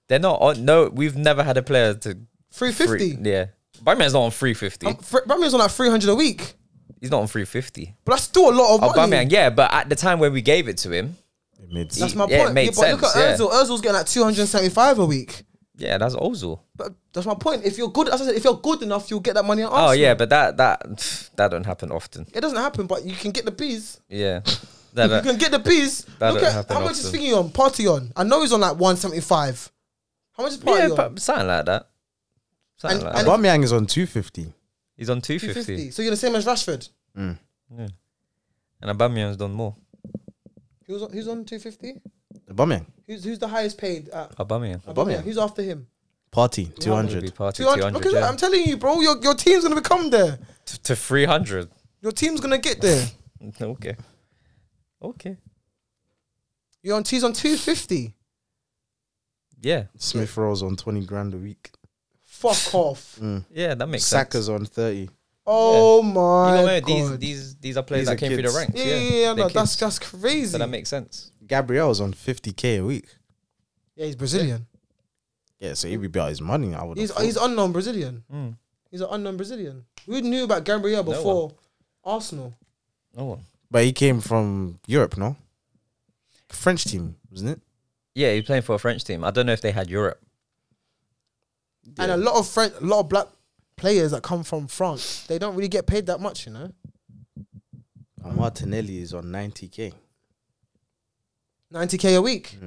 Speaker 1: They're not on. No, we've never had a player to
Speaker 3: three
Speaker 1: three.
Speaker 3: fifty.
Speaker 1: Yeah, Aubameyang's not on three fifty.
Speaker 3: Aubameyang's on like three hundred a week,
Speaker 1: He's not on three fifty.
Speaker 3: but that's still a lot of money.
Speaker 1: Aubameyang, Oh, yeah, but at the time when we gave it to him,
Speaker 2: Mids.
Speaker 3: That's my
Speaker 1: Yeah, it
Speaker 3: point.
Speaker 1: made
Speaker 3: but look
Speaker 1: sense, yeah.
Speaker 3: at Ozil. Ozil's getting like two hundred seventy-five a week.
Speaker 1: yeah, that's Ozil.
Speaker 3: But that's my point. If you're good, as I said, if you're good enough, you'll get that money. At
Speaker 1: Oh
Speaker 3: Arsenal.
Speaker 1: yeah, but that that that don't happen often.
Speaker 3: it doesn't happen, but you can get the bees.
Speaker 1: Yeah, That-
Speaker 3: You
Speaker 1: that-
Speaker 3: can get the bees.
Speaker 1: Uh, That
Speaker 3: Look
Speaker 1: don't
Speaker 3: at
Speaker 1: happen
Speaker 3: how much is
Speaker 1: often.
Speaker 3: Figgy on? Party on? I know he's on like one seventy-five. How much is Party
Speaker 1: yeah,
Speaker 3: on?
Speaker 1: but something like that. Something
Speaker 3: And-
Speaker 1: like
Speaker 3: and-
Speaker 1: that.
Speaker 2: Aubameyang is on 250.
Speaker 1: He's on two
Speaker 3: 250.
Speaker 1: fifty,
Speaker 3: So you're the same as Rashford.
Speaker 1: and Aubameyang's done more.
Speaker 3: Who's on, who's on two fifty?
Speaker 2: Aubameyang.
Speaker 3: Who's who's the highest paid? At
Speaker 1: Aubameyang.
Speaker 3: Aubameyang?
Speaker 2: Aubameyang.
Speaker 3: Who's after him?
Speaker 2: Party,
Speaker 1: Should be
Speaker 2: 200.
Speaker 1: party
Speaker 3: 200.
Speaker 1: 200,
Speaker 3: okay,
Speaker 1: yeah.
Speaker 3: I'm telling you, bro, your, your team's gonna become there.
Speaker 1: T- to 300.
Speaker 3: Your team's gonna get there.
Speaker 1: Okay. Okay.
Speaker 3: You're on T's on two fifty.
Speaker 1: Yeah.
Speaker 2: Smith Rowe's on 20 grand a week.
Speaker 3: Fuck off.
Speaker 1: Yeah, that makes sense.
Speaker 2: Saka's on 30.
Speaker 3: Oh
Speaker 1: You
Speaker 3: my
Speaker 1: know, where these
Speaker 3: god.
Speaker 1: these these are players
Speaker 2: These
Speaker 1: that
Speaker 2: are
Speaker 1: came through
Speaker 2: kids.
Speaker 1: the ranks.
Speaker 3: yeah,
Speaker 1: Yeah,
Speaker 3: yeah, yeah.
Speaker 1: They're
Speaker 3: No, that's
Speaker 1: kids.
Speaker 3: that's crazy.
Speaker 1: so that makes sense.
Speaker 2: Gabriel's on 50k a week.
Speaker 3: yeah, he's Brazilian.
Speaker 2: Yeah, so he'd be out his money. I would.
Speaker 3: He's
Speaker 2: have
Speaker 3: he's unknown Brazilian.
Speaker 1: Mm.
Speaker 3: He's an unknown Brazilian. Who knew about Gabriel
Speaker 1: No
Speaker 3: before Arsenal?
Speaker 1: No one.
Speaker 2: thought. but he came from Europe, no? French team, wasn't it?
Speaker 1: Yeah, he's playing for a French team. I don't know if they had Europe.
Speaker 3: And a lot of French, a lot of black players that come from France, they don't really get paid that much, you know.
Speaker 2: And Martinelli is on 90k.
Speaker 3: Ninety k a week.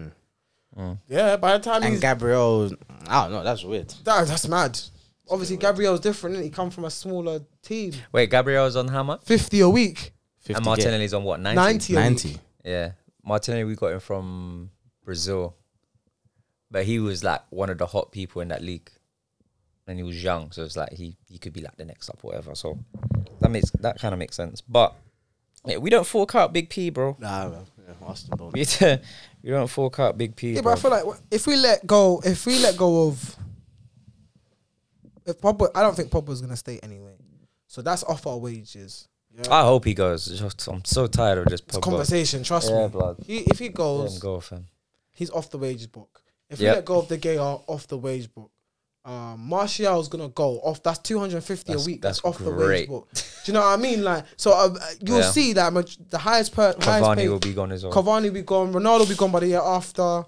Speaker 1: Mm.
Speaker 3: Yeah, by the time
Speaker 2: And
Speaker 3: he's
Speaker 2: Gabriel, I don't know. That's weird.
Speaker 3: that, that's mad. Obviously, Gabriel's different. Innit? He come from a smaller team.
Speaker 1: Wait, Gabriel's on how much?
Speaker 3: Fifty a week,
Speaker 2: 50K.
Speaker 1: And Martinelli's on what? 90?
Speaker 3: ninety. A week.
Speaker 2: 90.
Speaker 1: Yeah. Martinelli, we got him from Brazil. But he was like one of the hot people in that league. And he was young. So it's like he, he could be like the next up, whatever. So that makes that kind of makes sense. But yeah, we don't fork out Big P, bro.
Speaker 2: Nah, man. Yeah, Arsenal don't.
Speaker 1: We don't, we don't fork out Big P.
Speaker 3: Yeah,
Speaker 1: bro.
Speaker 3: but I feel like wh- if we let go, if we let go of, if Pogba, I don't think Pogba's gonna stay anyway. So that's off our wages.
Speaker 1: I hope he goes. Just- I'm so tired of this
Speaker 3: It's a
Speaker 1: podcast.
Speaker 3: conversation. Trust
Speaker 1: Yeah,
Speaker 3: me.
Speaker 1: blood.
Speaker 3: He, if he goes,
Speaker 1: Go, fam.
Speaker 3: he's off the wages book. If
Speaker 1: Yep.
Speaker 3: we let go of the gay are off the wage book. Um, Martial's gonna go off. That's two hundred and fifty a
Speaker 1: That's-
Speaker 3: week.
Speaker 1: that's
Speaker 3: That's, off the wage
Speaker 1: great.
Speaker 3: book. Do you know what I mean? Like, so uh, you'll
Speaker 1: Yeah.
Speaker 3: see that much, the highest per highest
Speaker 1: Cavani
Speaker 3: paid,
Speaker 1: will be gone as well.
Speaker 3: Cavani will be gone. Ronaldo will be gone by the year after.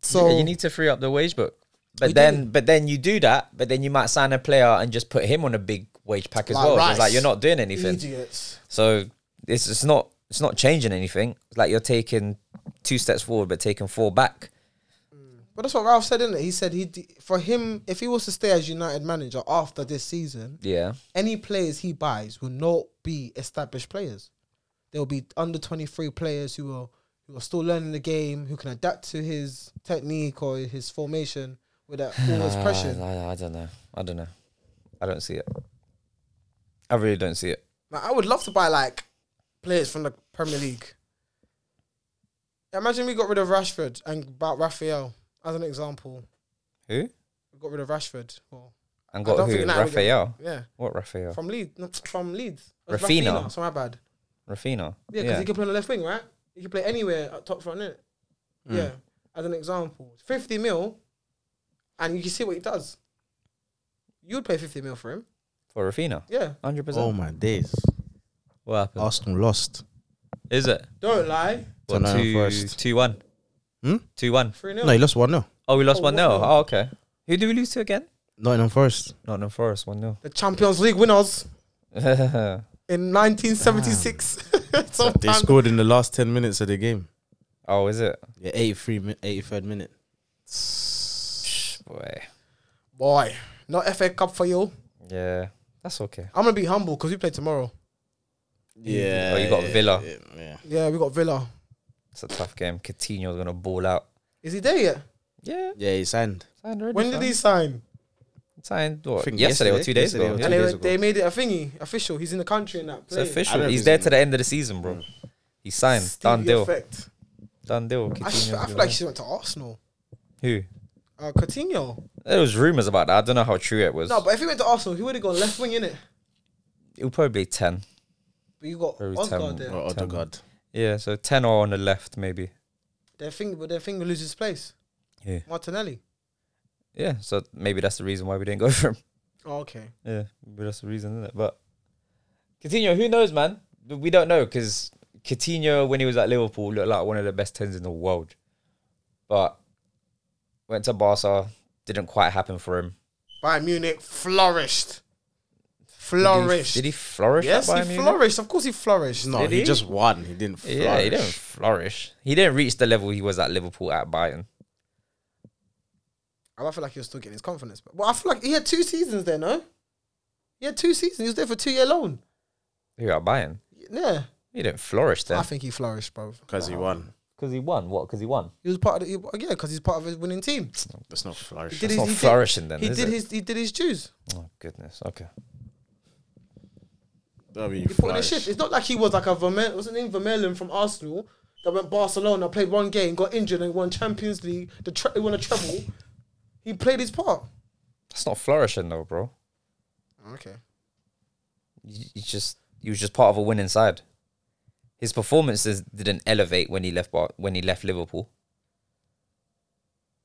Speaker 3: So
Speaker 1: Yeah, you need to free up the wage book. But
Speaker 3: We
Speaker 1: then, but then you do that. But then you might sign a player and just put him on a big wage pack as
Speaker 3: Like
Speaker 1: well. So
Speaker 3: Rice.
Speaker 1: It's like you're not doing anything.
Speaker 3: idiots.
Speaker 1: So it's it's not it's not changing anything. It's like you're taking two steps forward but taking four back.
Speaker 3: But that's what Ralph said, isn't it? He said he d- for him if he was to stay as United manager after this season,
Speaker 1: Yeah,
Speaker 3: any players he buys will not be established players. There will be under twenty three players who are who are still learning the game, who can adapt to his technique or his formation without all this pressure.
Speaker 1: I, Ah, I- I don't know. I don't know. I don't see it. I really don't see it.
Speaker 3: Like, I would love to buy like players from the Premier League. Imagine we got rid of Rashford and about Raphael as an example.
Speaker 1: Who?
Speaker 3: We got rid of Rashford. Well,
Speaker 1: And
Speaker 3: I
Speaker 1: got
Speaker 3: don't
Speaker 1: who?
Speaker 3: think that would get-
Speaker 1: Raphael.
Speaker 3: yeah.
Speaker 1: What Raphael?
Speaker 3: From Leeds, no, from Leeds. It was
Speaker 1: Rafinha.
Speaker 3: Rafinha, So my bad.
Speaker 1: Raphael.
Speaker 3: Yeah, because he can play on the left wing, right? He can play anywhere at top front, innit?
Speaker 1: Hmm.
Speaker 3: Yeah. As an example, fifty mil, and you can see what he does. You would pay fifty mil for him,
Speaker 1: for Raphael.
Speaker 3: yeah.
Speaker 1: Hundred
Speaker 2: Oh
Speaker 1: percent.
Speaker 2: my days.
Speaker 1: What happened?
Speaker 2: Arsenal lost.
Speaker 1: Is it?
Speaker 3: Don't lie,
Speaker 1: What,
Speaker 2: Tottenham
Speaker 1: two,
Speaker 2: Forest.
Speaker 1: two one.
Speaker 2: Hmm?
Speaker 1: Two one.
Speaker 3: three
Speaker 2: No,
Speaker 3: nil.
Speaker 2: he lost 1 0.
Speaker 1: Oh, we lost
Speaker 3: Oh,
Speaker 1: one 0
Speaker 3: 1-0.
Speaker 1: Oh, okay. Who do we lose to again?
Speaker 2: Nottingham Forest.
Speaker 1: Nottingham Forest one 0
Speaker 3: The Champions League winners
Speaker 1: I
Speaker 3: in 1976.
Speaker 1: Ah.
Speaker 2: They
Speaker 3: Sometimes-
Speaker 2: scored in the last 10 minutes of the game.
Speaker 1: Oh, is it?
Speaker 2: Yeah, 83, mi- 83rd minute.
Speaker 1: Boy.
Speaker 3: Boy, not FA Cup for you.
Speaker 1: Yeah. That's okay.
Speaker 3: I'm gonna be humble because we play tomorrow.
Speaker 2: Yeah.
Speaker 1: Oh, you got Villa.
Speaker 2: Yeah. yeah.
Speaker 3: Yeah, we got Villa.
Speaker 1: It's a tough game. Coutinho's gonna ball out.
Speaker 3: Is he there yet?
Speaker 1: Yeah.
Speaker 2: Yeah, he signed.
Speaker 1: Signed already.
Speaker 3: When did
Speaker 1: fam.
Speaker 3: he sign?
Speaker 1: Signed what?
Speaker 2: I think
Speaker 1: Yesterday, or
Speaker 2: yesterday.
Speaker 1: two days
Speaker 2: Yesterday
Speaker 1: ago.
Speaker 2: or
Speaker 1: Yeah.
Speaker 3: And they,
Speaker 2: days ago.
Speaker 3: they made it a thingy, official. He's in the country in that.
Speaker 1: It's
Speaker 3: play.
Speaker 2: I don't
Speaker 1: official.
Speaker 2: know if
Speaker 1: He's
Speaker 2: he's
Speaker 1: there
Speaker 2: in
Speaker 1: to the end of the season, bro. He signed. Done
Speaker 3: Stevie
Speaker 1: deal.
Speaker 3: Effect.
Speaker 1: Done deal.
Speaker 3: I, f-
Speaker 1: Coutinho's
Speaker 3: I feel
Speaker 1: gonna
Speaker 3: like
Speaker 1: go.
Speaker 3: she went to Arsenal.
Speaker 1: Who?
Speaker 3: Uh, Coutinho.
Speaker 1: There was rumors about that. I don't know how true it was.
Speaker 3: No, but if he went to Arsenal, he would have gone left wing, innit?
Speaker 1: it would probably be ten.
Speaker 3: But you got
Speaker 1: Very
Speaker 3: Osgard
Speaker 1: terrible.
Speaker 3: there.
Speaker 2: Or Oh, Odegaard.
Speaker 1: Yeah, so ten or on the left maybe.
Speaker 3: Their thing, but their thing loses place.
Speaker 1: Yeah.
Speaker 3: Martinelli.
Speaker 1: Yeah, so maybe that's the reason why we didn't go for him.
Speaker 3: Oh, okay.
Speaker 1: Yeah, maybe that's the reason, isn't it? But Coutinho, who knows, man? We don't know because Coutinho, when he was at Liverpool, looked like one of the best tens in the world. But went to Barca, didn't quite happen for him.
Speaker 3: Bayern Munich flourished.
Speaker 1: Did he-
Speaker 3: Flourished.
Speaker 1: Did he flourish? at
Speaker 3: Yes, he
Speaker 1: Bayern Munich?
Speaker 3: flourished. Of course, he flourished.
Speaker 2: No,
Speaker 1: Did
Speaker 2: Oh, he,
Speaker 1: he?
Speaker 2: just won. He didn't. Flourish.
Speaker 1: Yeah, he didn't flourish. He didn't reach the level he was at Liverpool at Bayern.
Speaker 3: I feel like he was still getting his confidence. But well, I feel like he had two seasons there. No, he had two seasons. He was there for two year loan.
Speaker 1: Who at Bayern?
Speaker 3: Yeah,
Speaker 1: He didn't flourish
Speaker 3: I
Speaker 1: then.
Speaker 3: think he flourished, bro.
Speaker 2: because he won.
Speaker 1: Because he won. What? Because he won.
Speaker 3: He was part of the, yeah, because he's part of his winning team.
Speaker 2: That's not flourish.
Speaker 3: He
Speaker 1: It's
Speaker 3: did his-
Speaker 1: not
Speaker 3: he did-
Speaker 1: flourishing then,
Speaker 3: He
Speaker 1: is
Speaker 3: did
Speaker 1: it?
Speaker 3: his he did his dues.
Speaker 1: Oh goodness. Okay.
Speaker 2: I mean,
Speaker 3: He put in his shift. It's not like he was like a Vermel wasn't in Vermeulen from Arsenal that went Barcelona, played one game, got injured, and won Champions League. The tre- he won a treble. he played his part.
Speaker 1: That's not flourishing though, bro.
Speaker 3: Okay.
Speaker 1: You you just he was just part of a winning side. His performances didn't elevate when he left Bar- when he left Liverpool.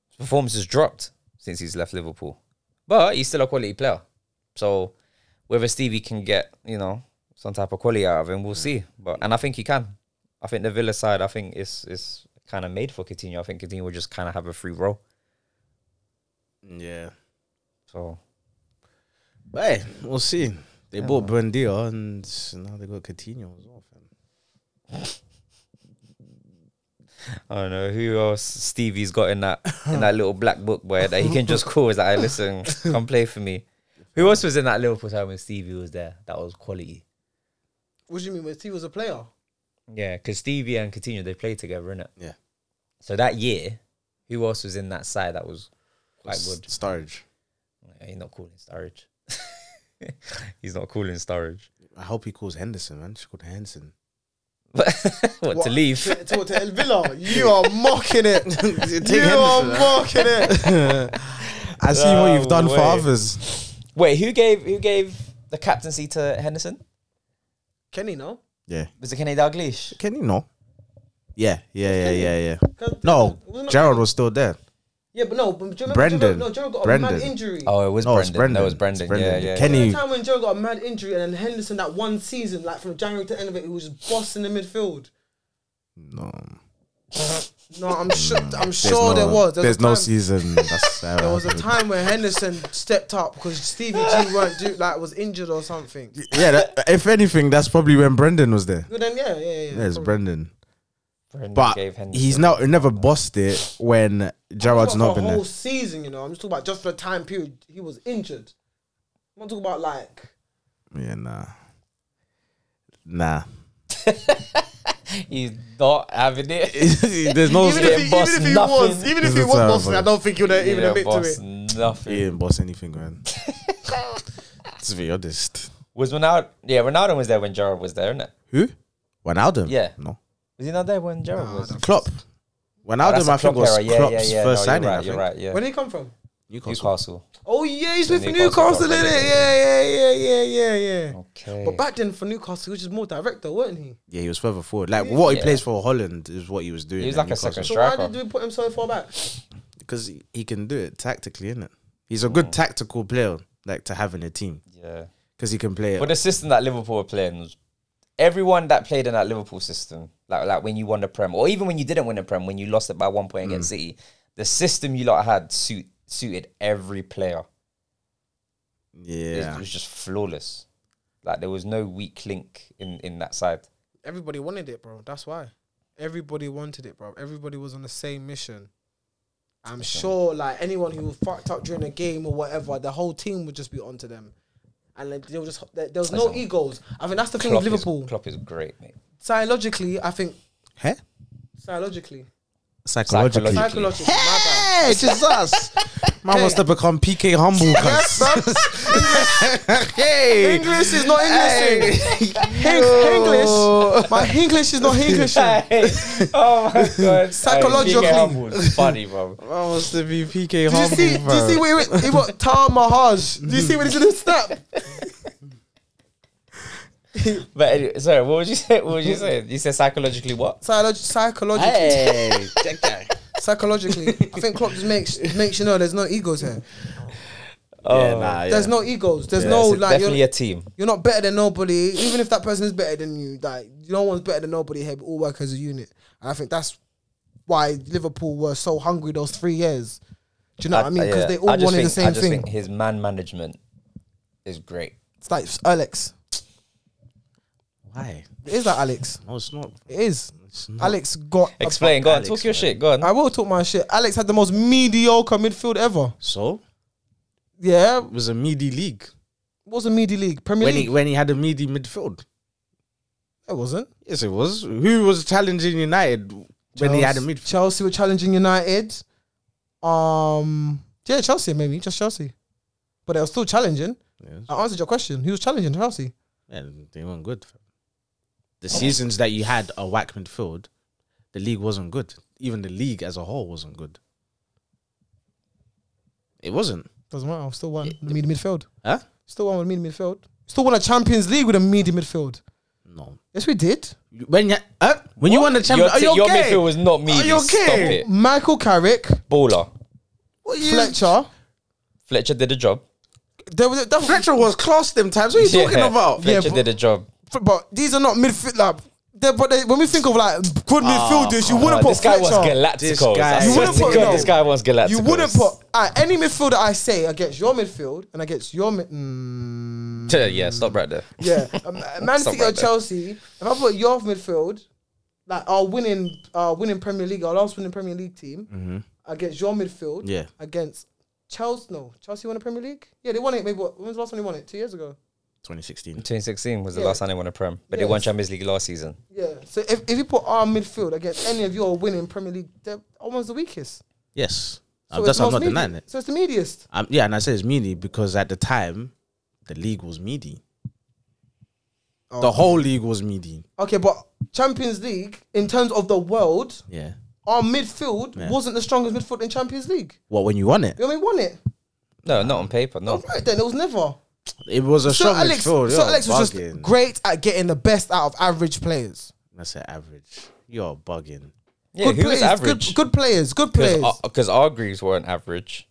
Speaker 1: His performances dropped since he's left Liverpool, but he's still a quality player. So whether Stevie can get you know some type of quality out of him, we'll see. But and I think he can. I think the Villa side, I think is is kind of made for Coutinho. I think Coutinho will just kind of have a free roll.
Speaker 2: Yeah.
Speaker 1: So
Speaker 2: But hey, we'll see. They bought Buendia and now they got Coutinho as well. Fam.
Speaker 1: I don't know who else Stevie's got in that in that little black book where that he can just call is that I listen, come play for me. Who else was in that Liverpool time when Stevie was there? That was quality.
Speaker 3: What do you mean? When he was a player,
Speaker 1: Yeah, because Stevie and Coutinho they played together, innit?
Speaker 2: Yeah.
Speaker 1: So that year, who else was in that side that was quite
Speaker 2: S-
Speaker 1: good?
Speaker 2: Sturridge.
Speaker 1: Yeah, he's not calling Sturridge. he's not calling Sturridge.
Speaker 2: I hope he calls Henderson, man. She called Henderson.
Speaker 1: But what,
Speaker 3: What?
Speaker 1: to leave?
Speaker 3: to, to, to El Villa, you are mocking it. you are mocking it.
Speaker 2: I see what
Speaker 1: No
Speaker 2: you've done
Speaker 1: way.
Speaker 2: for others.
Speaker 1: Wait, who gave who gave the captaincy to Henderson?
Speaker 3: Kenny, no,
Speaker 2: Yeah.
Speaker 1: Was it Kenny Dalglish?
Speaker 2: Can you know? Yeah, yeah, yeah, yeah, yeah.
Speaker 3: 'Cause-
Speaker 2: No,
Speaker 3: wasn't it-
Speaker 2: Gerald was still there.
Speaker 3: Yeah, but no, but do you remember
Speaker 2: Brendan.
Speaker 3: Gerald- no, Gerald got a mad
Speaker 2: Brendan.
Speaker 3: injury.
Speaker 1: Oh, it was
Speaker 2: No, it's
Speaker 1: Brendan. No, it was
Speaker 2: Brendan.
Speaker 1: Brendan.
Speaker 2: It's
Speaker 1: Yeah,
Speaker 2: Brendan.
Speaker 1: yeah.
Speaker 2: Kenny-
Speaker 3: There was a time when Joe got a mad injury and then Henderson that one season, like from January to end of it, he was just bossing the midfield.
Speaker 2: No.
Speaker 3: No, I'm sure. I'm
Speaker 2: There's no-
Speaker 3: sure there was. There
Speaker 2: There's
Speaker 3: was a
Speaker 2: no
Speaker 3: time-
Speaker 2: season. That's,
Speaker 3: There was a time where Henderson stepped up because Stevie G weren't do, like was injured or something.
Speaker 2: Yeah, that, if anything, that's probably when Brendan was there.
Speaker 3: Well, then yeah, yeah, yeah.
Speaker 2: Yeah, it's
Speaker 3: probably.
Speaker 2: Brendan.
Speaker 1: Brendan
Speaker 2: But
Speaker 1: gave Henderson.
Speaker 2: he's now he never bossed it when
Speaker 3: I'm
Speaker 2: Gerard's
Speaker 3: talking
Speaker 2: not
Speaker 3: about
Speaker 2: been
Speaker 3: for a
Speaker 2: there.
Speaker 3: whole season, you know. I'm just talking about just for the time period he was injured. I'm not talking about like
Speaker 2: Yeah, nah. Nah.
Speaker 1: He's not having it.
Speaker 2: There's no
Speaker 1: Even if he- boss nothing.
Speaker 2: if he It's was bossing, terrible. I
Speaker 3: don't think he would
Speaker 1: Even a bit boss, Nothing.
Speaker 2: He didn't boss anything, man. to be honest.
Speaker 1: Was Ronaldo? Yeah, Ronaldo was there when Gerard was there, innit?
Speaker 2: Who? Wijnaldum?
Speaker 1: Yeah.
Speaker 2: No.
Speaker 1: Was he not there when Gerard was?
Speaker 2: Klopp.
Speaker 1: Oh,
Speaker 2: Wijnaldum,
Speaker 1: a
Speaker 2: I think,
Speaker 1: Klopp
Speaker 2: was
Speaker 1: era. Yeah,
Speaker 2: Klopp's
Speaker 1: yeah, yeah.
Speaker 2: first
Speaker 1: No,
Speaker 2: signing,
Speaker 1: You're
Speaker 2: I
Speaker 1: right.
Speaker 2: think.
Speaker 1: You're right. Yeah.
Speaker 3: Where did he come from?
Speaker 1: Newcastle.
Speaker 3: Oh yeah, he's with for
Speaker 1: Newcastle
Speaker 3: Newcastle,
Speaker 1: got
Speaker 3: innit?
Speaker 1: relegated.
Speaker 3: Yeah, yeah, yeah, yeah, yeah, yeah.
Speaker 1: Okay.
Speaker 3: But back then for Newcastle, he was just more direct though, weren't he?
Speaker 2: Yeah, he was further forward. Like, what he
Speaker 1: Yeah.
Speaker 2: plays for Holland is what he was doing.
Speaker 1: He was
Speaker 2: at
Speaker 1: like a second
Speaker 2: Newcastle.
Speaker 3: So why
Speaker 1: Striker.
Speaker 3: did we put him so far back?
Speaker 2: Because he- he can do it tactically, innit? He's
Speaker 1: Hmm.
Speaker 2: a good tactical player, like, to have in a team.
Speaker 1: yeah.
Speaker 2: Because he can play it.
Speaker 1: But the system that Liverpool were playing was everyone that played in that Liverpool system, like like when you won the Prem, or even when you didn't win the Prem, when you lost it by one point
Speaker 2: Mm.
Speaker 1: against City, the system you lot had suit suited every player. It was-
Speaker 2: Yeah.
Speaker 1: It was just flawless. Like there was no weak link in in that side.
Speaker 3: Everybody wanted it, bro. That's why. Everybody wanted it, bro. Everybody was on the same mission. I'm sure, like anyone who was fucked up during a game or whatever, the whole team would just be onto them, and like, they were just there, there was no
Speaker 1: Listen.
Speaker 3: egos. I think that's the thing
Speaker 1: Klopp
Speaker 3: with Liverpool.
Speaker 1: Is, Klopp is great, mate.
Speaker 3: Psychologically, I think
Speaker 2: Huh?
Speaker 3: psychologically,
Speaker 1: Psychologically.
Speaker 2: Psychologically.
Speaker 3: psychologically. my bad.
Speaker 2: Hey, it's just us. Man wants to become PK humble.
Speaker 3: Yes,
Speaker 2: cuz.
Speaker 3: bro.
Speaker 2: hey.
Speaker 3: English is not English.
Speaker 2: Hey.
Speaker 3: Hey. English. My English is not English.
Speaker 1: oh my god!
Speaker 3: Psychologically.
Speaker 1: funny, bro.
Speaker 2: Man wants to be PK
Speaker 3: Do you
Speaker 2: humble.
Speaker 3: see? Do you see
Speaker 2: bro.
Speaker 3: where he went? He got Tal Mahaj. Do you see when he's in the snap?
Speaker 1: But anyway, sorry, what would you say? What would you say? You said psychologically what?
Speaker 3: Psycholog- psychologically,
Speaker 1: Hey, check that.
Speaker 3: psychologically, I think Klopp just makes makes you know there's no egos here.
Speaker 1: Oh,
Speaker 3: There's no egos. There's
Speaker 1: yeah,
Speaker 3: no
Speaker 1: it's
Speaker 3: like
Speaker 1: definitely
Speaker 3: you're,
Speaker 1: a team.
Speaker 3: you're not better than nobody. Even if that person is better than you, like no one's better than nobody here. But all work as a unit, and I think that's why Liverpool were so hungry those three years. Do you know what I mean? Because
Speaker 1: yeah.
Speaker 3: they all
Speaker 1: I just
Speaker 3: wanted the
Speaker 1: think- I
Speaker 3: same
Speaker 1: just
Speaker 3: thing.
Speaker 1: think his man management is great.
Speaker 3: It's like Alex.
Speaker 2: Why?
Speaker 3: It is like Alex.
Speaker 2: No, it's not.
Speaker 3: It is. Alex got. a-
Speaker 1: Explain. Go on.
Speaker 2: Alex,
Speaker 1: Talk your
Speaker 2: man.
Speaker 1: shit. Go on.
Speaker 3: I will talk my shit. Alex had the most mediocre midfield ever.
Speaker 2: So
Speaker 3: Yeah,
Speaker 2: it was a midi league
Speaker 3: it was a midi league, Premier
Speaker 2: when
Speaker 3: League.
Speaker 2: he when he had a midi midfield.
Speaker 3: it wasn't.
Speaker 2: Yes, it was. Who was challenging United when he had a
Speaker 3: Chelsea-
Speaker 2: midfield?
Speaker 3: Chelsea were challenging United. Um, yeah, Chelsea maybe just Chelsea, but they were still challenging.
Speaker 2: Yes.
Speaker 3: I answered your question. He was challenging Chelsea.
Speaker 2: Man, they weren't good. fam. The seasons that you had a whack midfield, the league wasn't good. Even the league as a whole wasn't good. It wasn't.
Speaker 3: Doesn't matter. Still won the midi midfield.
Speaker 2: Huh?
Speaker 3: Still won with midi midfield. Still won a Champions League with a midi midfield.
Speaker 2: No.
Speaker 3: Yes, we did.
Speaker 2: When you huh? when you won the
Speaker 1: your,
Speaker 2: champion, are
Speaker 1: t-
Speaker 2: you
Speaker 1: your
Speaker 2: okay?
Speaker 1: midfield was not me.
Speaker 2: Are you
Speaker 1: Stop
Speaker 2: okay?
Speaker 1: it.
Speaker 3: Michael Carrick,
Speaker 1: Baller.
Speaker 2: What you-
Speaker 3: Fletcher.
Speaker 1: Fletcher did the job.
Speaker 3: There was that,
Speaker 2: Fletcher was class them times. What are you talking
Speaker 1: Yeah,
Speaker 2: about?
Speaker 3: Yeah,
Speaker 1: Fletcher
Speaker 3: but-
Speaker 1: did the job.
Speaker 3: but these are not midfield. Like, they're- but they, when we think of like good midfielders, you wouldn't
Speaker 1: Oh,
Speaker 3: put
Speaker 1: this guy
Speaker 3: Fletcher.
Speaker 1: wants Galacticos.
Speaker 2: This guy-
Speaker 1: I
Speaker 2: You
Speaker 1: swear
Speaker 3: wouldn't
Speaker 1: to
Speaker 3: put-
Speaker 1: God,
Speaker 3: no.
Speaker 1: This guy wants Galacticos.
Speaker 3: You wouldn't put uh, any midfielder I say against your midfield and against your mid. Mm,
Speaker 1: T- Yeah, stop right there.
Speaker 3: yeah, um, uh, Man
Speaker 1: Stop
Speaker 3: City or
Speaker 1: right there.
Speaker 3: Chelsea. If I put your midfield, like our winning, our winning Premier League, our last winning Premier League team against your midfield.
Speaker 2: Mm-hmm. Yeah.
Speaker 3: Against Chelsea, no, Chelsea won the Premier League. Yeah, they won it. Maybe what, when was the last time they won it? Two years ago.
Speaker 2: 2016.
Speaker 1: 2016 was the
Speaker 3: Yeah.
Speaker 1: last time they won a Prem, but they won
Speaker 3: Yes.
Speaker 1: Champions League last season.
Speaker 3: Yeah. So if, if you put our midfield against any of your winning Premier League, they're almost the weakest.
Speaker 2: Yes.
Speaker 3: So
Speaker 2: Um, that's
Speaker 3: it's
Speaker 2: I'm
Speaker 3: most
Speaker 2: not
Speaker 3: medi-
Speaker 2: denying it.
Speaker 3: So it's the mediest.
Speaker 2: Um, yeah, and I say it's meaty because at the time, the league was meaty.
Speaker 1: Oh.
Speaker 2: The whole league was meaty.
Speaker 3: Okay, but Champions League in terms of the world.
Speaker 2: Yeah.
Speaker 3: our midfield
Speaker 2: Yeah.
Speaker 3: wasn't the strongest midfield in Champions League.
Speaker 2: What when you won it?
Speaker 3: We only won it.
Speaker 1: No, not on paper. No.
Speaker 3: Right then, it was never.
Speaker 2: It was a
Speaker 3: So
Speaker 2: strong
Speaker 3: Alex,
Speaker 2: midfield.
Speaker 3: so
Speaker 2: You're
Speaker 3: Alex was just
Speaker 2: bugging.
Speaker 3: great at getting the best out of average players.
Speaker 2: That's an average. You're bugging.
Speaker 1: Yeah,
Speaker 3: good
Speaker 1: who was
Speaker 3: players,
Speaker 1: average?
Speaker 3: Good, good players, good players.
Speaker 1: Because our Greaves weren't average.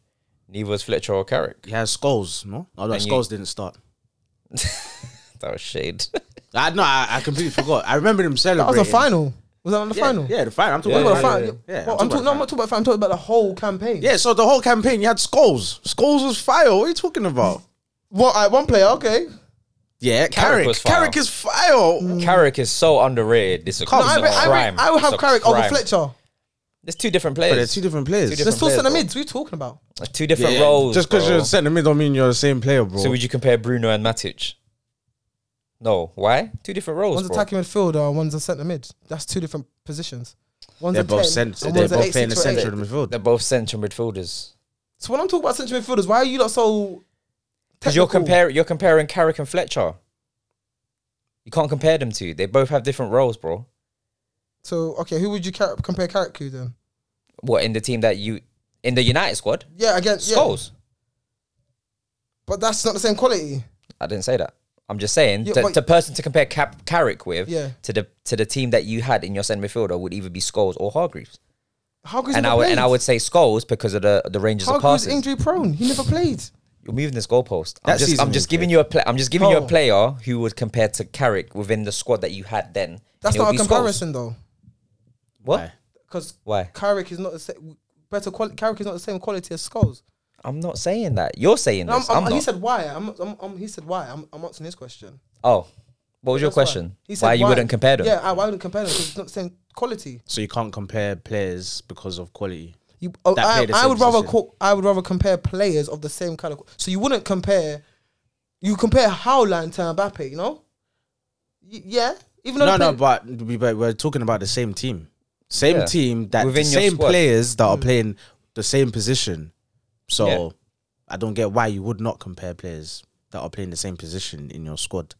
Speaker 1: Neither was Fletcher or Carrick.
Speaker 2: He has skulls, no? Oh, no,
Speaker 1: And you-
Speaker 2: skulls didn't start.
Speaker 1: That was shade.
Speaker 2: I no, I, I completely forgot. I remember him
Speaker 3: that
Speaker 2: celebrating.
Speaker 3: was the final. Was that on the
Speaker 2: Yeah,
Speaker 3: final?
Speaker 2: Yeah, the final. I'm talking
Speaker 1: Yeah,
Speaker 3: Well,
Speaker 2: about
Speaker 1: yeah,
Speaker 2: the
Speaker 3: the final-
Speaker 2: final. Yeah,
Speaker 3: well, I'm, talking.
Speaker 2: about the
Speaker 3: No, I'm
Speaker 2: final.
Speaker 3: not talking about. the final, I'm talking about the whole campaign.
Speaker 2: Yeah, so the whole campaign, you had skulls. Skulls was fire. What are you talking about?
Speaker 3: Well, I one player. Okay.
Speaker 2: Yeah, Carrick.
Speaker 1: was
Speaker 2: Carrick,
Speaker 1: fire.
Speaker 2: is fire.
Speaker 3: Mm.
Speaker 1: Carrick is so underrated. It's a,
Speaker 3: No,
Speaker 1: it's
Speaker 3: I,
Speaker 1: a
Speaker 3: re- I, re-
Speaker 1: crime.
Speaker 3: I would
Speaker 1: It's
Speaker 3: have
Speaker 1: a
Speaker 3: Carrick over
Speaker 1: crime.
Speaker 3: Fletcher.
Speaker 1: There's two different
Speaker 2: But they're
Speaker 1: players.
Speaker 2: two different players.
Speaker 1: Two
Speaker 2: Two
Speaker 1: different-
Speaker 3: There's still
Speaker 1: players,
Speaker 3: centre
Speaker 1: bro.
Speaker 3: mids. What are you talking about?
Speaker 1: There's two different roles.
Speaker 2: Just because
Speaker 1: bro.
Speaker 2: you're a centre mid don't mean you're the same player, bro.
Speaker 1: So would you compare Bruno and Matic? No. Why? Two different roles.
Speaker 3: One's
Speaker 1: bro.
Speaker 3: attacking midfielder, one's a centre mid. That's two different positions. One's
Speaker 2: they're
Speaker 3: a
Speaker 2: both
Speaker 3: 10,
Speaker 2: cent-
Speaker 3: and
Speaker 2: They're
Speaker 3: one's an
Speaker 2: both
Speaker 3: 8,
Speaker 2: playing the
Speaker 3: 6 or 8.
Speaker 2: centre of the midfield.
Speaker 1: They're both central midfielders.
Speaker 3: So when I'm talking about central midfielders, why are you not so?
Speaker 1: Because you're
Speaker 3: technical?
Speaker 1: comparing you're comparing Carrick and Fletcher. You can't compare them to. They both have different roles, bro.
Speaker 3: So okay, who would you car- compare Carrick to then?
Speaker 1: What in the team that you in the United squad?
Speaker 3: Yeah, again, yeah,
Speaker 1: Scholes.
Speaker 3: but that's not the same quality.
Speaker 1: I didn't say that. I'm just saying
Speaker 3: Yeah,
Speaker 1: the,
Speaker 3: but-
Speaker 1: the person to compare Cap- Carrick with
Speaker 3: Yeah.
Speaker 1: to the to the team that you had in your centre midfielder would either be Scholes or Hargreaves.
Speaker 3: How good
Speaker 1: And I would, and I would say Scholes because of the the ranges
Speaker 3: How
Speaker 1: of passes.
Speaker 3: injury prone? He never played.
Speaker 1: You're moving this goalpost. I'm
Speaker 2: That
Speaker 1: just,
Speaker 2: season
Speaker 1: I'm just
Speaker 2: was
Speaker 1: giving
Speaker 2: good.
Speaker 1: you a play. I'm just giving you
Speaker 3: Oh.
Speaker 1: a player who was compared to Carrick within the squad that you had then. and
Speaker 3: That's
Speaker 1: it'll
Speaker 3: not a
Speaker 1: be Scholes.
Speaker 3: comparison though,
Speaker 1: What?
Speaker 2: Why?
Speaker 3: because
Speaker 1: Why?
Speaker 3: Carrick is not the same. Better quality. Carrick is not the same quality as Scholes.
Speaker 1: I'm not saying that. You're saying
Speaker 3: No, I'm-
Speaker 1: this.
Speaker 3: I'm-
Speaker 1: I'm,
Speaker 3: he
Speaker 1: not.
Speaker 3: said why. I'm, I'm, I'm- he said why. I'm, I'm answering his question.
Speaker 1: oh, what was your
Speaker 3: That's why.
Speaker 1: question?
Speaker 3: He said
Speaker 1: Why you wouldn't compare them?
Speaker 3: Yeah, I, why wouldn't compare them? Because it's not the same quality.
Speaker 2: So you can't compare players because of quality.
Speaker 3: You, oh,
Speaker 2: that
Speaker 3: I,
Speaker 2: play the
Speaker 3: I
Speaker 2: same
Speaker 3: would rather
Speaker 2: position.
Speaker 3: co- I would rather compare players of the same kind of. So you wouldn't compare. You compare Howland to Mbappe, you know. Y- yeah, even though
Speaker 2: No,
Speaker 3: they
Speaker 2: no,
Speaker 3: play-
Speaker 2: but we- but we're talking about the same team, same
Speaker 1: Yeah.
Speaker 2: team that
Speaker 1: Within
Speaker 2: the
Speaker 1: your
Speaker 2: same
Speaker 1: squad. Mm.
Speaker 2: players that are playing the same position. So
Speaker 1: Yeah.
Speaker 2: I don't get why you would not compare players that are playing the same position in your squad.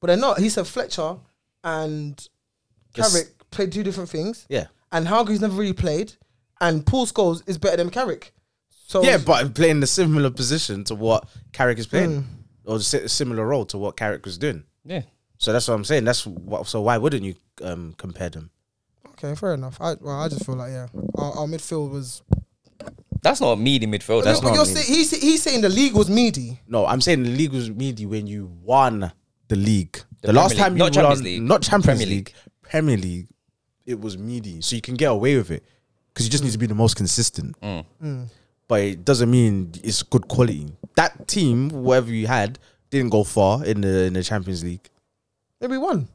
Speaker 3: but they're not. He said Fletcher and
Speaker 2: Just-
Speaker 3: Carrick played two different things,
Speaker 2: Yeah,
Speaker 3: and Hargreaves never really played, and Paul Scholes is better than Carrick. So
Speaker 2: yeah, but playing the
Speaker 1: Mm.
Speaker 2: similar position to what Carrick is playing, or si- similar role to what Carrick was doing.
Speaker 1: Yeah.
Speaker 2: So that's what I'm saying. That's what, so why wouldn't you um, compare them?
Speaker 3: Okay, fair enough. I well, I just feel like yeah, our, our midfield was.
Speaker 1: That's not meaty midfield. That's
Speaker 3: but
Speaker 1: not.
Speaker 3: you're
Speaker 1: meaty.
Speaker 3: say, he's he's saying the league was meaty.
Speaker 2: No, I'm saying the league was meaty when you won the league. The,
Speaker 1: The
Speaker 2: last
Speaker 1: Premier
Speaker 2: time
Speaker 1: League,
Speaker 2: you
Speaker 1: not Champions
Speaker 2: won,
Speaker 1: League.
Speaker 2: not Champions
Speaker 1: Premier
Speaker 2: League, Premier League, it was meaty. So you can get away with it because you just need to be the most consistent.
Speaker 1: Mm.
Speaker 3: Mm.
Speaker 2: But it doesn't mean it's good quality. That team, whatever you had, didn't go far in the in the Champions League.
Speaker 3: Yeah, we won.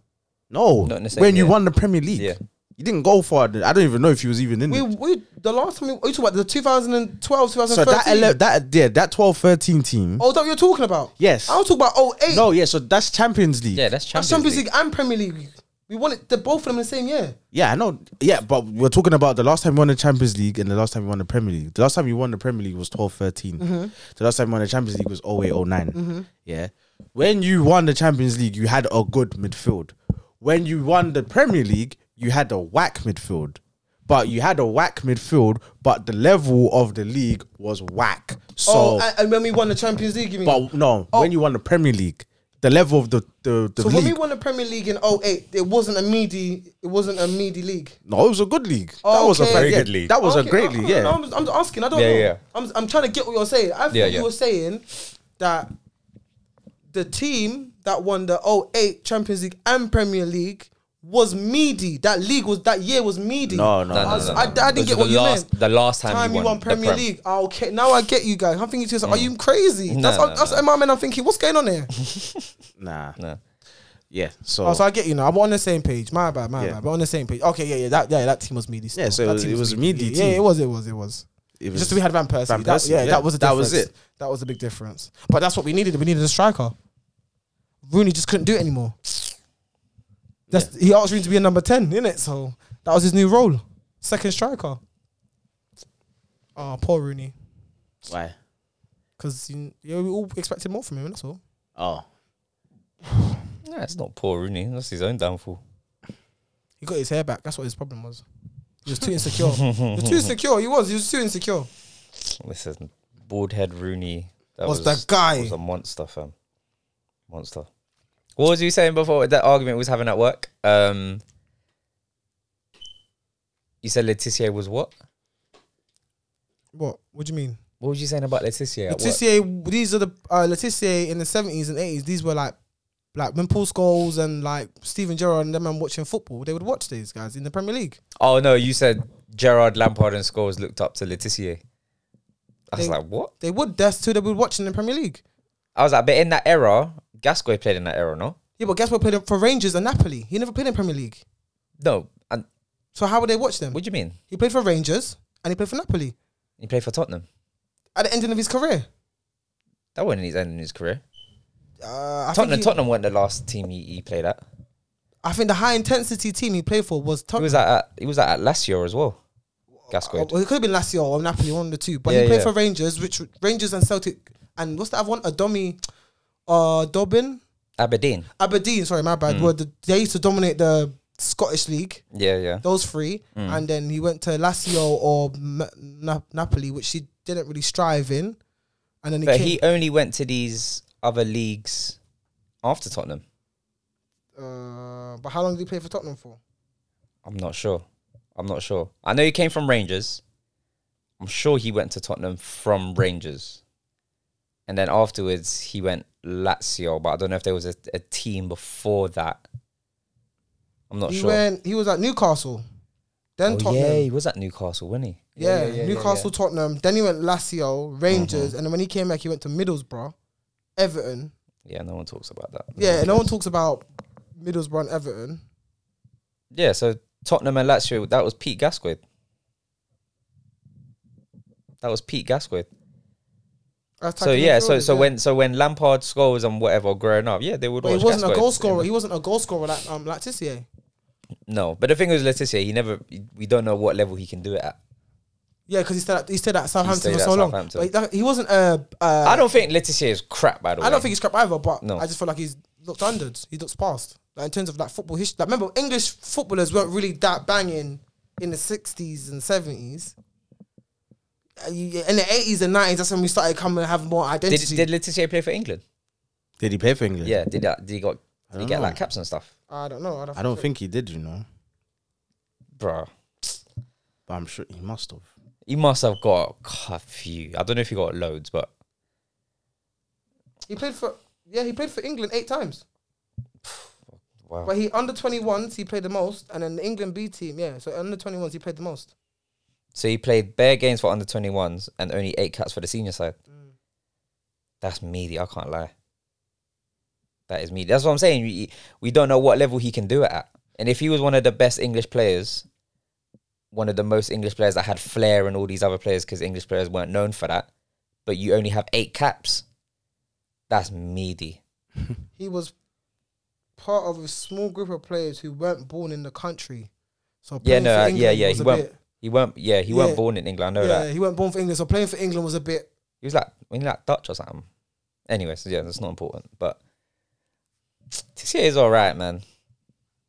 Speaker 2: No,
Speaker 1: Not in the same
Speaker 2: when you
Speaker 1: year.
Speaker 2: won the Premier League,
Speaker 1: Yeah.
Speaker 2: you didn't go far. I don't even know if he was even in.
Speaker 3: We
Speaker 2: it.
Speaker 3: we the last time we you talking about the 2012
Speaker 2: So
Speaker 3: 2013.
Speaker 2: that ele- that yeah, that 12-13 team.
Speaker 3: oh, that you're talking about?
Speaker 2: Yes.
Speaker 3: I'll talk about 08.
Speaker 2: No, yeah. So that's Champions League.
Speaker 1: yeah, that's Champions,
Speaker 3: That's Champions
Speaker 1: League.
Speaker 3: League and Premier League. We won it. The both of them in the same year.
Speaker 2: Yeah, I know. Yeah, but we're talking about the last time we won the Champions League and the last time we won the Premier League. The last time we won the Premier League was 12 13.
Speaker 3: Mm-hmm.
Speaker 2: The last time we won the Champions League was 08 09. Yeah. When you won the Champions League, you had a good midfield. When you won the Premier League, you had a whack midfield. But you had a whack midfield, but the level of the league was whack. So,
Speaker 3: oh, and, and when we won the Champions League, you mean?
Speaker 2: but no, when you won the Premier League, the level of the, the, the
Speaker 3: so
Speaker 2: league.
Speaker 3: when we won the Premier League in 08, it wasn't a meaty. It wasn't a meaty league.
Speaker 2: no, Oh, it was a good league. that was a
Speaker 3: Oh, Okay.
Speaker 1: Very
Speaker 2: very good
Speaker 1: good
Speaker 2: league.
Speaker 1: league.
Speaker 2: That was
Speaker 3: Okay, Oh,
Speaker 2: a great
Speaker 3: I-
Speaker 2: league.
Speaker 3: I-
Speaker 2: Yeah.
Speaker 3: I'm, I'm asking. I don't
Speaker 1: Yeah,
Speaker 3: know.
Speaker 1: yeah.
Speaker 3: I'm, I'm trying to get what you're saying. I thought
Speaker 1: Yeah, yeah.
Speaker 3: you were saying that the team that won the 08 Champions League and Premier League was meaty. That league was that year was meaty.
Speaker 2: No,
Speaker 1: No,
Speaker 2: no, no,
Speaker 1: no,
Speaker 3: I,
Speaker 1: no,
Speaker 3: was-
Speaker 1: no.
Speaker 3: I- I
Speaker 1: This
Speaker 3: didn't
Speaker 1: is
Speaker 3: get
Speaker 1: the
Speaker 3: what you
Speaker 1: last,
Speaker 3: meant.
Speaker 1: The last time,
Speaker 3: you won
Speaker 1: the
Speaker 3: Premier
Speaker 1: Prem.
Speaker 3: League. Ah, okay, now I get you guys. I'm thinking to yourself,
Speaker 2: Mm.
Speaker 3: are you crazy?
Speaker 1: No,
Speaker 3: that's
Speaker 1: no,
Speaker 3: that's in my mind. I'm thinking, what's going on here?
Speaker 2: Nah.
Speaker 1: No.
Speaker 2: Yeah. So,
Speaker 3: oh, so I get you now. I'm on the same page. My bad, my
Speaker 2: Yeah.
Speaker 3: bad. But on the same page. Okay, yeah, yeah. That yeah, that team was meaty. still.
Speaker 2: Yeah, so it
Speaker 3: That
Speaker 2: was-
Speaker 3: team
Speaker 2: it was a meaty
Speaker 3: Yeah,
Speaker 2: team.
Speaker 3: yeah, it was. It was. It was.
Speaker 2: it was
Speaker 3: just we had Van Persie.
Speaker 2: Van
Speaker 3: That-
Speaker 2: Persie,
Speaker 3: yeah,
Speaker 2: yeah.
Speaker 3: that was a
Speaker 2: That was
Speaker 3: difference.
Speaker 2: it.
Speaker 3: That was a big difference. But that's what we needed. We needed a striker. Rooney just couldn't do it anymore. That's, He asked Rooney to be a number ten, innit? So that was his new role, second striker. Oh, poor Rooney,
Speaker 2: why?
Speaker 3: because yeah, we all expected more from him. That's all.
Speaker 2: Oh,
Speaker 1: Nah, it's not poor Rooney. That's his own downfall.
Speaker 3: He got his hair back. That's what his problem was. He was too insecure. he was too insecure. He was. He was too insecure.
Speaker 1: Listen, bald head Rooney. That
Speaker 3: Was the guy.
Speaker 1: Was a monster, fam. Monster. What was you saying before that argument we was having at work? Um, you said Letitia was what?
Speaker 3: What? What do you mean?
Speaker 1: What was you saying about Letitia? at work?
Speaker 3: Letitia, these are the uh, Letitia in the seventies and eighties. These were like, like when Paul Scholes and like Steven Gerrard and them man watching football, they would watch these guys in the Premier League.
Speaker 1: Oh no, you said Gerard Lampard and Scholes looked up to Letitia. I was
Speaker 3: They-
Speaker 1: like, what?
Speaker 3: They would. That's who they would watch in the Premier League.
Speaker 1: I was like, but in that era, Gascoigne played in that era, no?
Speaker 3: Yeah, but guess what? Played for Rangers and Napoli. He never played in Premier League.
Speaker 1: No. And
Speaker 3: So how would they watch them?
Speaker 1: what do you mean?
Speaker 3: He played for Rangers and he played for Napoli
Speaker 1: He played for Tottenham.
Speaker 3: at the ending of his career.
Speaker 1: That wasn't his end in his career.
Speaker 3: Uh, I,
Speaker 1: Tottenham,
Speaker 3: think he-
Speaker 1: Tottenham weren't the last team he, he played at.
Speaker 3: I think the high intensity team he played for was
Speaker 1: He
Speaker 3: Tottenham.
Speaker 1: was at, at he was at Lazio as well.
Speaker 3: Uh,
Speaker 1: Gascoigne.
Speaker 3: well, it could have been Lazio or Napoli, one of the two. But he
Speaker 1: Yeah,
Speaker 3: played
Speaker 1: yeah.
Speaker 3: for Rangers, which Rangers and Celtic, and what's the other one? Adomi, uh, Dobbin,
Speaker 1: Aberdeen.
Speaker 3: Aberdeen. Sorry, my
Speaker 1: Mm.
Speaker 3: bad. Were the, they used to dominate the Scottish league?
Speaker 1: Yeah, yeah.
Speaker 3: Those three,
Speaker 1: Mm.
Speaker 3: and then he went to Lazio or M- Na- Napoli, which he didn't really strive in. And then he
Speaker 1: But
Speaker 3: came.
Speaker 1: he only went to these other leagues after Tottenham.
Speaker 3: uh, but how long did he play for Tottenham for?
Speaker 1: I'm not sure. I'm not sure. I know he came from Rangers. I'm sure he went to Tottenham from Rangers. And then afterwards, he went Lazio, but I don't know if there was a, a team before that. I'm not
Speaker 3: he
Speaker 1: sure.
Speaker 3: went. He was at Newcastle, then
Speaker 1: oh,
Speaker 3: Tottenham.
Speaker 1: yeah, he was at Newcastle, wasn't he?
Speaker 3: Yeah, Uh-huh. Newcastle, Tottenham. Then he went Lazio, Rangers, and then when he came back, he went to Middlesbrough, Everton.
Speaker 1: Yeah, no one talks about that.
Speaker 3: Yeah, no one talks about Middlesbrough and Everton.
Speaker 1: Yeah, so Tottenham and Lazio, that was Pete Gascoigne. That was Pete Gascoigne.
Speaker 3: That's
Speaker 1: So
Speaker 3: attacking
Speaker 1: yeah, so
Speaker 3: midfielders,
Speaker 1: so
Speaker 3: yeah.
Speaker 1: when so when Lampard scores and whatever growing up, yeah, they would.
Speaker 3: but
Speaker 1: watch
Speaker 3: he wasn't a
Speaker 1: Gascoigne.
Speaker 3: goal scorer. He wasn't a goal scorer like um like Tissier.
Speaker 1: No, but the thing is, Letitia, he never. We don't know what level he can do it at.
Speaker 3: Yeah, because he stayed at, he stayed at Southampton
Speaker 1: stayed
Speaker 3: for
Speaker 1: at
Speaker 3: so long.
Speaker 1: Southampton.
Speaker 3: But he, that- he wasn't a. Uh,
Speaker 1: I don't think Letitia is crap. By the way,
Speaker 3: I don't think he's crap either. But
Speaker 1: No.
Speaker 3: I just feel like he's looked undered. He looks past. Like in terms of like football history. Like remember, English footballers weren't really that banging in the sixties and seventies. Uh, In the eighties and nineties, that's when we started coming and have more
Speaker 1: Did,
Speaker 3: identity.
Speaker 1: did Letitia play for England?
Speaker 2: did he play for England?
Speaker 1: Yeah, did that? Did he got Did he get like caps and stuff,
Speaker 3: I don't know. I'd have
Speaker 2: I
Speaker 3: to
Speaker 2: don't
Speaker 3: check.
Speaker 2: think he did, you know,
Speaker 1: bro?
Speaker 2: but I'm sure he must have.
Speaker 1: He must have got a few. I don't know if he got loads, but
Speaker 3: he played for. Yeah, he played for England eight times.
Speaker 1: wow.
Speaker 3: But he under twenty ones he played the most, and then the England B team, yeah. So under twenty ones he played the most.
Speaker 1: So he played bare games for under 21s and only eight caps for the senior side.
Speaker 3: Mm.
Speaker 1: That's meaty. I can't lie. That is meaty. That's what I'm saying. We, we don't know what level he can do it at. And if he was one of the best English players, one of the most English players that had flair and all these other players, because English players weren't known for that, but you only have eight caps, that's meaty.
Speaker 3: He was part of a small group of players who weren't born in the country. So
Speaker 1: Yeah,
Speaker 3: playing
Speaker 1: no,
Speaker 3: for
Speaker 1: uh,
Speaker 3: England
Speaker 1: yeah, yeah.
Speaker 3: was
Speaker 1: He
Speaker 3: a
Speaker 1: weren't,
Speaker 3: bit-
Speaker 1: he weren't, yeah, he
Speaker 3: Yeah.
Speaker 1: weren't born in England. I know
Speaker 3: yeah,
Speaker 1: that.
Speaker 3: he weren't born for England, so playing for England was a bit.
Speaker 1: He was like, when he like Dutch or something. Anyway, so yeah, that's not important. But this year is all right, man.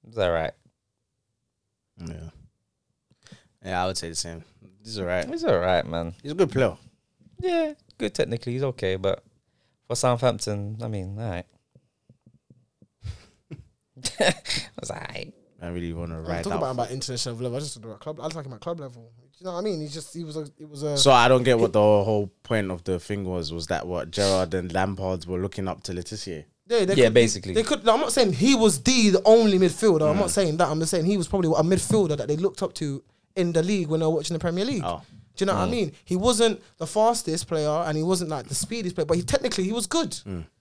Speaker 1: It's all right.
Speaker 2: Yeah. Yeah, I would say the same. He's all right.
Speaker 1: It's all right, man.
Speaker 2: He's a good player.
Speaker 1: Yeah, good technically. He's okay, but for Southampton, I mean, all right. I was like, "Aight."
Speaker 2: I really want to
Speaker 3: I'm not
Speaker 2: write
Speaker 3: talking about,
Speaker 2: out.
Speaker 3: about international level. I just talking about club. I was talking about club level. You know what I mean? He's just he was a it was a.
Speaker 2: So I don't get what the whole point of the thing was. Was that what Gerard and Lampard were looking up to Letitia?
Speaker 3: Yeah, they
Speaker 1: Yeah,
Speaker 3: could,
Speaker 1: basically.
Speaker 3: They could. I'm not saying he was the, the only midfielder. I'm not saying that. I'm just saying he was probably a midfielder that they looked up to in the league when they were watching the Premier League.
Speaker 2: Oh.
Speaker 3: Do you know what I mean? He wasn't the fastest player, and he wasn't like the speediest player, but he technically he was good.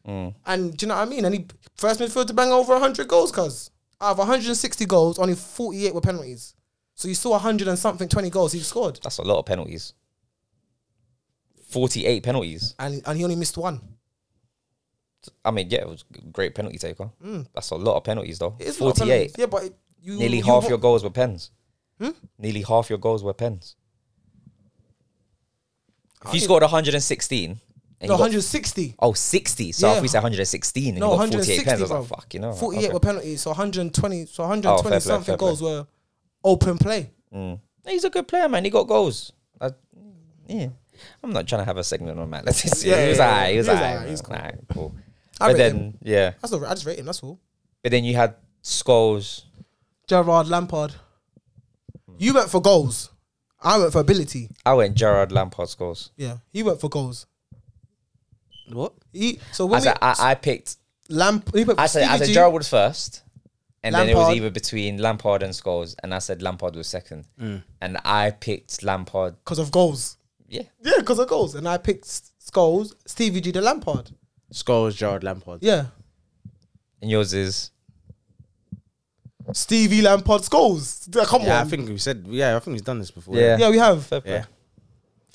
Speaker 1: Mm.
Speaker 3: And do you know what I mean? And he first midfield to bang over hundred goals, cause out of 160 goals, only 48 were penalties. So you saw 100 and something, 20 goals he scored,
Speaker 1: that's a lot of penalties. 48 penalties.
Speaker 3: and and he only missed one.
Speaker 1: I mean, yeah, it was a great penalty taker. That's a lot of penalties, though.
Speaker 3: Mm. It is a lot of
Speaker 1: 48.
Speaker 3: penalties. Yeah, but it, you
Speaker 1: Nearly
Speaker 3: you
Speaker 1: half
Speaker 3: wa- Hmm?
Speaker 1: your goals were pens. Nearly half your goals were pens. If you scored 116 and you
Speaker 3: no,
Speaker 1: got-
Speaker 3: 160.
Speaker 1: oh 60, so
Speaker 3: Yeah.
Speaker 1: if we said 116 and you
Speaker 3: No,
Speaker 1: got 48
Speaker 3: 160.
Speaker 1: pens, I was like,
Speaker 3: bro.
Speaker 1: fuck, you know.
Speaker 3: 48
Speaker 1: okay.
Speaker 3: were penalties, so 120, so
Speaker 1: Oh,
Speaker 3: 120
Speaker 1: fair play,
Speaker 3: something
Speaker 1: fair play.
Speaker 3: goals were open play.
Speaker 1: Mm. He's a good player, man. He got goals. I, yeah. I'm not trying to have a segment on Matt. Let's just see.
Speaker 3: Yeah,
Speaker 1: he was
Speaker 3: yeah,
Speaker 1: alright. He
Speaker 3: yeah.
Speaker 1: was
Speaker 3: He was
Speaker 1: alright.
Speaker 3: alright,
Speaker 1: man.
Speaker 3: he's cool.
Speaker 1: Alright, cool.
Speaker 3: I
Speaker 1: But
Speaker 3: rate
Speaker 1: then,
Speaker 3: him.
Speaker 1: yeah.
Speaker 3: That's all right. I just rate him. That's all.
Speaker 1: But then you had Scholes.
Speaker 3: Gerard Lampard.
Speaker 1: Hmm.
Speaker 3: You went for goals. I went for ability.
Speaker 1: I went Gerard Lampard Scholes.
Speaker 3: Yeah, he went for goals.
Speaker 2: What?
Speaker 3: He so
Speaker 1: I
Speaker 3: when we,
Speaker 1: said, I, I picked
Speaker 3: Lamp, he went for
Speaker 1: I said, I
Speaker 3: Stevie
Speaker 1: said
Speaker 3: G.
Speaker 1: Gerald was first, and then it was
Speaker 3: Lampard.
Speaker 1: either between Lampard and Scholes, and I said Lampard was second, and I picked Lampard.
Speaker 3: because of goals.
Speaker 1: Yeah,
Speaker 3: Yeah, because of goals. And I picked S- Scholes, Stevie G, the Lampard.
Speaker 2: Scholes, Gerard, Lampard.
Speaker 3: Yeah,
Speaker 1: and yours is
Speaker 3: Stevie Lampard Scholes. Yeah, Come
Speaker 2: Yeah, I
Speaker 3: on.
Speaker 2: think we said. Yeah, I think we've done this before.
Speaker 1: Yeah.
Speaker 3: yeah, we have.
Speaker 1: fair play.
Speaker 2: Yeah.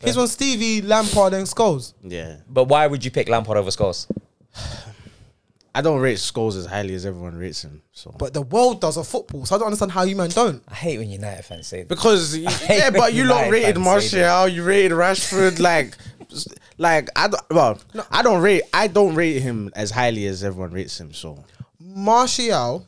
Speaker 3: He's on Stevie Lampard and Scholes.
Speaker 2: Yeah.
Speaker 1: But why would you pick Lampard over Scholes?
Speaker 2: I don't rate Scholes as highly as everyone rates him. So.
Speaker 3: But the world does of football, so I don't understand how you man don't.
Speaker 1: I hate when United fans say that.
Speaker 2: Because yeah, but you lot
Speaker 1: United
Speaker 2: rated
Speaker 1: fans say
Speaker 2: Martial, you rated Rashford, like, s- like I don't, well, I don't rate, I don't rate him as highly as everyone rates him. So
Speaker 3: Martial,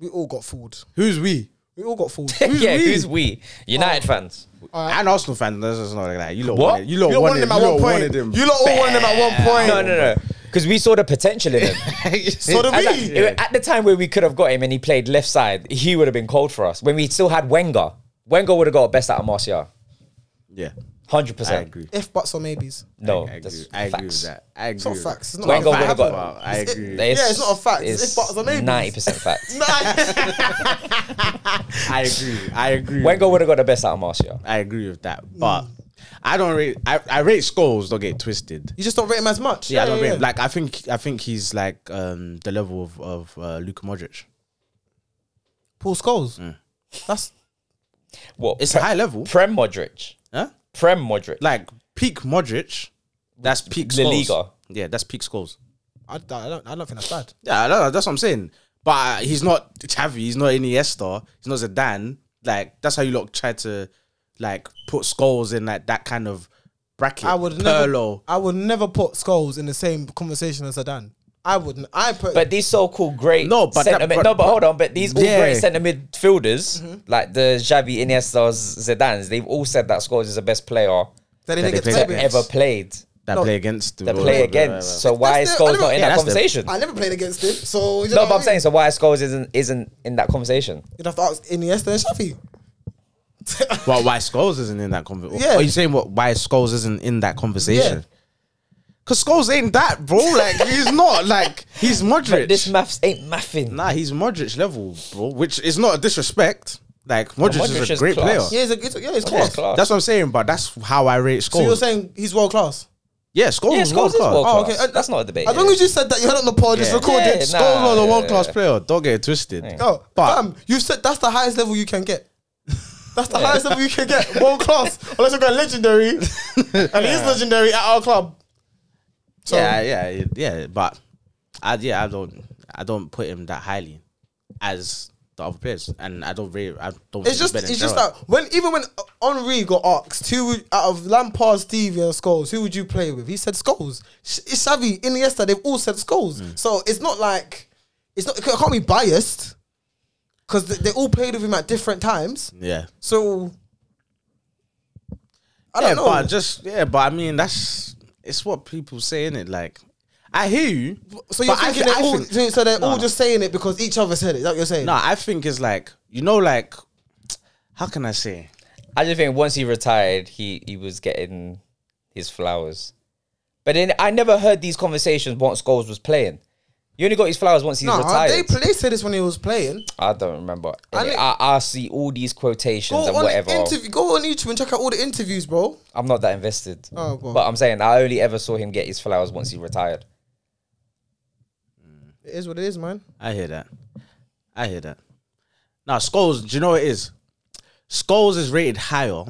Speaker 3: we all got fooled.
Speaker 2: who's we?
Speaker 3: We all got fooled.
Speaker 1: yeah, who's we? United fans.
Speaker 2: An Arsenal fan, that's just not like that. You lot
Speaker 1: What?
Speaker 2: wanted, you lot
Speaker 3: You lot
Speaker 2: wanted,
Speaker 3: wanted him at one point.
Speaker 2: him.
Speaker 3: You lot all wanted him at one point.
Speaker 1: No, no, no. Because we saw the potential in him.
Speaker 3: So do
Speaker 1: And like,
Speaker 3: we.
Speaker 1: it- At the time where we could have got him and he played left side, he would have been cold for us. When we still had Wenger, Wenger would have got best out of Martial.
Speaker 2: yeah,
Speaker 1: Hundred
Speaker 2: I
Speaker 1: percent.
Speaker 2: agree.
Speaker 3: If buts or maybes.
Speaker 1: No,
Speaker 2: I agree.
Speaker 1: that's
Speaker 2: I agree with
Speaker 1: facts.
Speaker 2: that. I agree.
Speaker 3: It's not
Speaker 2: with
Speaker 3: facts. It's
Speaker 2: that.
Speaker 3: not
Speaker 1: Wenger
Speaker 3: a
Speaker 1: would
Speaker 3: fact.
Speaker 1: have got-
Speaker 2: Well, I
Speaker 3: It's-
Speaker 2: agree.
Speaker 3: yeah, it's not a fact. It's, if buts or maybes.
Speaker 1: Ninety percent fact.
Speaker 2: I agree. I agree.
Speaker 1: Wenger would have got the best out of Martial.
Speaker 2: I agree with that. But I don't rate. I, I rate Scholes. Don't get twisted.
Speaker 3: you just don't rate him as much.
Speaker 2: Yeah, I don't rate. him. Like I think I think he's like um the level of of uh, Luka Modric.
Speaker 3: Paul Scholes. That's
Speaker 1: What?
Speaker 2: It's
Speaker 1: Pre-
Speaker 2: a high level,
Speaker 1: Prem Modric.
Speaker 2: huh?
Speaker 1: Prem Modric.
Speaker 2: Like peak Modric. That's peak.
Speaker 1: La
Speaker 2: Scholes.
Speaker 1: Liga.
Speaker 2: Yeah, that's peak Scholes.
Speaker 3: I, I don't I don't think that's bad.
Speaker 2: Yeah, I know, that's what I'm saying. But uh, he's not Xavi. He's not Iniesta. He's not Zidane. Like that's how you lot try to like put Scholes in like that kind of bracket.
Speaker 3: I would never
Speaker 2: Pirlo.
Speaker 3: I would never put Scholes in the same conversation as Zidane. I wouldn't. I put
Speaker 1: But these so-called great
Speaker 2: No, but that-
Speaker 1: centre mid-
Speaker 2: but-
Speaker 1: no, but hold on. But these all
Speaker 2: Yeah.
Speaker 1: great centre midfielders,
Speaker 3: Mm-hmm.
Speaker 1: like the Xavi, Iniesta, Zidane's, they've all said that Scholes is the best player
Speaker 3: that he
Speaker 2: they
Speaker 3: didn't get
Speaker 2: played
Speaker 3: to
Speaker 1: that
Speaker 3: play
Speaker 2: Yes.
Speaker 1: ever played.
Speaker 2: that
Speaker 3: No.
Speaker 2: play against
Speaker 1: that play against. So why is
Speaker 3: That's the- I
Speaker 1: Scholes not
Speaker 3: never-
Speaker 1: in that
Speaker 2: Yeah, that's the-
Speaker 1: conversation?
Speaker 3: I never played against him, so you know
Speaker 1: No,
Speaker 3: what
Speaker 1: but
Speaker 3: I
Speaker 1: I'm
Speaker 3: mean?
Speaker 1: saying so why Scholes isn't isn't in that conversation?
Speaker 3: you'd have to ask Iniesta and Shafi.
Speaker 2: Well, why Scholes isn't in that conversation?
Speaker 3: Yeah.
Speaker 2: Are you saying what? Why Scholes isn't in that conversation? Cause Scholes ain't that, bro. Like he's not. Like he's Modric.
Speaker 1: But this maths ain't mathing.
Speaker 2: nah, he's Modric level, bro. Which is not a disrespect. Like Modric,
Speaker 1: Modric
Speaker 2: is a
Speaker 1: is
Speaker 2: great
Speaker 1: class.
Speaker 2: player.
Speaker 3: yeah, he's a, he's a, yeah, he's
Speaker 1: Yeah,
Speaker 3: class.
Speaker 1: it's class.
Speaker 2: That's what I'm saying, but that's how I rate Scholes.
Speaker 3: So you're saying he's world class?
Speaker 2: yeah, Scholes,
Speaker 1: yeah,
Speaker 2: is
Speaker 1: Scholes
Speaker 2: world
Speaker 1: is
Speaker 2: class.
Speaker 1: world
Speaker 3: Oh,
Speaker 1: class.
Speaker 3: okay. Uh,
Speaker 1: That's not a debate.
Speaker 3: As long as you said that you heard on the pod, it's
Speaker 2: Yeah.
Speaker 3: recorded.
Speaker 1: Yeah,
Speaker 2: Oh, Scholes
Speaker 1: nah,
Speaker 2: was a
Speaker 1: yeah,
Speaker 2: world class
Speaker 1: yeah.
Speaker 2: player. Don't get it twisted.
Speaker 3: No,
Speaker 2: But-
Speaker 3: fam, you said that's the highest level you can get. That's the highest level you can get. World class. Unless you've got legendary. and he's legendary at our club. So,
Speaker 2: Yeah, yeah, yeah, yeah. But I yeah, I don't I don't put him that highly as the other players, and I don't rate. I don't.
Speaker 3: It's just, it's just that when even when Henri got asked who would, out of Lampard, Stevie, and Scholes, who would you play with? He said Scholes. Sh- Xavi, Iniesta, they've all said Scholes.
Speaker 2: Mm.
Speaker 3: So it's not like it's not. It can't be biased because they, they all played with him at different times.
Speaker 2: yeah.
Speaker 3: So
Speaker 2: yeah,
Speaker 3: I don't know.
Speaker 2: but just yeah, but I mean that's it's what people say in it. Like I hear you.
Speaker 3: So you're
Speaker 2: but I
Speaker 3: thinking
Speaker 2: thi-
Speaker 3: they're
Speaker 2: I
Speaker 3: all,
Speaker 2: think-
Speaker 3: so- so they're all
Speaker 2: no.
Speaker 3: just saying it because each other said it. Is that what you're saying?
Speaker 2: no, I think it's like you know, like how can I say?
Speaker 1: I just think once he retired, he he was getting his flowers. But then I never heard these conversations once Scholes was playing. You only got his flowers once he's
Speaker 3: No,
Speaker 1: retired.
Speaker 3: they, play- they said this when he was playing.
Speaker 1: I don't remember.
Speaker 3: I
Speaker 1: any.
Speaker 3: li-
Speaker 1: I, I see all these
Speaker 3: Go
Speaker 1: quotations and
Speaker 3: on,
Speaker 1: whatever.
Speaker 3: interview, go on YouTube and check out all the interviews, bro.
Speaker 1: I'm not that invested.
Speaker 3: Oh, go on.
Speaker 1: but I'm saying I only ever saw him get his flowers once he retired.
Speaker 3: It is what it is, man.
Speaker 2: I hear that. I hear that. Now Skulls, do you know what it is? Skulls is rated higher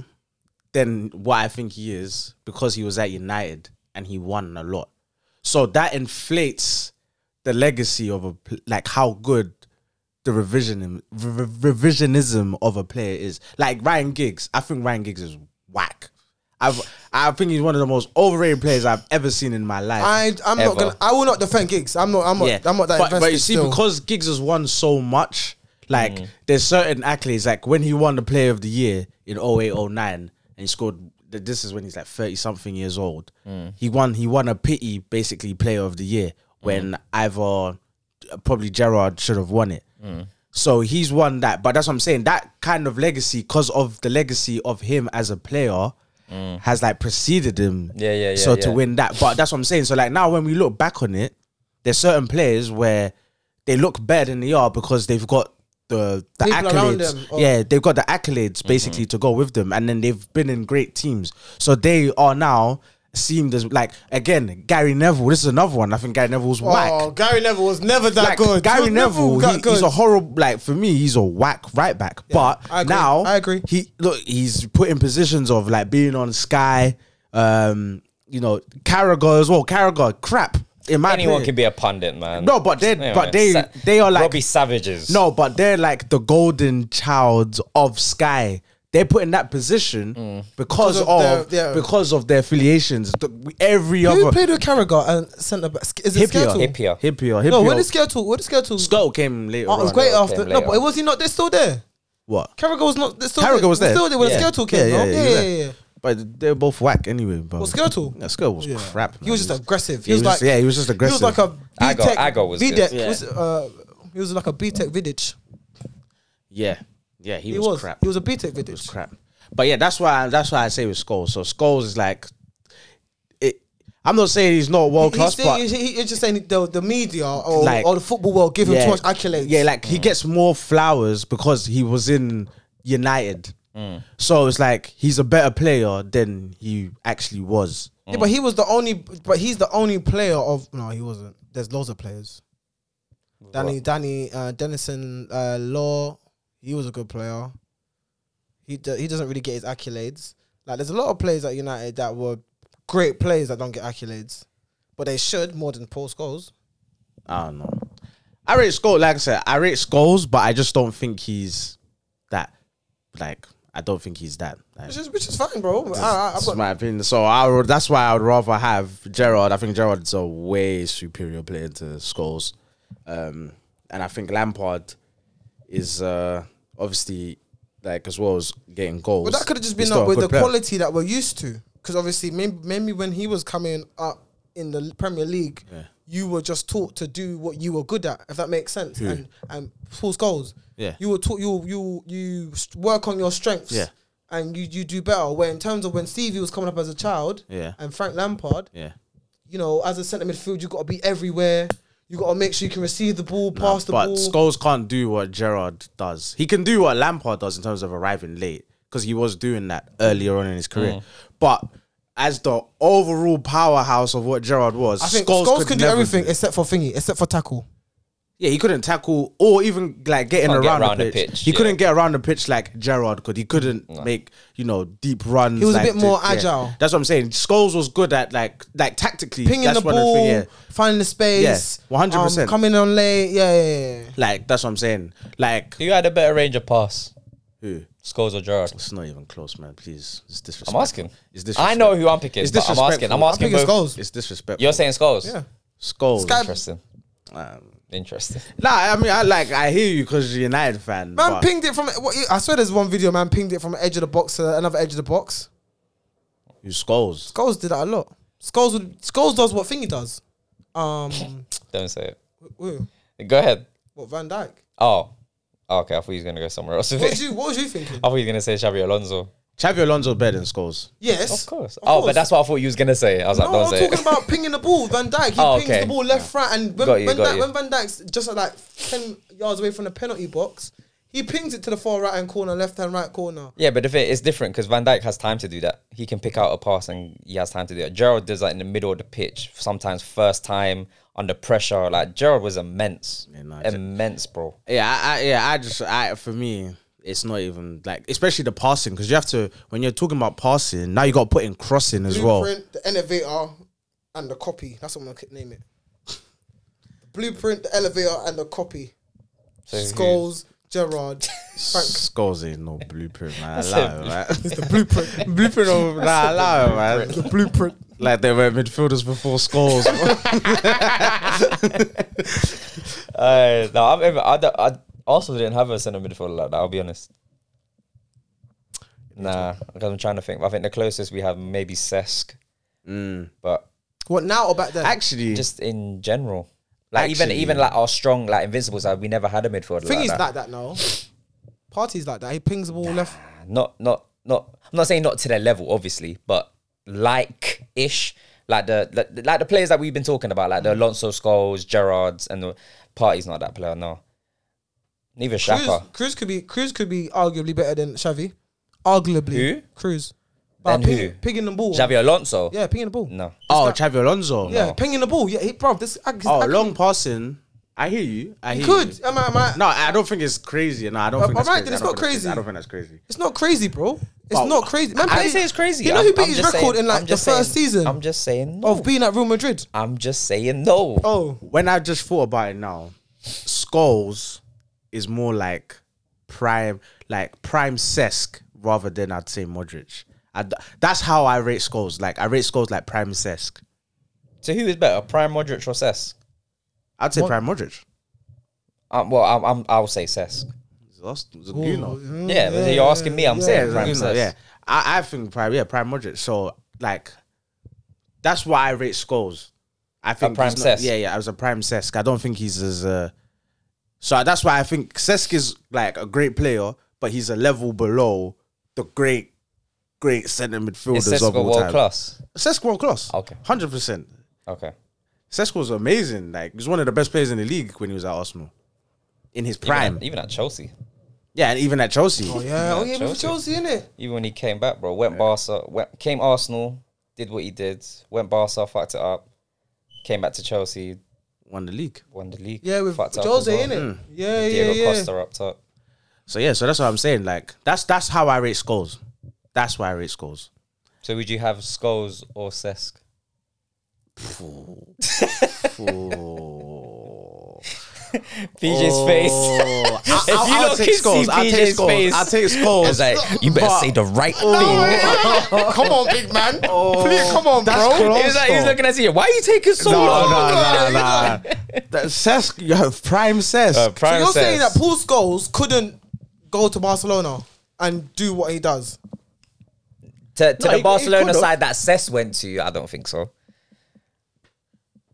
Speaker 2: than what I think he is because he was at United and he won a lot. So that inflates the legacy of a pl- like how good the revision re- re- revisionism of a player is. Like Ryan Giggs, I think Ryan Giggs is whack. I've I think he's one of the most overrated players I've ever seen in my life.
Speaker 3: I I'm
Speaker 1: Ever.
Speaker 3: not gonna. I will not defend gigs. I'm not. I'm not. I'm not that
Speaker 2: but,
Speaker 3: invested.
Speaker 2: but you see,
Speaker 3: still.
Speaker 2: because Giggs has won so much, like
Speaker 1: Mm.
Speaker 2: there's certain accolades. Like when he won the Player of the Year in 08, 09, and he scored. th- This is when he's like thirty something years old.
Speaker 1: Mm.
Speaker 2: He won. He won a pity basically Player of the Year when
Speaker 1: Mm.
Speaker 2: either probably Gerard should have won it.
Speaker 1: Mm.
Speaker 2: So he's won that. But that's what I'm saying. That kind of legacy, because of the legacy of him as a player. Has like preceded him,
Speaker 1: Mm. Yeah, yeah, yeah,
Speaker 2: So to
Speaker 1: yeah.
Speaker 2: win that, but that's what I'm saying. So like now, when we look back on it, there's certain players where they look better than they are because they've got the the
Speaker 3: People around
Speaker 2: accolades.
Speaker 3: them, oh. or-
Speaker 2: Yeah, they've got the
Speaker 1: Mm-hmm.
Speaker 2: accolades basically to go with them, and then they've been in great teams. So they are now seemed as like again Gary Neville. This is another one. I think Gary Neville's
Speaker 3: oh,
Speaker 2: whack.
Speaker 3: Gary Neville was never that
Speaker 2: Like
Speaker 3: good.
Speaker 2: Gary
Speaker 3: He was
Speaker 2: Neville,
Speaker 3: that
Speaker 2: he-
Speaker 3: good.
Speaker 2: he's a horrible. Like for me, he's a whack right back.
Speaker 3: I
Speaker 2: but
Speaker 3: agree.
Speaker 2: now
Speaker 3: I agree.
Speaker 2: He look, he's put in positions of like being on Sky. Um, you know, Carragher as well. Carragher, crap. In my
Speaker 1: Anyone
Speaker 2: opinion.
Speaker 1: can be a pundit, man.
Speaker 2: No, but they
Speaker 1: Anyway,
Speaker 2: but they
Speaker 1: sa-
Speaker 2: they are like
Speaker 1: Robbie Savages.
Speaker 2: no, but they're like the golden child of Sky. They're put in that position because,
Speaker 3: Because
Speaker 2: of,
Speaker 3: of their- yeah.
Speaker 2: because of their affiliations. The- every
Speaker 3: Who
Speaker 2: other
Speaker 3: played with Carragher and centre back? Is it
Speaker 2: Hippier,
Speaker 3: Skirtle?
Speaker 1: Hippier.
Speaker 2: Hippier,
Speaker 3: No, when
Speaker 2: Hippier.
Speaker 3: did Skirtle? When did Skirtle?
Speaker 2: Skull came later.
Speaker 3: Oh, it was
Speaker 2: on.
Speaker 3: great
Speaker 1: no,
Speaker 3: after.
Speaker 1: came
Speaker 3: No, but
Speaker 1: later.
Speaker 3: was he not? They're still there.
Speaker 2: What?
Speaker 3: Carragher was not. They're still
Speaker 2: Carragher
Speaker 3: there.
Speaker 2: was
Speaker 3: They're
Speaker 2: there.
Speaker 3: Still there when
Speaker 2: Yeah.
Speaker 3: Skirtle came. no?
Speaker 2: he
Speaker 3: Yeah,
Speaker 2: was
Speaker 3: yeah,
Speaker 2: there.
Speaker 3: yeah.
Speaker 2: But they're both whack anyway. But
Speaker 3: Well, Skirtle?
Speaker 2: Yeah, Skull was
Speaker 3: Yeah.
Speaker 2: crap.
Speaker 3: He was
Speaker 2: man.
Speaker 3: just aggressive. He,
Speaker 2: Yeah,
Speaker 3: was, like
Speaker 2: yeah, he was just aggressive.
Speaker 3: He was like a
Speaker 1: Aggo-
Speaker 3: B-Tech,
Speaker 1: Aggo was good.
Speaker 3: B-Tech,
Speaker 2: Yeah.
Speaker 3: was, uh, he was like a B-Tech Vidic.
Speaker 2: yeah, yeah. He,
Speaker 3: He
Speaker 2: was,
Speaker 3: was.
Speaker 2: crap.
Speaker 3: He was a B-Tech
Speaker 2: It was
Speaker 3: Vidic.
Speaker 2: crap. But yeah, that's why that's why I say with Skulls. So Skulls is like, it. I'm not saying he's not world
Speaker 3: He's
Speaker 2: class,
Speaker 3: still-
Speaker 2: but
Speaker 3: he- he- he's just saying the, the media or,
Speaker 2: Like-
Speaker 3: or the football world give him too much accolades.
Speaker 2: Yeah, like he gets more flowers because he was in United. So it's like he's a better player than he actually was.
Speaker 3: Yeah, but he was the only. But he's the only player of. No, he wasn't. There's loads of players. Danny, Danny, uh, Dennison, uh, Law. He was a good player. He do, he doesn't really get his accolades. Like there's a lot of players at United that were great players that don't get accolades, but they should more than Paul Scholes.
Speaker 2: I don't know. I rate Scholes, like I said, I rate Scholes, but I just don't think he's that. Like, I don't think he's that. Like,
Speaker 3: Which is which is fine, bro. I, I, I've
Speaker 2: that's
Speaker 3: got,
Speaker 2: my opinion. So I would, that's why I would rather have Gerard. I think Gerard's a way superior player to Scholes, um, and I think Lampard is uh, obviously like as well as getting goals.
Speaker 3: but that could have just
Speaker 2: he's
Speaker 3: been
Speaker 2: still
Speaker 3: up
Speaker 2: a
Speaker 3: with
Speaker 2: good
Speaker 3: the
Speaker 2: player.
Speaker 3: quality that we're used to. because obviously maybe, maybe when he was coming up in the Premier League, you were just taught to do what you were good at, if that makes sense. And and Paul's goals,
Speaker 2: Yeah.
Speaker 3: you were taught you you you s- work on your strengths,
Speaker 2: Yeah.
Speaker 3: and you you do better. Where in terms of when Stevie was coming up as a child,
Speaker 2: Yeah.
Speaker 3: and Frank Lampard,
Speaker 2: Yeah.
Speaker 3: you know, as a centre midfield, you got to be everywhere. You got to make sure you can receive the ball, pass the
Speaker 2: but
Speaker 3: ball.
Speaker 2: Scholes can't do what Gerard does. He can do what Lampard does in terms of arriving late because he was doing that earlier on in his career. But as the overall powerhouse of what Gerard was,
Speaker 3: I think
Speaker 2: Scholes,
Speaker 3: Scholes,
Speaker 2: could
Speaker 3: can do
Speaker 2: never
Speaker 3: everything except for thingy, except for tackle.
Speaker 2: Yeah, he couldn't tackle or even like getting
Speaker 1: Can't
Speaker 2: around,
Speaker 1: get around
Speaker 2: the,
Speaker 1: the
Speaker 2: pitch.
Speaker 1: pitch,
Speaker 2: He
Speaker 1: yeah.
Speaker 2: couldn't get around the pitch like Gerard could. He couldn't make you know deep runs.
Speaker 3: He was a
Speaker 2: like,
Speaker 3: bit more
Speaker 2: yeah.
Speaker 3: agile.
Speaker 2: That's what I'm saying. Scholes was good at like like tactically
Speaker 3: Pinging
Speaker 2: that's
Speaker 3: the
Speaker 2: one
Speaker 3: ball,
Speaker 2: Of the thing, yeah.
Speaker 3: finding the space.
Speaker 2: Yeah, 100%.
Speaker 3: um, Coming on late. Yeah, yeah, yeah.
Speaker 2: Like that's what I'm saying. Like
Speaker 1: Who had a better range of pass?
Speaker 2: who?
Speaker 1: Scholes or Gerrard?
Speaker 2: It's not even close, man. Please, it's
Speaker 1: I'm
Speaker 2: disrespectful.
Speaker 1: asking.
Speaker 2: It's disrespectful.
Speaker 1: I know who I'm picking.
Speaker 2: It's
Speaker 1: but I'm asking. I'm
Speaker 2: disrespectful.
Speaker 1: asking.
Speaker 3: Biggest
Speaker 1: both.
Speaker 3: goals.
Speaker 2: It's disrespectful.
Speaker 1: You're saying Scholes?
Speaker 3: Yeah.
Speaker 2: Scholes.
Speaker 3: Sky-
Speaker 1: Interesting.
Speaker 2: Um,
Speaker 1: Interesting.
Speaker 2: nah, I mean, I like. I hear you because you're a United fan.
Speaker 3: Man
Speaker 2: but
Speaker 3: pinged it from. What, I swear, there's one video. Man pinged it from edge of the box to another edge of the box.
Speaker 2: you Scholes.
Speaker 3: Scholes did that a lot. Scholes would. Scholes does what thingy does. Um,
Speaker 1: Don't say
Speaker 3: who?
Speaker 1: it. Go ahead.
Speaker 3: what Van Dyke?
Speaker 1: Oh. okay. I thought he was gonna go somewhere else with
Speaker 3: What
Speaker 1: it.
Speaker 3: was you? What was you thinking?
Speaker 1: I thought he was gonna say Xavi Alonso.
Speaker 2: Xavi Alonso better than Scholes.
Speaker 3: Yes,
Speaker 1: Of course. oh, but that's what I thought you was gonna say. I was like,
Speaker 3: No,
Speaker 1: don't
Speaker 3: I'm
Speaker 1: say
Speaker 3: talking
Speaker 1: it.
Speaker 3: about pinging the ball. Van Dyke, he
Speaker 1: Oh,
Speaker 3: pings
Speaker 1: okay.
Speaker 3: the ball left, right, and when,
Speaker 1: Got you,
Speaker 3: when,
Speaker 1: got
Speaker 3: Dijk-
Speaker 1: you.
Speaker 3: when Van Dyke's just at like ten yards away from the penalty box, he pings it to the far right hand corner, left hand right corner.
Speaker 1: yeah, but the thing it's different because Van Dijk has time to do that. He can pick out a pass and he has time to do it. Gerald does that in the middle of the pitch, sometimes first time under pressure. Like Gerald was immense,
Speaker 2: Yeah, nah,
Speaker 1: immense, bro.
Speaker 2: Yeah, I, I, yeah. I just, I for me, it's not even like, especially the passing, because you have to when you're talking about passing. Now you got to put in crossing as well.
Speaker 3: Blueprint, the elevator, and the copy. That's what I'm gonna name it. Blueprint, the elevator, and the copy.
Speaker 1: So who-
Speaker 3: Scholes, Gerard, Frank.
Speaker 2: Scholes ain't no blueprint, man. I
Speaker 1: That's
Speaker 2: allow
Speaker 1: a
Speaker 2: it, man.
Speaker 3: It's the blueprint.
Speaker 2: blueprint of, nah, I allow it, man.
Speaker 3: the blueprint.
Speaker 2: Like they were midfielders before Scholes. bro.
Speaker 1: Uh, no, I've ever. I, don't- I also didn't have a centre midfielder like that. I'll be honest. Nah, because I'm trying to think. I think the closest we have maybe Sesk, but
Speaker 3: What now or back then?
Speaker 2: Actually,
Speaker 1: just in general, like even
Speaker 2: Actually-
Speaker 1: even like our strong like invincible side, we never had a midfielder
Speaker 3: Thing
Speaker 1: like
Speaker 3: is
Speaker 1: that.
Speaker 3: like that now. Parties like that. He pings the ball left.
Speaker 1: Not not not. I'm not saying not to their level, obviously, but like ish, like the like, like the players that we've been talking about, like the Alonso, Scholes, Gerrards, and the party's not that player. No, neither
Speaker 3: Cruz,
Speaker 1: Shaka.
Speaker 3: Cruz could be Cruz could be arguably better than Xavi. Arguably.
Speaker 1: Who?
Speaker 3: Cruz.
Speaker 1: Than
Speaker 3: ping,
Speaker 1: who?
Speaker 3: Pinging the ball.
Speaker 1: Xavi Alonso.
Speaker 3: Yeah, pinging the ball.
Speaker 1: No.
Speaker 2: oh, Xavi Alonso.
Speaker 3: Yeah, pinging the ball. Yeah, he, bro, this. I,
Speaker 2: Oh, long passing. I hear you. I hear
Speaker 3: Could.
Speaker 2: you.
Speaker 3: Am I, am I,
Speaker 2: No, I don't think it's crazy. No, I don't
Speaker 3: Uh,
Speaker 2: think
Speaker 3: but
Speaker 2: that's
Speaker 3: right,
Speaker 2: crazy.
Speaker 3: then it's
Speaker 2: I don't
Speaker 3: not
Speaker 2: think that's-
Speaker 3: crazy.
Speaker 2: I don't think that's crazy.
Speaker 3: It's not crazy, bro. It's
Speaker 2: Well,
Speaker 3: not crazy. Man,
Speaker 1: I
Speaker 3: played-
Speaker 1: didn't say it's crazy.
Speaker 3: You know
Speaker 1: I'm-
Speaker 3: who beat
Speaker 1: I'm
Speaker 3: his
Speaker 1: just
Speaker 3: record
Speaker 1: saying-
Speaker 3: in like
Speaker 1: I'm
Speaker 3: the
Speaker 1: just
Speaker 3: first
Speaker 1: saying-
Speaker 3: season
Speaker 1: I'm just saying no.
Speaker 3: of being at Real Madrid?
Speaker 1: I'm just saying no.
Speaker 3: Oh,
Speaker 2: When I just thought about it now, Skulls is more like prime, like prime Sesk rather than I'd say Modric. I d that's how I rate Skulls. Like I rate Skulls like prime Sesk.
Speaker 1: So who is better, Prime Modric or Cesc?
Speaker 2: I'd say prime Modric.
Speaker 1: Um, well, I'm, I'm I'll say Cesc.
Speaker 2: Zos- Zagino.
Speaker 3: Mm.
Speaker 1: Yeah, but you're asking me. I'm
Speaker 2: Yeah,
Speaker 1: saying Prime
Speaker 2: Zagino,
Speaker 1: Cesc.
Speaker 2: yeah. I, I think prime, yeah, prime Modric. So like, that's why I rate Skulls. I think
Speaker 1: prime
Speaker 2: he's not-
Speaker 1: Sesk.
Speaker 2: Yeah, yeah. I was a prime Sesk. I don't think he's as. Uh, So that's why I think Sesk is like a great player, but he's a level below the great, great centre
Speaker 1: Is
Speaker 2: midfielders
Speaker 1: Cesc
Speaker 2: of all
Speaker 1: world
Speaker 2: time.
Speaker 1: class?
Speaker 2: Sesk world class.
Speaker 1: Okay.
Speaker 2: hundred percent.
Speaker 1: Okay.
Speaker 2: Sesk was amazing. Like he was one of the best players in the league when he was at Arsenal, in his
Speaker 1: Even
Speaker 2: prime.
Speaker 1: at, even at Chelsea,
Speaker 2: yeah, and even at Chelsea.
Speaker 3: oh yeah, oh
Speaker 1: Yeah,
Speaker 3: yeah, with Chelsea
Speaker 1: Chelsea.
Speaker 3: in it.
Speaker 1: even when he came back, bro, went Barca, went, came Arsenal, did what he did, went Barca, fucked it up, came back to Chelsea,
Speaker 2: Won the league.
Speaker 1: won the league,
Speaker 3: Yeah, with
Speaker 1: fucked it up
Speaker 3: Jose
Speaker 1: as well.
Speaker 3: in it. Yeah, yeah,
Speaker 1: Diego
Speaker 3: yeah.
Speaker 1: Costa up top.
Speaker 2: So yeah, so that's what I'm saying. Like that's that's how I rate scores. That's why I rate scores.
Speaker 1: So would you have Scholes or Cesc? PJ's face.
Speaker 2: Oh, I,
Speaker 1: If you
Speaker 2: I'll, I'll
Speaker 1: lot
Speaker 2: take
Speaker 1: can
Speaker 2: scores.
Speaker 1: see
Speaker 2: I'll take
Speaker 1: PJ's
Speaker 2: scores.
Speaker 1: face.
Speaker 2: I'll take scores.
Speaker 1: It's like you better
Speaker 2: But-
Speaker 1: say the right thing.
Speaker 3: come on, big man. Please, come on,
Speaker 2: That's
Speaker 3: bro.
Speaker 2: close.
Speaker 1: He's like, he's
Speaker 2: though.
Speaker 1: looking at you. Why are you taking so
Speaker 2: No, no,
Speaker 1: long? Uh,
Speaker 2: no, no. That Cesc, you have prime Cesc.
Speaker 1: Uh, Prime
Speaker 3: So you're saying
Speaker 1: says-
Speaker 3: that Paul Scholes couldn't go to Barcelona and do what he does?
Speaker 1: to, to
Speaker 2: No,
Speaker 1: the
Speaker 2: he- he
Speaker 1: Barcelona
Speaker 2: could've.
Speaker 1: side that Cesc went to, I don't think so.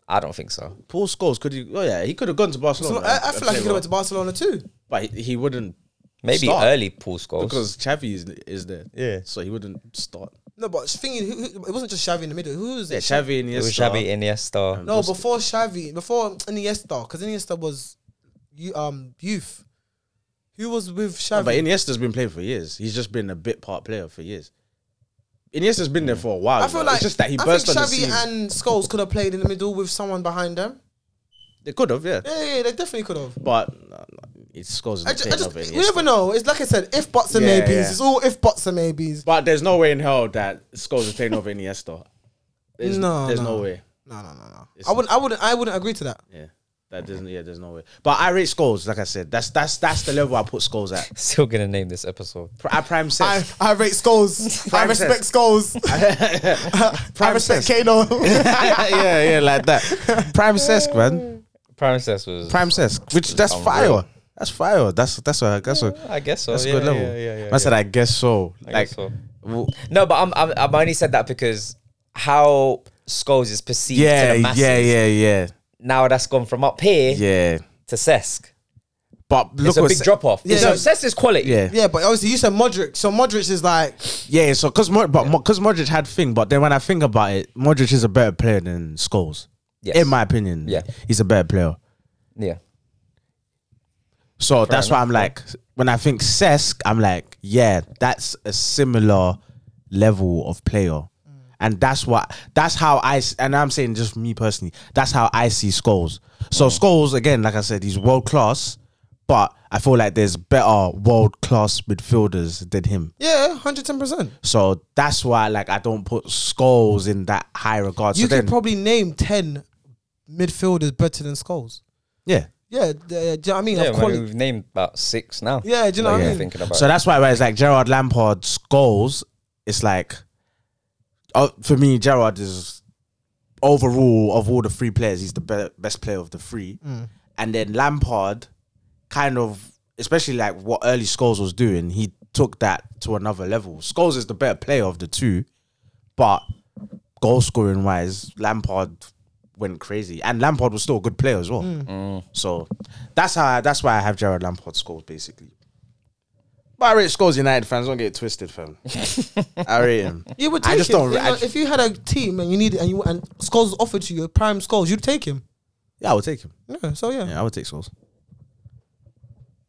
Speaker 1: I don't think so.
Speaker 2: Paul Scholes could he? Oh yeah, he could have gone to
Speaker 3: So
Speaker 2: Barcelona.
Speaker 3: I, I feel like he could have went to
Speaker 2: Barcelona,
Speaker 3: Barcelona too.
Speaker 2: but he, he wouldn't
Speaker 1: Maybe
Speaker 2: start
Speaker 1: early pool scores.
Speaker 2: because Xavi is, is there.
Speaker 1: Yeah.
Speaker 2: so he wouldn't start.
Speaker 3: No, but thinking who, who, it wasn't just Xavi in the middle. Who was
Speaker 2: Yeah,
Speaker 3: it?
Speaker 2: Xavi and
Speaker 1: it was
Speaker 2: Iniesta.
Speaker 1: Xavi, Iniesta.
Speaker 2: Um,
Speaker 3: No, before Xavi, before Iniesta, because Iniesta was you um youth. Who was with
Speaker 2: No,
Speaker 3: Xavi?
Speaker 2: but Iniesta's been playing for years. He's just been a bit part player for years. Iniesta's been there for a while.
Speaker 3: I feel
Speaker 2: bro.
Speaker 3: like
Speaker 2: it's just that he
Speaker 3: I
Speaker 2: burst on
Speaker 3: think
Speaker 2: the
Speaker 3: Xavi
Speaker 2: scene.
Speaker 3: and Scholes could have played in the middle with someone behind them.
Speaker 2: they could have, yeah.
Speaker 3: Yeah, yeah, yeah, they definitely could have.
Speaker 2: But no, no, it scores
Speaker 3: I
Speaker 2: the
Speaker 3: just,
Speaker 2: pain
Speaker 3: I just,
Speaker 2: of
Speaker 3: we
Speaker 2: Iniesta.
Speaker 3: never know. It's like I said, if buts and
Speaker 2: Yeah,
Speaker 3: maybes.
Speaker 2: yeah.
Speaker 3: It's all if buts and maybes.
Speaker 2: But there's no way in hell that scores the pain of Iniesta. There's,
Speaker 3: No,
Speaker 2: there's
Speaker 3: no.
Speaker 2: no way.
Speaker 3: No, no, no, no.
Speaker 2: It's
Speaker 3: I wouldn't, I wouldn't, I wouldn't agree to that.
Speaker 2: Yeah, that doesn't. Yeah, there's no way. But I rate scores. Like I said, that's that's that's the level I put scores at.
Speaker 1: Still gonna name this episode.
Speaker 2: Pr- I prime
Speaker 3: I,
Speaker 2: set.
Speaker 3: I rate Scholes. I
Speaker 2: Prime
Speaker 3: respect
Speaker 2: says.
Speaker 3: Scholes. I respect Kano.
Speaker 2: yeah, yeah, like that. Prime Sesk, man.
Speaker 1: Prime Cesc was.
Speaker 2: Prime Sesk, which that's
Speaker 1: Unreal.
Speaker 2: fire. That's fire. That's that's a that's a
Speaker 1: I guess so.
Speaker 2: that's a
Speaker 1: Oh, yeah,
Speaker 2: good level.
Speaker 1: Yeah, yeah, yeah,
Speaker 2: I said
Speaker 1: yeah.
Speaker 2: I guess so.
Speaker 1: I
Speaker 2: like
Speaker 1: guess so.
Speaker 2: w-
Speaker 1: No, but I'm, I'm I'm only said that because how Scholes is perceived to
Speaker 2: yeah,
Speaker 1: the masses.
Speaker 2: yeah, yeah, yeah,
Speaker 1: Now that's gone from up here
Speaker 2: yeah.
Speaker 1: to Cesc.
Speaker 2: But look
Speaker 1: It's a
Speaker 2: what
Speaker 1: big
Speaker 2: Se-
Speaker 1: drop off.
Speaker 3: Yeah.
Speaker 1: So Cesc is quality.
Speaker 2: Yeah,
Speaker 3: yeah, but obviously you said Modric, so Modric is like
Speaker 2: yeah. So because Mod- but because Modric had thing, but then when I think about it, Modric is a better player than Scholes,
Speaker 1: Yes.
Speaker 2: in my opinion.
Speaker 1: Yeah.
Speaker 2: he's a better player.
Speaker 1: Yeah.
Speaker 2: So that's why I'm like, when I think Cesc, I'm like, yeah, that's a similar level of player.
Speaker 3: Mm.
Speaker 2: And that's what, that's how I, s- and I'm saying just me personally, that's how I see Scholes. So
Speaker 3: Mm.
Speaker 2: Scholes, again, like I said, he's world class, but I feel like there's better world class midfielders than him.
Speaker 3: yeah, hundred ten percent.
Speaker 2: So that's why, like, I don't put Scholes in that high regard.
Speaker 3: You
Speaker 2: so
Speaker 3: could
Speaker 2: then,
Speaker 3: probably name ten midfielders better than Scholes.
Speaker 2: yeah.
Speaker 3: Yeah, the- do you know what I mean?
Speaker 1: Yeah,
Speaker 3: of
Speaker 1: well,
Speaker 3: quality.
Speaker 1: we've named about six now.
Speaker 3: yeah, do you know
Speaker 1: Like,
Speaker 3: what I
Speaker 1: yeah,
Speaker 3: mean?
Speaker 1: Thinking about
Speaker 2: So that's why when it's like Gerard Lampard's goals, it's like, oh, for me, Gerard is overall of all the three players, he's the be- best player of the three. And then Lampard, kind of, especially like what early Scholes was doing, he took that to another level. Scholes is the better player of the two, but goal scoring wise, Lampard went crazy, and Lampard was still a good player as well. So that's how that's why I have Jared Lampard scores basically. But I rate scores United fans. Don't get it twisted, fam. I rate him.
Speaker 3: You would take
Speaker 2: I just
Speaker 3: him.
Speaker 2: don't.
Speaker 3: You
Speaker 2: I
Speaker 3: know,
Speaker 2: ju-
Speaker 3: if you had a team and you needed and you and Scholes was offered to you, prime Scholes, you'd take him.
Speaker 2: yeah, I would take him.
Speaker 3: Yeah, so yeah,
Speaker 2: Yeah, I would take scores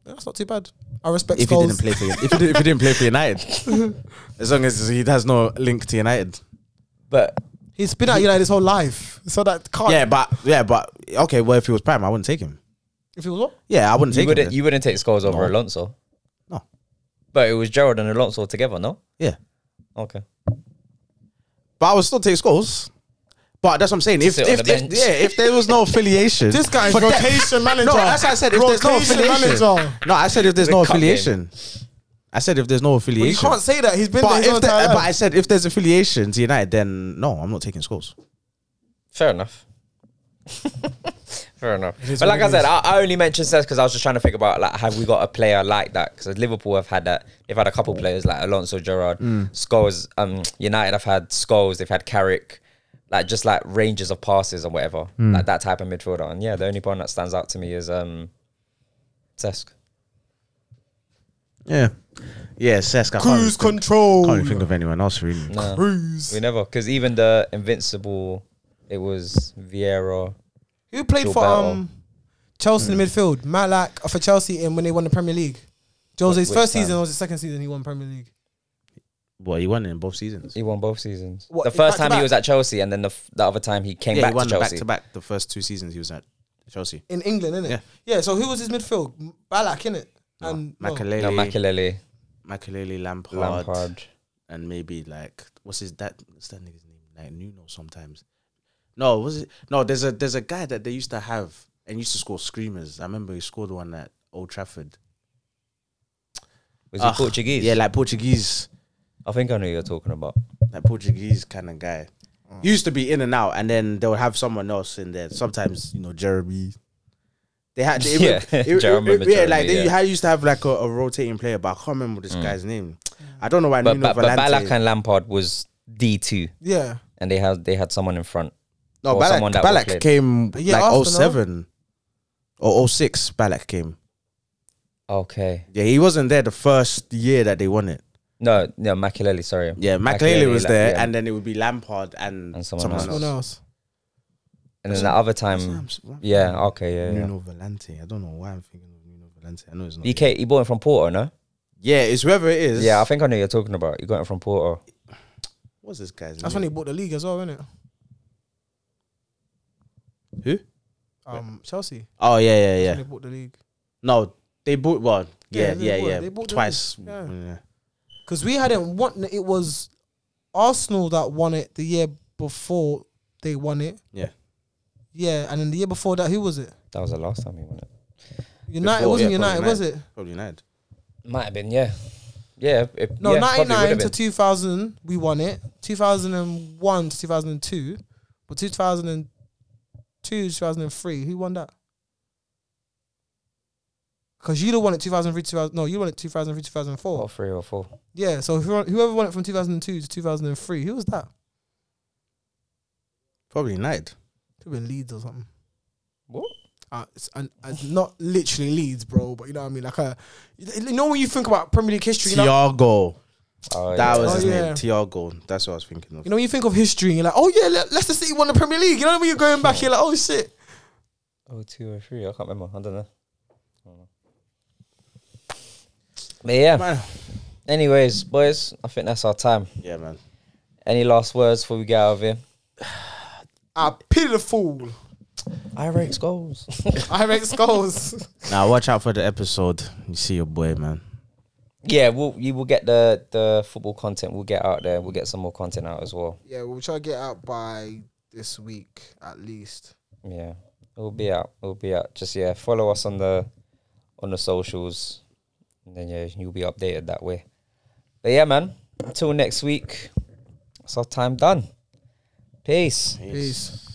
Speaker 3: that's not too bad. I respect
Speaker 2: if he
Speaker 3: Scholes.
Speaker 2: didn't play for if he didn't, if he didn't play for United. as long as he has no link to United.
Speaker 1: but
Speaker 3: He's been at United his whole life, so that can't.
Speaker 2: Yeah, but yeah, but okay. Well, if he was prime, I wouldn't take him.
Speaker 3: If he was what?
Speaker 2: Yeah, I wouldn't
Speaker 1: you
Speaker 2: take him.
Speaker 1: wouldn't
Speaker 2: then.
Speaker 1: you wouldn't take scores over
Speaker 2: No.
Speaker 1: Alonso.
Speaker 2: No.
Speaker 1: But it was Gerald and Alonso together, no?
Speaker 2: yeah,
Speaker 1: Okay.
Speaker 2: but I would still take scores. But that's what I'm saying. If,
Speaker 1: Sit on
Speaker 2: if,
Speaker 1: the
Speaker 2: if-
Speaker 1: bench.
Speaker 2: yeah, if there was no affiliation,
Speaker 3: This guy's
Speaker 2: for depth-
Speaker 3: rotation manager.
Speaker 2: No, that's what I said. If there's no
Speaker 3: Rotation
Speaker 2: affiliation,
Speaker 3: manager.
Speaker 2: no, I said if there's no
Speaker 1: The cup game.
Speaker 2: affiliation. I said if there's no
Speaker 3: But you
Speaker 2: affiliation.
Speaker 3: can't say that. He's been there
Speaker 2: but
Speaker 3: his whole
Speaker 2: if there,
Speaker 3: entire
Speaker 2: but
Speaker 3: life.
Speaker 2: I said if there's affiliation to United, then no, I'm not taking scores.
Speaker 1: Fair enough. Fair enough.
Speaker 3: is
Speaker 1: But
Speaker 3: what
Speaker 1: like
Speaker 3: it
Speaker 1: I said, I, I only mentioned Cesc because I was just trying to think about like, have we got a player like that? Because Liverpool have had that. They've had a couple players like Alonso, Gerard,
Speaker 3: Mm.
Speaker 1: Scholes. Um, United have had Scholes. They've had Carrick. Like just like ranges of passes and whatever,
Speaker 3: Mm.
Speaker 1: like that type of midfielder. And yeah, the only one that stands out to me is um, Cesc.
Speaker 2: Yeah, yeah, Cesc. I can't,
Speaker 3: Cruise
Speaker 2: even think-
Speaker 3: control.
Speaker 2: can't even think of anyone else really.
Speaker 1: No.
Speaker 3: Cruise.
Speaker 1: We never, because even the Invincible, it was Vieira.
Speaker 3: Who played for
Speaker 1: Gilberto.
Speaker 3: um Chelsea
Speaker 2: Hmm.
Speaker 3: in the midfield? Malak uh, for Chelsea in when they won the Premier League. Jose's
Speaker 1: Wh- which
Speaker 3: first
Speaker 1: time?
Speaker 3: season or was his second season he won Premier League.
Speaker 2: Well, he won in both seasons.
Speaker 1: He won both seasons.
Speaker 3: What,
Speaker 1: the first
Speaker 3: back to
Speaker 1: time he
Speaker 3: back?
Speaker 1: was at Chelsea, and then the, f- the other time he came
Speaker 2: Yeah,
Speaker 1: back
Speaker 2: he won
Speaker 1: to
Speaker 2: back
Speaker 1: Chelsea.
Speaker 2: to back the first two seasons he was at Chelsea.
Speaker 3: In England, innit?
Speaker 2: Yeah.
Speaker 3: Yeah, so who was his midfield? M- Balak, innit?
Speaker 2: And
Speaker 3: And no.
Speaker 2: Makaleli,
Speaker 1: No, Makelele,
Speaker 2: Makaleli, Lampard,
Speaker 1: Lampard.
Speaker 2: and maybe like what's his that what's that nigga's name? Like Nuno sometimes. No, was it no, there's a there's a guy that they used to have and used to score screamers. I remember he scored one at Old Trafford.
Speaker 1: Was
Speaker 2: Ugh,
Speaker 1: he Portuguese?
Speaker 2: Yeah, like Portuguese
Speaker 1: I think I know who you're talking about.
Speaker 2: like Portuguese kind of guy. Used to be in and out, and then they'll have someone else in there. Sometimes, you know, Jeremy They had, it,
Speaker 1: Yeah.
Speaker 2: it-
Speaker 1: Do you
Speaker 2: it-
Speaker 1: remember
Speaker 2: yeah,
Speaker 1: Jeremy?
Speaker 2: like they
Speaker 1: Yeah. Mm.
Speaker 2: had- used to have like a, a rotating player, but I can't remember this guy's name. I don't know why
Speaker 1: But,
Speaker 2: Nuno
Speaker 1: but, but Balak
Speaker 2: Valente.
Speaker 1: and Lampard was D two,
Speaker 3: Yeah.
Speaker 1: and they had they had someone in front.
Speaker 2: no,
Speaker 1: or someone
Speaker 2: Balak,
Speaker 1: that was
Speaker 2: Balak
Speaker 1: played.
Speaker 2: came
Speaker 3: A year
Speaker 2: like
Speaker 3: after, no?
Speaker 2: 07 or 06. Balak came.
Speaker 1: Okay,
Speaker 2: Yeah, he wasn't there the first year that they won it.
Speaker 1: no, no, Makelele, sorry.
Speaker 2: Yeah,
Speaker 1: Makelele,
Speaker 2: McLeary was
Speaker 1: like,
Speaker 2: there,
Speaker 1: yeah.
Speaker 2: and then it would be Lampard and,
Speaker 1: And someone
Speaker 2: someone,
Speaker 1: else.
Speaker 3: Someone else.
Speaker 1: And then the other time,
Speaker 2: else.
Speaker 1: yeah, okay, yeah, yeah.
Speaker 2: Nuno Valente. I don't know why I'm thinking of Nuno Valente. I know it's not. him.
Speaker 1: BK, he bought him from Porto, no?
Speaker 2: Yeah, it's whoever it is.
Speaker 1: Yeah, I think I know who you're talking about. You got him from Porto.
Speaker 2: What's this guy's
Speaker 3: That's when
Speaker 2: name?
Speaker 3: he bought the league as well, isn't it?
Speaker 2: Who?
Speaker 3: Um, Chelsea.
Speaker 2: Oh yeah, yeah,
Speaker 3: That's
Speaker 2: yeah.
Speaker 3: when They bought the league
Speaker 2: No, they bought well.
Speaker 3: Yeah,
Speaker 2: Yeah,
Speaker 3: they
Speaker 2: yeah,
Speaker 3: bought-
Speaker 2: yeah.
Speaker 3: they bought the
Speaker 2: Twice.
Speaker 3: league, yeah.
Speaker 2: Mm, yeah.
Speaker 3: because we hadn't won. It was Arsenal that won it the year before they won it.
Speaker 2: Yeah.
Speaker 3: Yeah, and then the year before that, who was it?
Speaker 1: That was the last time he won it.
Speaker 3: United
Speaker 2: Before,
Speaker 3: wasn't
Speaker 2: yeah,
Speaker 3: United,
Speaker 2: probably
Speaker 3: was it?
Speaker 2: Probably United.
Speaker 1: Might have been, yeah. Yeah. It,
Speaker 3: No,
Speaker 1: yeah, probably
Speaker 3: ninety
Speaker 1: would
Speaker 3: nine
Speaker 1: have
Speaker 3: to
Speaker 1: been.
Speaker 3: two thousand, we won it. Two thousand and one to two thousand and two, but two thousand and two, two thousand and three, who won that? Because you won it two thousand three, two thousand. No, you won it two thousand three, two thousand four.
Speaker 1: Or Oh, three or four.
Speaker 3: Yeah, so who- whoever won it from 2002 to 2003, who was that?
Speaker 2: Probably United.
Speaker 3: Could have been Leeds or something.
Speaker 1: What?
Speaker 3: Uh, it's, and, and not literally Leeds, bro, but you know what I mean? Like, uh, you know, when you think about Premier League history, you know,
Speaker 2: Tiago.
Speaker 1: Oh,
Speaker 2: That
Speaker 1: yeah.
Speaker 2: was his
Speaker 3: Oh, yeah.
Speaker 2: name. Tiago. That's what I was thinking of.
Speaker 3: you know, when you think of history, you're like, oh yeah, Le- Leicester City won the Premier League. You know, when you're going back, you're like, oh shit.
Speaker 1: Oh, two or three. I can't remember. I don't know. I don't know. But yeah.
Speaker 2: Man.
Speaker 1: Anyways, boys, I think that's our time.
Speaker 2: Yeah, man.
Speaker 1: Any last words before we get out of here?
Speaker 3: I pity the fool.
Speaker 1: Irx goals.
Speaker 3: I rate scores.
Speaker 2: Now watch out for the episode. You see your boy, man.
Speaker 1: yeah, we'll you will get the the football content. We'll get out there. We'll get some more content out as well.
Speaker 3: yeah, we'll try to get out by this week at least.
Speaker 1: Yeah, it'll be out. It'll be out. Just yeah, follow us on the on the socials, and then yeah, you'll be updated that way. But yeah, man. Until next week, it's our time done. Peace.
Speaker 3: Peace.